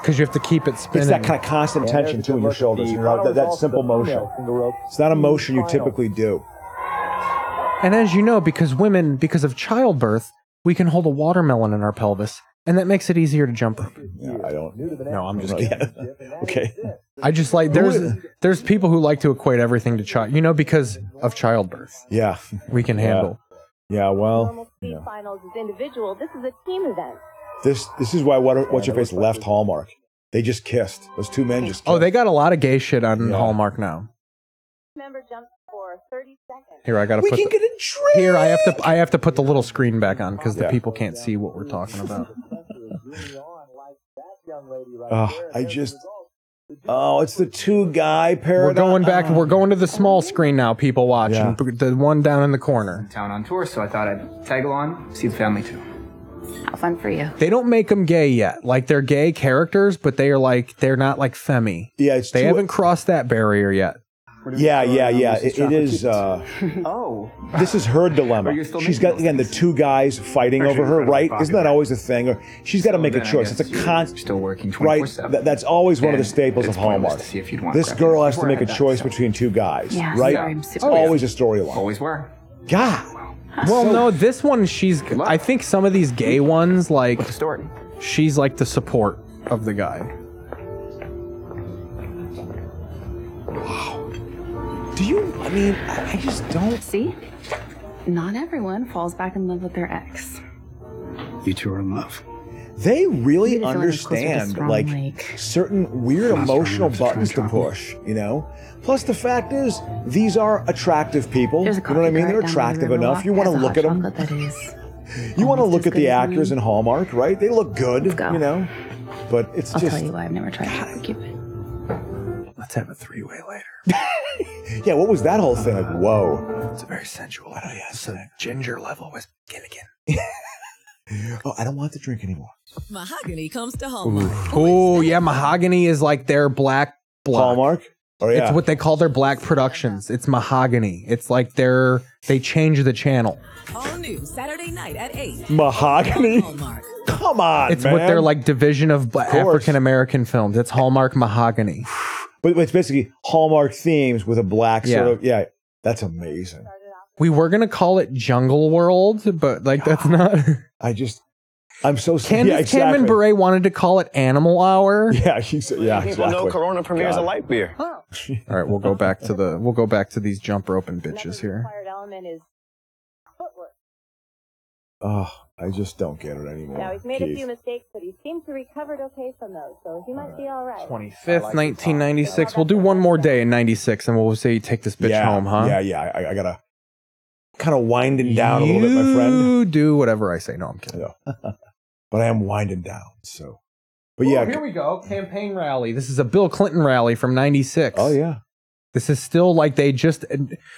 Because you have to keep it
It's
spinning.
that kind of constant
And
tension
there's
too in your
a good look at
shoulders.
the
You
Oh,
know, that, that
final
simple
results of the
motion.
female single rope
It's not a motion you
final.
typically do.
And as you know, because women, because of childbirth, we can hold a watermelon in our pelvis, and that makes it easier to jump rope.
Yeah, I don't.
No, I'm just
Yeah.
kidding.
<laughs> okay.
I just like there's there's people who like to equate everything to child, you know, because of childbirth.
Yeah,
we can
Yeah.
handle.
Yeah, well,
Speed finals is individual. This is a team event.
this this is why what, what's your face left Hallmark. They just kissed. Those two men just.
Oh, they got a lot of gay shit on Hallmark now.
Remember, jump for 30 seconds.
Here, I gotta
We
put
can
the-
get a drink!
Here, I have to I have to put the little screen back on because the people can't see what we're talking
<laughs>
about.
Oh, I just. Oh, it's the two guy
We're
paradigm.
going back. We're going to the small screen now. People watching the one down in the corner.
town on tour, so I thought I'd tag along, see the family too.
How fun for you.
They don't make them gay yet. Like they're gay characters, but they are like they're not like femi.
Yeah, it's
they
too-
haven't crossed that barrier yet.
Yeah, yeah, yeah.
Mrs.
It, it is. Uh, <laughs>
oh,
this is her dilemma.
But you're still
She's
making
got again the two guys fighting
Actually,
over her,
you're kind
right?
of
Isn't that always a thing? Or she's got to make a
then I
choice. It's
guess
a
you're
constant.
Still working
Right.
24/7.
That- that's always one of the
And
staples of
it's pointless
Hallmark.
to see if you'd want
This
graphic
girl has to
before I
make a
had that,
choice
so.
between two guys,
Yeah,
right?
so I'm
It's
super-
always a storyline.
Always were.
God.
Well, no, this one she's. I think some of these gay ones like. She's like the support of the guy.
Do you? I mean, I, I just don't
see. Not everyone falls back in love with their ex.
You two are in love.
They really
Maybe someone was closer to
understand
strong
like
lake.
certain weird emotional buttons to push, you know? Plus the fact is these are attractive people. You know what I mean? They're attractive enough. You want to look at them.
That is.
You want to look at the actors in Hallmark, right? They look good, you know? But it's
I'll
just
tell you why I've never tried to argue it.
Let's have a three-way later.
<laughs> Yeah, what was that whole thing? Like, whoa.
It's a very sensual. I know, yeah. It's a ginger level with Gilligan.
<laughs> Oh, I don't want to drink anymore.
Mahogany comes to home.
Oh yeah, mahogany is like their black block.
Hallmark. Oh, yeah.
It's what they call their black productions. It's mahogany. It's like their they change the channel.
All new Saturday night at 8.
Mahogany? Come on,
It's what their
man.
like division of
Of course.
African American films. It's Hallmark mahogany.
But it's basically Hallmark themes with a black
Yeah.
sort of yeah. That's amazing.
We were gonna call it Jungle World, but like that's not. <laughs>
I just, I'm so
Candace
Yeah,
Cameron
exactly.
Bure wanted to call it Animal Hour.
<laughs> Yeah, she said, yeah,
People know Corona premieres a light beer.
Oh.
All right, we'll go back to the we'll go back to these jump roping bitches here.
Required element is footwork.
Oh, I just don't get it anymore.
Now he's made a
Keith.
few mistakes, but he seems to recovered okay from those, so he might be all right.
Twenty Fifth, nineteen ninety six. We'll do one more day in ninety six, and we'll say take this bitch
yeah,
home, huh?
Yeah, yeah. I, I gotta kind of winding down a little bit, my friend.
You do whatever I say. No, I'm kidding.
<laughs> But I am winding down, so. But yeah,
here we go. Campaign rally. This is a Bill Clinton rally from 96. Oh,
yeah.
This is still like they just.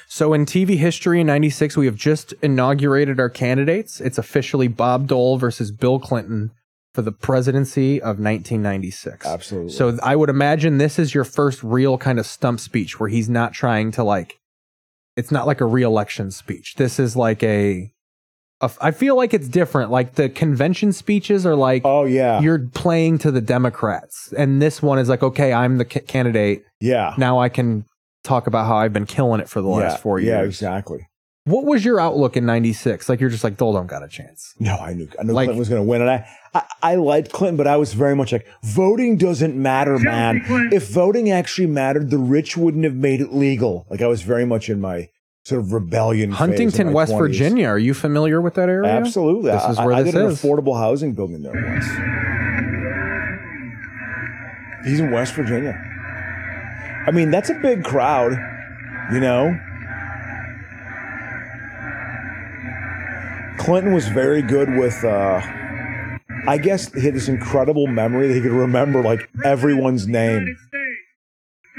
So in TV history in 96, we have just inaugurated our candidates. It's officially Bob Dole versus Bill Clinton for the presidency of 1996.
Absolutely.
So I would imagine this is your first real kind of stump speech where he's not trying to like. It's not like a re-election speech. This is like a a f- I feel like it's different. Like the convention speeches are like,
oh yeah,
you're playing to the Democrats, and this one is like, okay, I'm the c- candidate.
Yeah.
Now I can talk about how I've been killing it for the
Yeah,
last four years.
yeah, exactly.
What was your outlook in '96? Like you're just like, Dole don't got a chance.
No, I knew I knew Clinton was going to win, and I, I I liked Clinton, but I was very much like voting doesn't matter, man. If voting actually mattered, the rich wouldn't have made it legal. Like I was very much in my sort of rebellion. phase in
Huntington,
my
West
20s.
Virginia. Are you familiar with that area?
Absolutely.
This is
I-
where
I,
this
I did
is.
an affordable housing building there once. He's in West Virginia. I mean, that's a big crowd, you know? Clinton was very good with, uh, I guess he had this incredible memory that he could remember like everyone's name.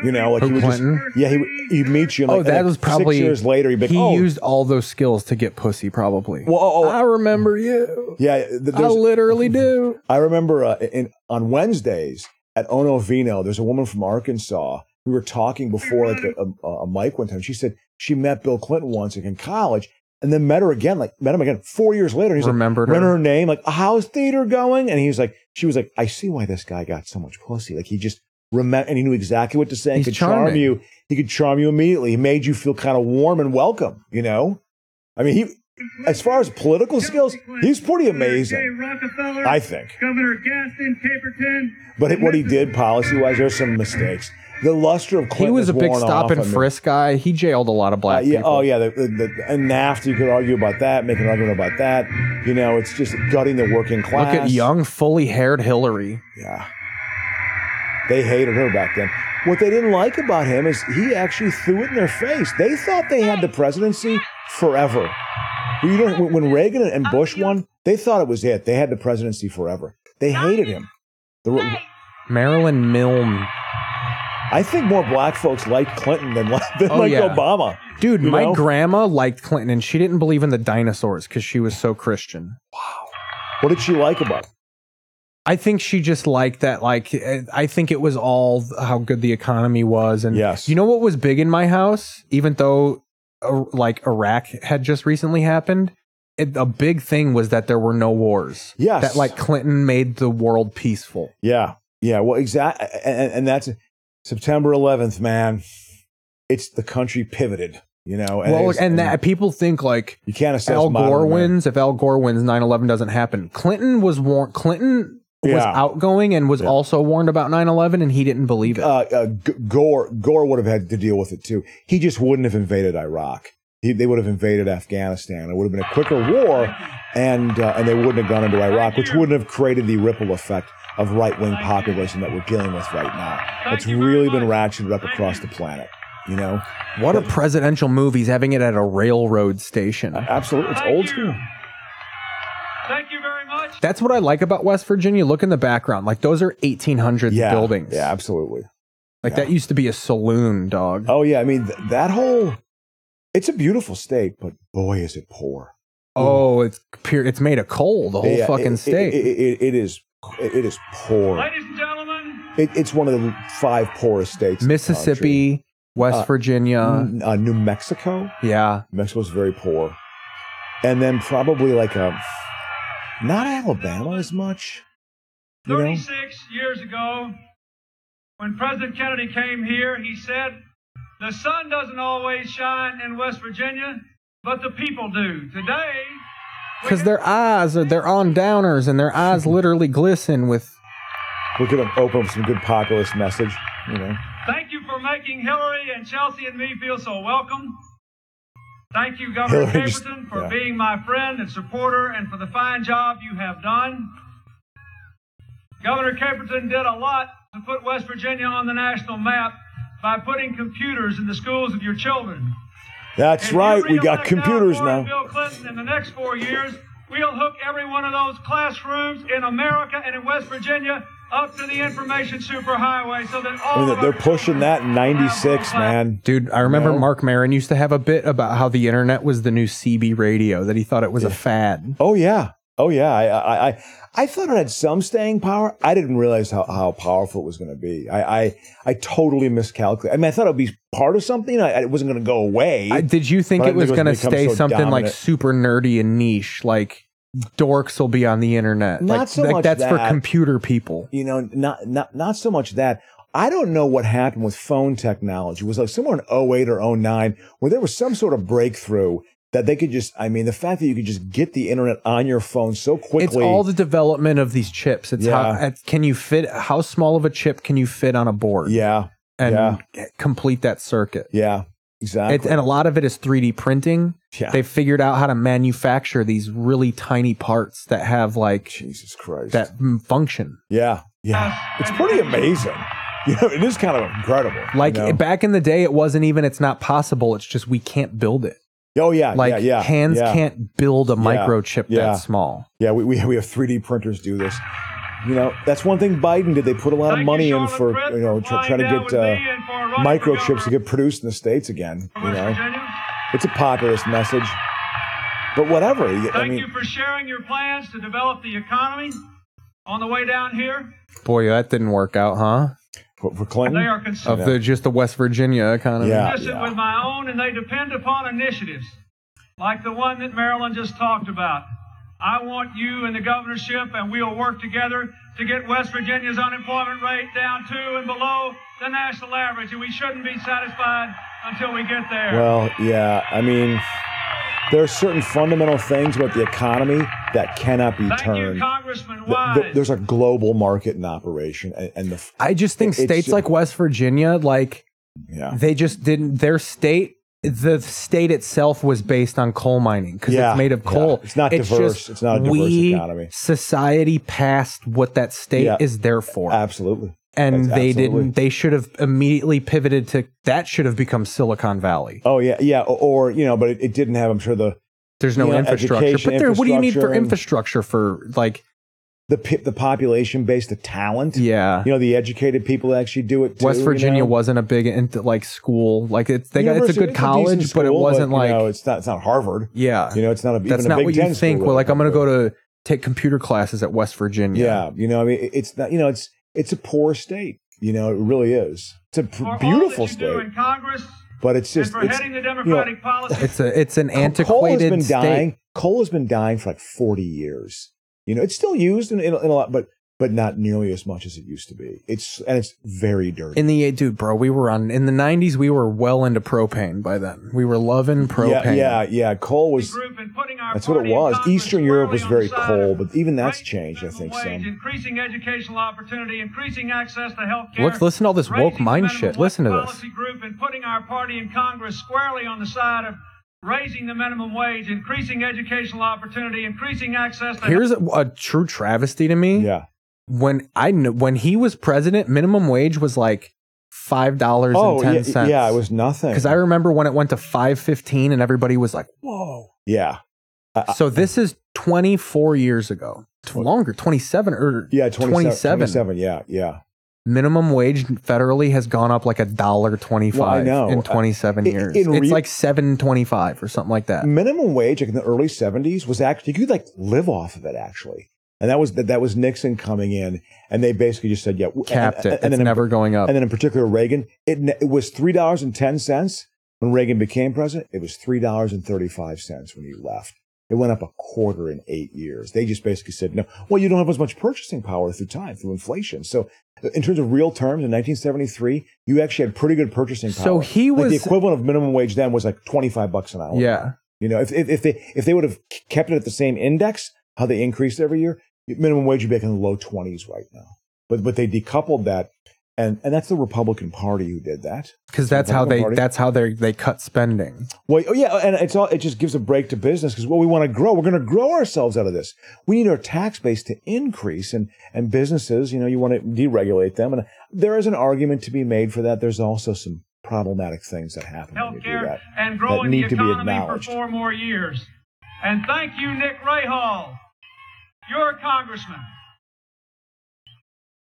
You know, like
Who,
he would
Clinton?
just, yeah, he would- he'd meet you. And
oh,
like, and,
that
like,
was probably
six years later. He'd be like,
he
oh,
used all those skills to get pussy, probably.
Well,
I remember you.
oh, Yeah, th-
I literally do.
I remember uh, in, on Wednesdays at Ono Vino, there's a woman from Arkansas. We were talking before like a, a, a mic one time. She said she met Bill Clinton once like, in college, and then met her again, like met him again four years later. And he's
Remembered
like,
her.
remember her name? Like, how's theater going? And he was like, she was like, I see why this guy got so much pussy. Like he just remember, and he knew exactly what to say. and
He's
could charm
charming.
you. He could charm you immediately. He made you feel kind of warm and welcome. You know, I mean, he. As far as political skills, he's pretty amazing.
Rockefeller.
I think.
Governor Gaston Caperton.
But it- what he did policy wise, there's some mistakes. The luster of Clinton
he was
has
a big
worn
stop
off
and
on me.
frisk guy. He jailed a lot of
Uh,
black
yeah,
people.
oh yeah, the, the, the, and NAFTA, you could argue about that, make an argument about that. You know, it's just gutting the working class.
Look at young, fully haired Hillary.
Yeah. They hated her back then. What they didn't like about him is he actually threw it in their face. They thought they had the presidency forever. You know, when- when Reagan and Bush won, they thought it was it. They had the presidency forever. They hated him. The,
Marilyn Milne.
I think more black folks like Clinton than, <laughs> like- than
Oh,
like
yeah.
Obama.
Dude,
you
my
know?
grandma liked Clinton and she didn't believe in the dinosaurs because she was so Christian.
What did she like about it?
I think she just liked that. Like, eh, I think it was all th- how good the economy was. And yes. you know what was big in my house, even though uh, like Iraq had just recently happened? It, a big thing was that there were no wars.
Yes.
That like Clinton made the world peaceful.
Yeah, yeah. Well, exactly, and, and that's September 11th, man. It's the country pivoted, you know. And
well,
it
look,
is-
and that people think like
you can't assess
Al
modern
Gore
America.
wins if Al Gore wins 9/11 doesn't happen. Clinton was warned. Clinton was
Yeah.
outgoing and was also warned about 9/11, and he didn't believe it.
Uh, uh, G- Gore Gore would have had to deal with it too. He just wouldn't have invaded Iraq. He, they would have invaded Afghanistan. It would have been a quicker war, and uh, and they wouldn't have gone into Iraq, which wouldn't have created the ripple effect of right wing populism that we're dealing with right now. It's really been ratcheted up across the planet. You know
what a presidential move! He's having it at a railroad station.
Absolutely, it's old school.
Thank you very much.
That's what I like about West Virginia. Look in the background; like those are 1800s
Yeah,
buildings.
Yeah, absolutely.
Like that used to be a saloon, dog.
Oh yeah, I mean th- that whole. It's a beautiful state, but boy, is it poor.
Oh, it's pure, it's made of coal. The whole
Hmm. Yeah,
fucking
it-
state.
It, it- it is. It is poor. Ladies and gentlemen, it, it's one of the five poorest states. in the country.
Mississippi, West
Uh,
Virginia.
N- uh, New Mexico.
Yeah,
Mexico's very poor, and then probably like a, not Alabama as much. You know,
36 years ago, when President Kennedy came here, he said, The sun doesn't always shine in West Virginia, but the people do. Today,
Because their eyes are they're on downers and their eyes literally glisten with
We could open up some good populist message, you know.
thank you for making Hillary and Chelsea and me feel so welcome. Thank you, Governor
Hillary just-
Caperton, for
yeah.
being my friend and supporter and for the fine job you have done. Governor Caperton did a lot to put West Virginia on the national map by putting computers in the schools of your children.
That's right. We got computers now.
Bill Clinton in the next four years, we'll hook every one of those classrooms in America and in West Virginia up to the information superhighway so that all
I mean,
of
they're
our
pushing that in 96, man.
Dude, I remember
No.
Mark Marin used to have a bit about how the internet was the new CB radio that he thought it was a fad.
Oh yeah. Oh yeah. I I I, I thought it had some staying power. I didn't realize how, how powerful it was going to be. I, I I totally miscalculated. I mean, I thought it would be part of something. I, it wasn't going to go away.
I, did you think
but I
it was
didn't
going to
think it
stay
become so
something like
dominant.
super nerdy and niche, like dorks will be on the internet?
Not
like,
so
like
much
that's for
that.
computer people.
you know, not not not so much that. I don't know what happened with phone technology. It was like somewhere in 08 or 09 where there was some sort of breakthrough that they could just. I mean, the fact that you could just get the internet on your phone so quickly.
It's all the development of these chips. It's how
Yeah.
it- can you fit how small of a chip can you fit on a board?
Yeah,
and
yeah.
complete that circuit.
Yeah, exactly.
It's, and a lot of it is 3D printing.
Yeah.
They've figured out how to manufacture these really tiny parts that have like
Jesus Christ
that mm, function.
Yeah, <laughs> yeah. It's pretty amazing. You know, it is kind of incredible. you
Like
know?
back in the day, it wasn't even it's not possible. It's just we can't build it.
oh yeah,
like
yeah, yeah,
hands
yeah.
can't build a
Yeah,
microchip
yeah.
that small.
Yeah, we, we we have 3D printers do this. You know, that's one thing Biden did. They put a lot of money in for you know try, trying to get uh, microchips to get produced in the states again. You know, it's a populist message. But whatever. you- I
Thank
mean,
you for sharing your plans to develop the economy on the way down here.
Boy, that didn't work out, huh?
For, Clinton,
They are concerned.
of the just the West Virginia economy.
Consistent with my own, and they depend upon initiatives like the one that Marilyn just talked about. I want you in the governorship, and we'll work together to get West Virginia's unemployment rate down to and below the national average, and we shouldn't be satisfied until we get there.
Well, yeah. I mean, there are certain fundamental things about the economy that cannot be turned.
Congressman
Th- th- there's a global market in operation, and, and the f-
I just think
it's
states
ju-
like West Virginia, like
Yeah.
they just didn't their state the state itself was based on coal mining because
Yeah,
it's made of
yeah.
coal.
It's not diverse.
just
It's not a diverse
we,
economy.
Society passed what that state
Yeah.
is there for.
absolutely,
And
That's
they
absolutely.
didn't they should have immediately pivoted to that should have become Silicon Valley.
Oh yeah, yeah, or, or, you know, but it, it didn't have. I'm sure the
There's no
you know,
infrastructure.
education,
But there what do you need for
and
infrastructure for like
The pi- the population base, the talent.
Yeah.
you know, the educated people that actually do it. Too,
West
you
Virginia
know?
wasn't a big into like school. Like it's they got, it's a
University-
good
decent
college, but it
school,
wasn't
you
like
know, it's not it's not Harvard.
Yeah.
you know, it's not a
that's
even a
not
Big
what you
Ten
think.
school
Well,
that
like I'm
would
going to go to take computer classes at West Virginia.
Yeah, you know, I mean, it- it's not, you know, it's it's a poor state. You know, it really is. It's a
For
pr-
all that
beautiful
you do in
state,
Congress
but it's
and
just
for
it's,
heading the
you know,
Democratic policy.
It's a it's an antiquated
coal has been
state.
dying. Coal has been dying for like 40 years. You know, it's still used in, in, a- in a lot, but but not nearly as much as it used to be. It's and it's very dirty.
In the dude, bro, we were on in the 90s. We were well into propane by then. We were loving
yeah,
propane.
yeah, yeah. Coal was. That's what it was. Eastern Europe was very coal, but even that's changed, I think,
wage,
some.
increasing educational opportunity, increasing access to health care.
Look, listen to all this woke mind shit. Listen to this.
policy group and putting our party in Congress squarely on the side of raising the minimum wage, increasing educational opportunity, increasing access to
Here's a, a true travesty to me.
Yeah.
When I kn- when he was president, minimum wage was like five dollars
Oh,
ten
yeah, yeah, it was nothing.
Because I remember when it went to five fifteen, and everybody was like,
Whoa. Yeah.
so this is 24 years ago Tw- longer 27 or
Yeah,
27,
27 yeah, yeah.
minimum wage federally has gone up like a dollar 25
Well, I know.
in 27
I-
years
in
it's
re- Mm.
like 725 or something like that
minimum wage like in the early 70s was actually you could like live off of it actually and that was that, that was nixon coming in and they basically just said yeah w-
Capped
and,
it. It's never going up.
and then in particular reagan it, ne- it was $3.10 when reagan became president it was $3.35 when he left it went up a quarter in eight years they just basically said no well you don't have as much purchasing power through time through inflation so in terms of real terms in 1973 you actually had pretty good purchasing power
So he
Like,
was-
the equivalent of minimum wage then was like 25 bucks an hour
yeah
You know, if, if, if they if they would have kept it at the same index, how they increased every year, minimum wage would be like in the low twenties right now. But but they decoupled that, and and that's the Republican Party who did that
because that's how they that's how they they cut spending.
Well, oh yeah, and it's all it just gives a break to business because what we want to grow, we're going to grow ourselves out of this. We need our tax base to increase, and and businesses, you know, you want to deregulate them, and there is an argument to be made for that. There's also some problematic things that happen when you do
Healthcare
that
and
that
growing the
need to be
economy for
acknowledged.
four more years. And thank you, Nick Rahal, your congressman,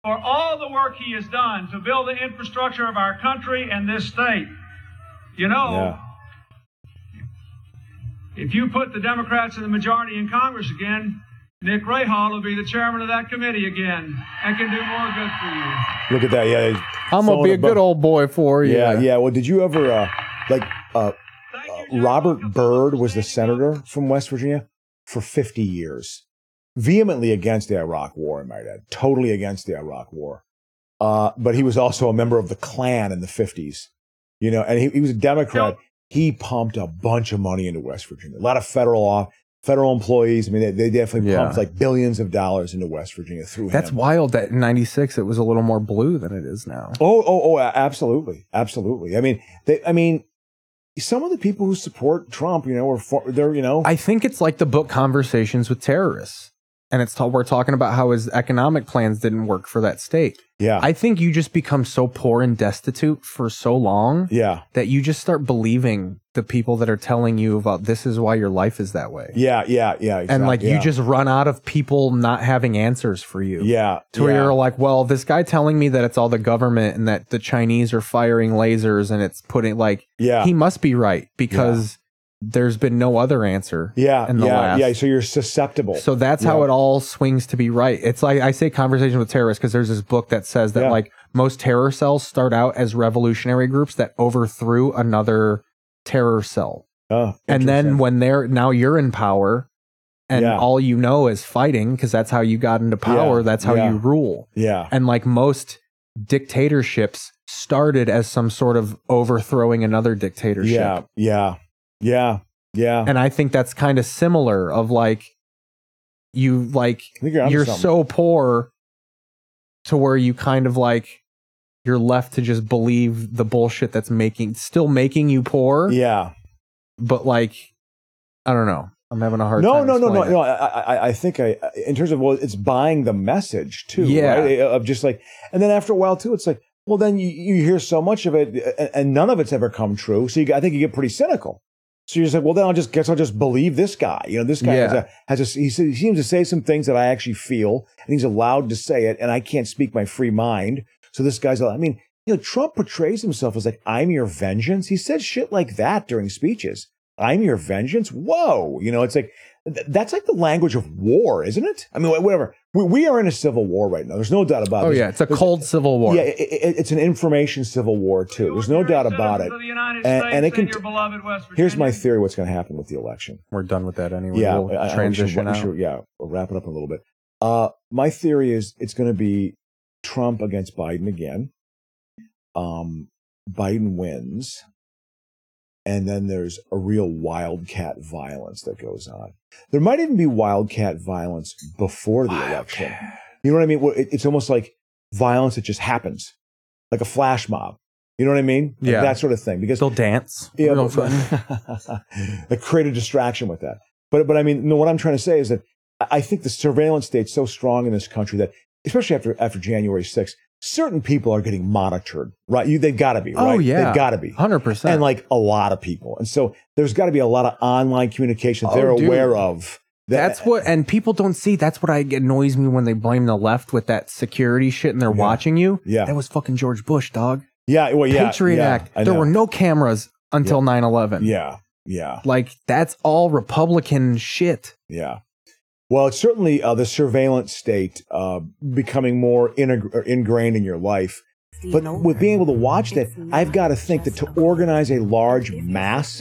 for all the work he has done to build the infrastructure of our country and this state. You know,
Yeah.
if you put the Democrats in the majority in Congress again, Nick Rahal will be the chairman of that committee again and can do more good for you.
Look at that, yeah.
I'm gonna be a good old boy for you.
Yeah, yeah. Well, did you ever uh, like uh, uh, Robert Byrd was the senator from West Virginia for 50 years, vehemently against the Iraq War. I might add, totally against the Iraq War. Uh, but he was also a member of the Klan in the 50s, you know, and he, he was a Democrat. He pumped a bunch of money into West Virginia, a lot of federal off. Federal employees, I mean, they, they definitely
Yeah.
pumped like billions of dollars into West Virginia through
That's
him.
wild that in 96 it was a little more blue than it is now.
Oh, oh, oh, a- absolutely, absolutely. I mean, they, I mean, some of the people who support Trump, you know, are for, they're, you know,
I think it's like the book Conversations with Terrorists. And it's ta- we're talking about how his economic plans didn't work for that state.
Yeah.
I think you just become so poor and destitute for so long
yeah,
that you just start believing the people that are telling you about this is why your life is that way.
yeah, yeah, yeah, exact-
and like
yeah.
you just run out of people not having answers for you.
yeah,
To where
yeah.
you're like, well, this guy telling me that it's all the government and that the Chinese are firing lasers and it's putting like,
Yeah.
he must be right because there's been no other answer.
yeah,
in the
yeah,
last.
yeah. So you're susceptible.
So that's how it all swings to be right. It's like I say conversation with terrorists because there's this book that says that
Yeah.
like most terror cells start out as revolutionary groups that overthrew another terror cell.
Oh,
and then when they're now you're in power and
Yeah.
all you know is fighting because that's how you got into power,
Yeah,
that's how
yeah.
you rule.
Yeah.
And like most dictatorships started as some sort of overthrowing another dictatorship.
Yeah, yeah, yeah, yeah.
And I think that's kind of similar of like you like
think you're onto
you're
something.
so poor to where you kind of like you're left to just believe the bullshit that's making still making you poor.
Yeah.
But like I don't know. I'm having a hard
no,
time.
no, no, no,
explaining
no.
it.
I, I, I think I, in terms of well, it's buying the message too,
Yeah.
right? Eh, Of just like, and then after a while too, it's like, well, then you, you hear so much of it, and, and none of it's ever come true. So you, I think you get pretty cynical. So you're just like, well, then I'll just guess I'll just believe this guy. You know, this guy
Yeah.
has a has a he, se- he seems to say some things that I actually feel, and he's allowed to say it, and I can't speak my free mind. So this guy's, I mean, you know, Trump portrays himself as like, I'm your vengeance. He said shit like that during speeches. I'm your vengeance. Whoa, you know, it's like th- that's like the language of war, isn't it? I mean, wh- whatever. We, we are in a civil war right now. There's no doubt about it.
Oh
There's-
yeah, it's a
there's-
cold civil war.
yeah, i i it's an information civil war too. There's no doubt about it.
Citizens of the United
And,
States
and it can.
your beloved West Virginia.
Here's my theory: what's going to happen with the election?
We're done with that anyway.
Yeah,
We'll
I- I- we
transition
should- we
out.
should- yeah, we'll wrap it up in a little bit. Uh, my theory is it's going to be Trump against Biden again. Um, Biden wins, and then there's a real wildcat violence that goes on. There might even be wildcat violence before the election. You know what I mean? Well, it- It's almost like violence that just happens, like a flash mob. You know what I mean? Like
Yeah.
that sort of thing. Because
they'll dance.
Yeah,
Real
but- <laughs> that create a distraction with that. But but I mean, no, what I'm trying to say is that I- I think the surveillance state's so strong in this country that, especially after after January 6th, certain people are getting monitored, right? You, they've got to be,
Oh,
right?
yeah.
They've got to be.
100%.
And like a lot of people. And so there's got to be a lot of online communication that
Oh,
they're
dude.
aware of.
That's what, and people don't see. That's what I annoys me when they blame the left with that security shit, and they're watching you.
Yeah,
that was fucking George Bush, dog.
Yeah, well, yeah,
Patriot
yeah,
Act.
I
There
know.
were no cameras until 9-11.
Yeah, yeah.
like that's all Republican shit.
Yeah. Well, it's certainly uh, the surveillance state uh, becoming more integ- or ingrained in your life. But with being able to watch that, I've got to think that to organize a large mass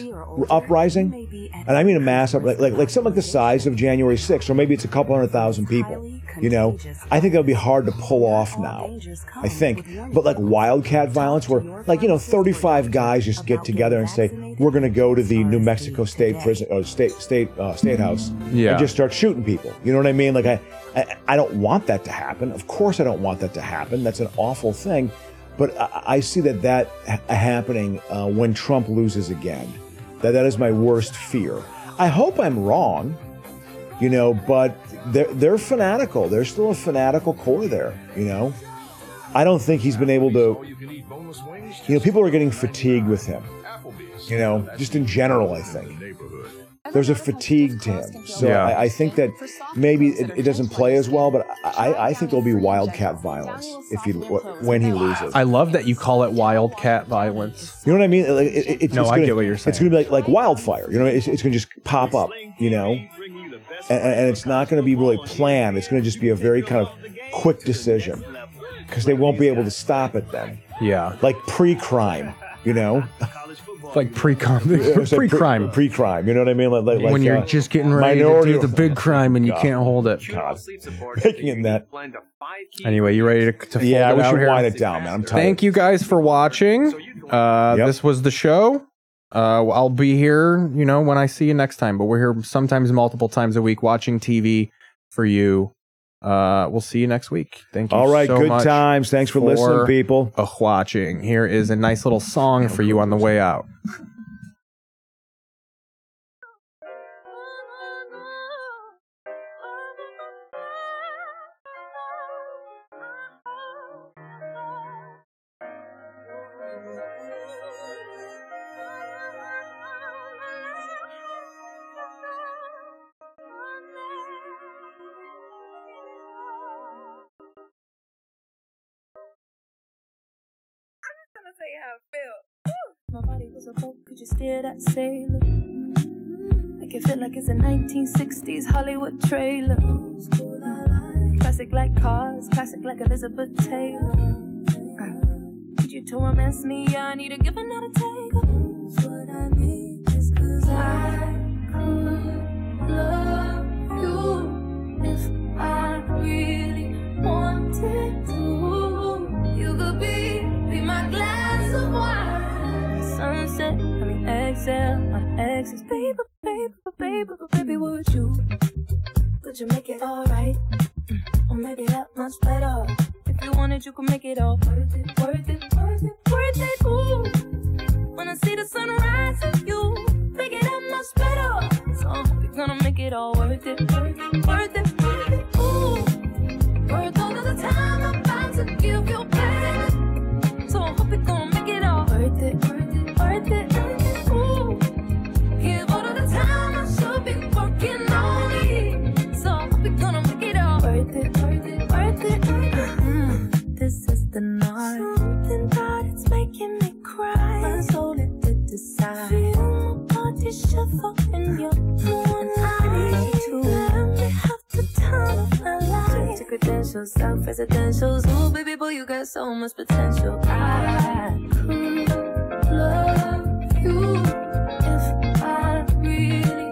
uprising, and I mean a mass up like, like like something like the size of January 6th, or maybe it's a couple hundred thousand people. You know, I think that would be hard to pull off now. I think, but like wildcat violence, where like you know, 35 guys just get together and say, we're going to go to the New Mexico State prison or state state uh, state house
Yeah.
and just start shooting people. You know what I mean? Like I, I, I don't want that to happen. Of course, I don't want that to happen. That's an awful thing. But I, I see that that ha- happening uh, when Trump loses again. That that is my worst fear. I hope I'm wrong, you know. But they're they're fanatical. There's still a fanatical core there. You know, I don't think he's been able to. You know, people are getting fatigued with him. You know, just in general, I think there's a fatigue to him. So
Yeah.
I, I think that maybe it, it doesn't play as well, but I, I think there'll be wildcat violence if he when he loses.
I love that you call it wildcat violence.
You know what I mean? Like, it- it- it's,
No,
it's
I
gonna,
get what you're
It's going to be like, like wildfire. You know, it's, it's going to just pop up. You know, and, and and it's not going to be really planned. It's going to just be a very kind of quick decision because they won't be able to stop it then.
Yeah,
like pre-crime. You know,
like pre-crime, pre-crime.
pre-crime. You know what I mean? Like, like
when
like,
you're
uh,
just getting ready
minority Oh
to do
<laughs>
the big crime and you
God.
can't hold it.
God. Making it that.
Anyway, you ready to, to
Yeah, I
fold it
wish
out
you
here?
wind it down, man. I'm tired.
Thank you guys for watching. Uh, This was the show. Uh, I'll be here, you know, when I see you next time. But we're here sometimes multiple times a week watching TV for you. Uh, we'll see you next week. Thank you.
All right,
so
good
much
times. Thanks for listening, people.
uh, watching. Here is a nice little song for you on the way out.
gonna tell you how I feel. My body was a boat, could you steer that sailor? Make it feel like it's a 1960s Hollywood trailer. Classic like cars, classic like Elizabeth Taylor. Uh, Did you to romance me? I need a give and not a take. What I need is cause I could love you if I really wanted to. You could be, be my glass of wine. Sunset, I mean exhale, my exes. Baby, baby, baby, baby, would you? Could you make it alright? Or maybe that much better. If you wanted, you could make it all worth it, worth it, worth it, worth it. Ooh. When I see the sunrise, you make it that much better. So you're gonna make it all worth it, worth it, worth it, worth it. Ooh. Worth all of the time I'm about to give you back. So I hope you're gonna make it all worth it, worth it, worth it. worth it. Ooh. Give all of the time I should be working on it. So I hope you're gonna make it all worth it, worth it, worth it. Mm, This is the night. Something about it's making me cry. My soul it to decide. Mm-hmm. Feel my body shiver in your warm light. Let me have the time of my life. To credentials, self residentials. Ooh, baby boy, you got so much potential. I could love you if I really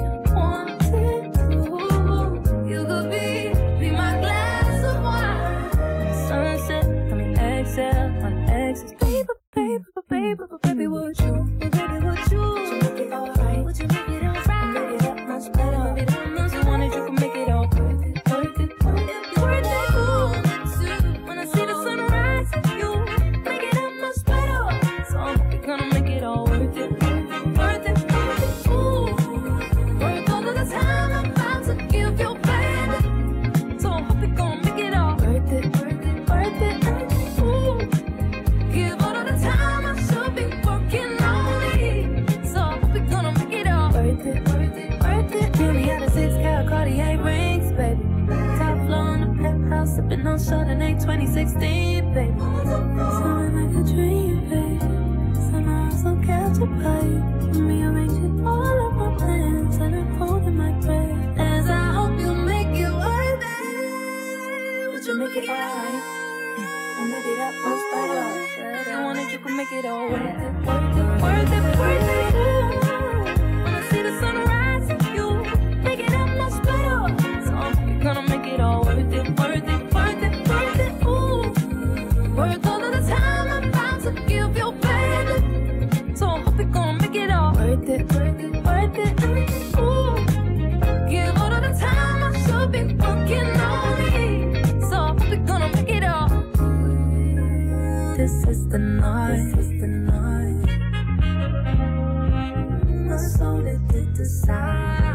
wanted to. You could be, be my glass of wine. Sunset, I mean, exhale, on exes. Baby, baby, baby, baby, would you? Baby, would you? Would you make it alright? Would you make it alright? Make it that much better. Make it that much you wanted, you could make it all worth it, worth it, worth it, worth it. Ooh, When I see the sunrise, you make it that much better. So I'm gonna make it all worth it, worth it, worth it, worth it. Ooh, worth all of the time I'm about to give you, baby. So I hope you're gonna make it all worth it, worth it, worth it, worth it. Ooh, give all of the time I should be working on it. So I hope you're gonna make it all worth it, worth it, worth it. Yeah, we had a six carat Cartier rings, baby. Top floor in the penthouse, sipping on Chardonnay 2016, baby. Sounding like a dream, baby. Somehow I'm so captured by you. I'm rearranging all of my plans, and I'm holding my breath. As I hope you make it worth it. Would you make it alright? Or maybe that much better. If you wanted, you could make it all worth it, worth it, worth it, worth it. Ooh. When I see the sunrise, you make it that much better. So you're gonna make it all worth it, worth it, worth it, worth it. Ooh. Worth all of the time I'm about to give you, baby. So I hope you're gonna make it all worth is the night. This is the night. My soul addicted to sound.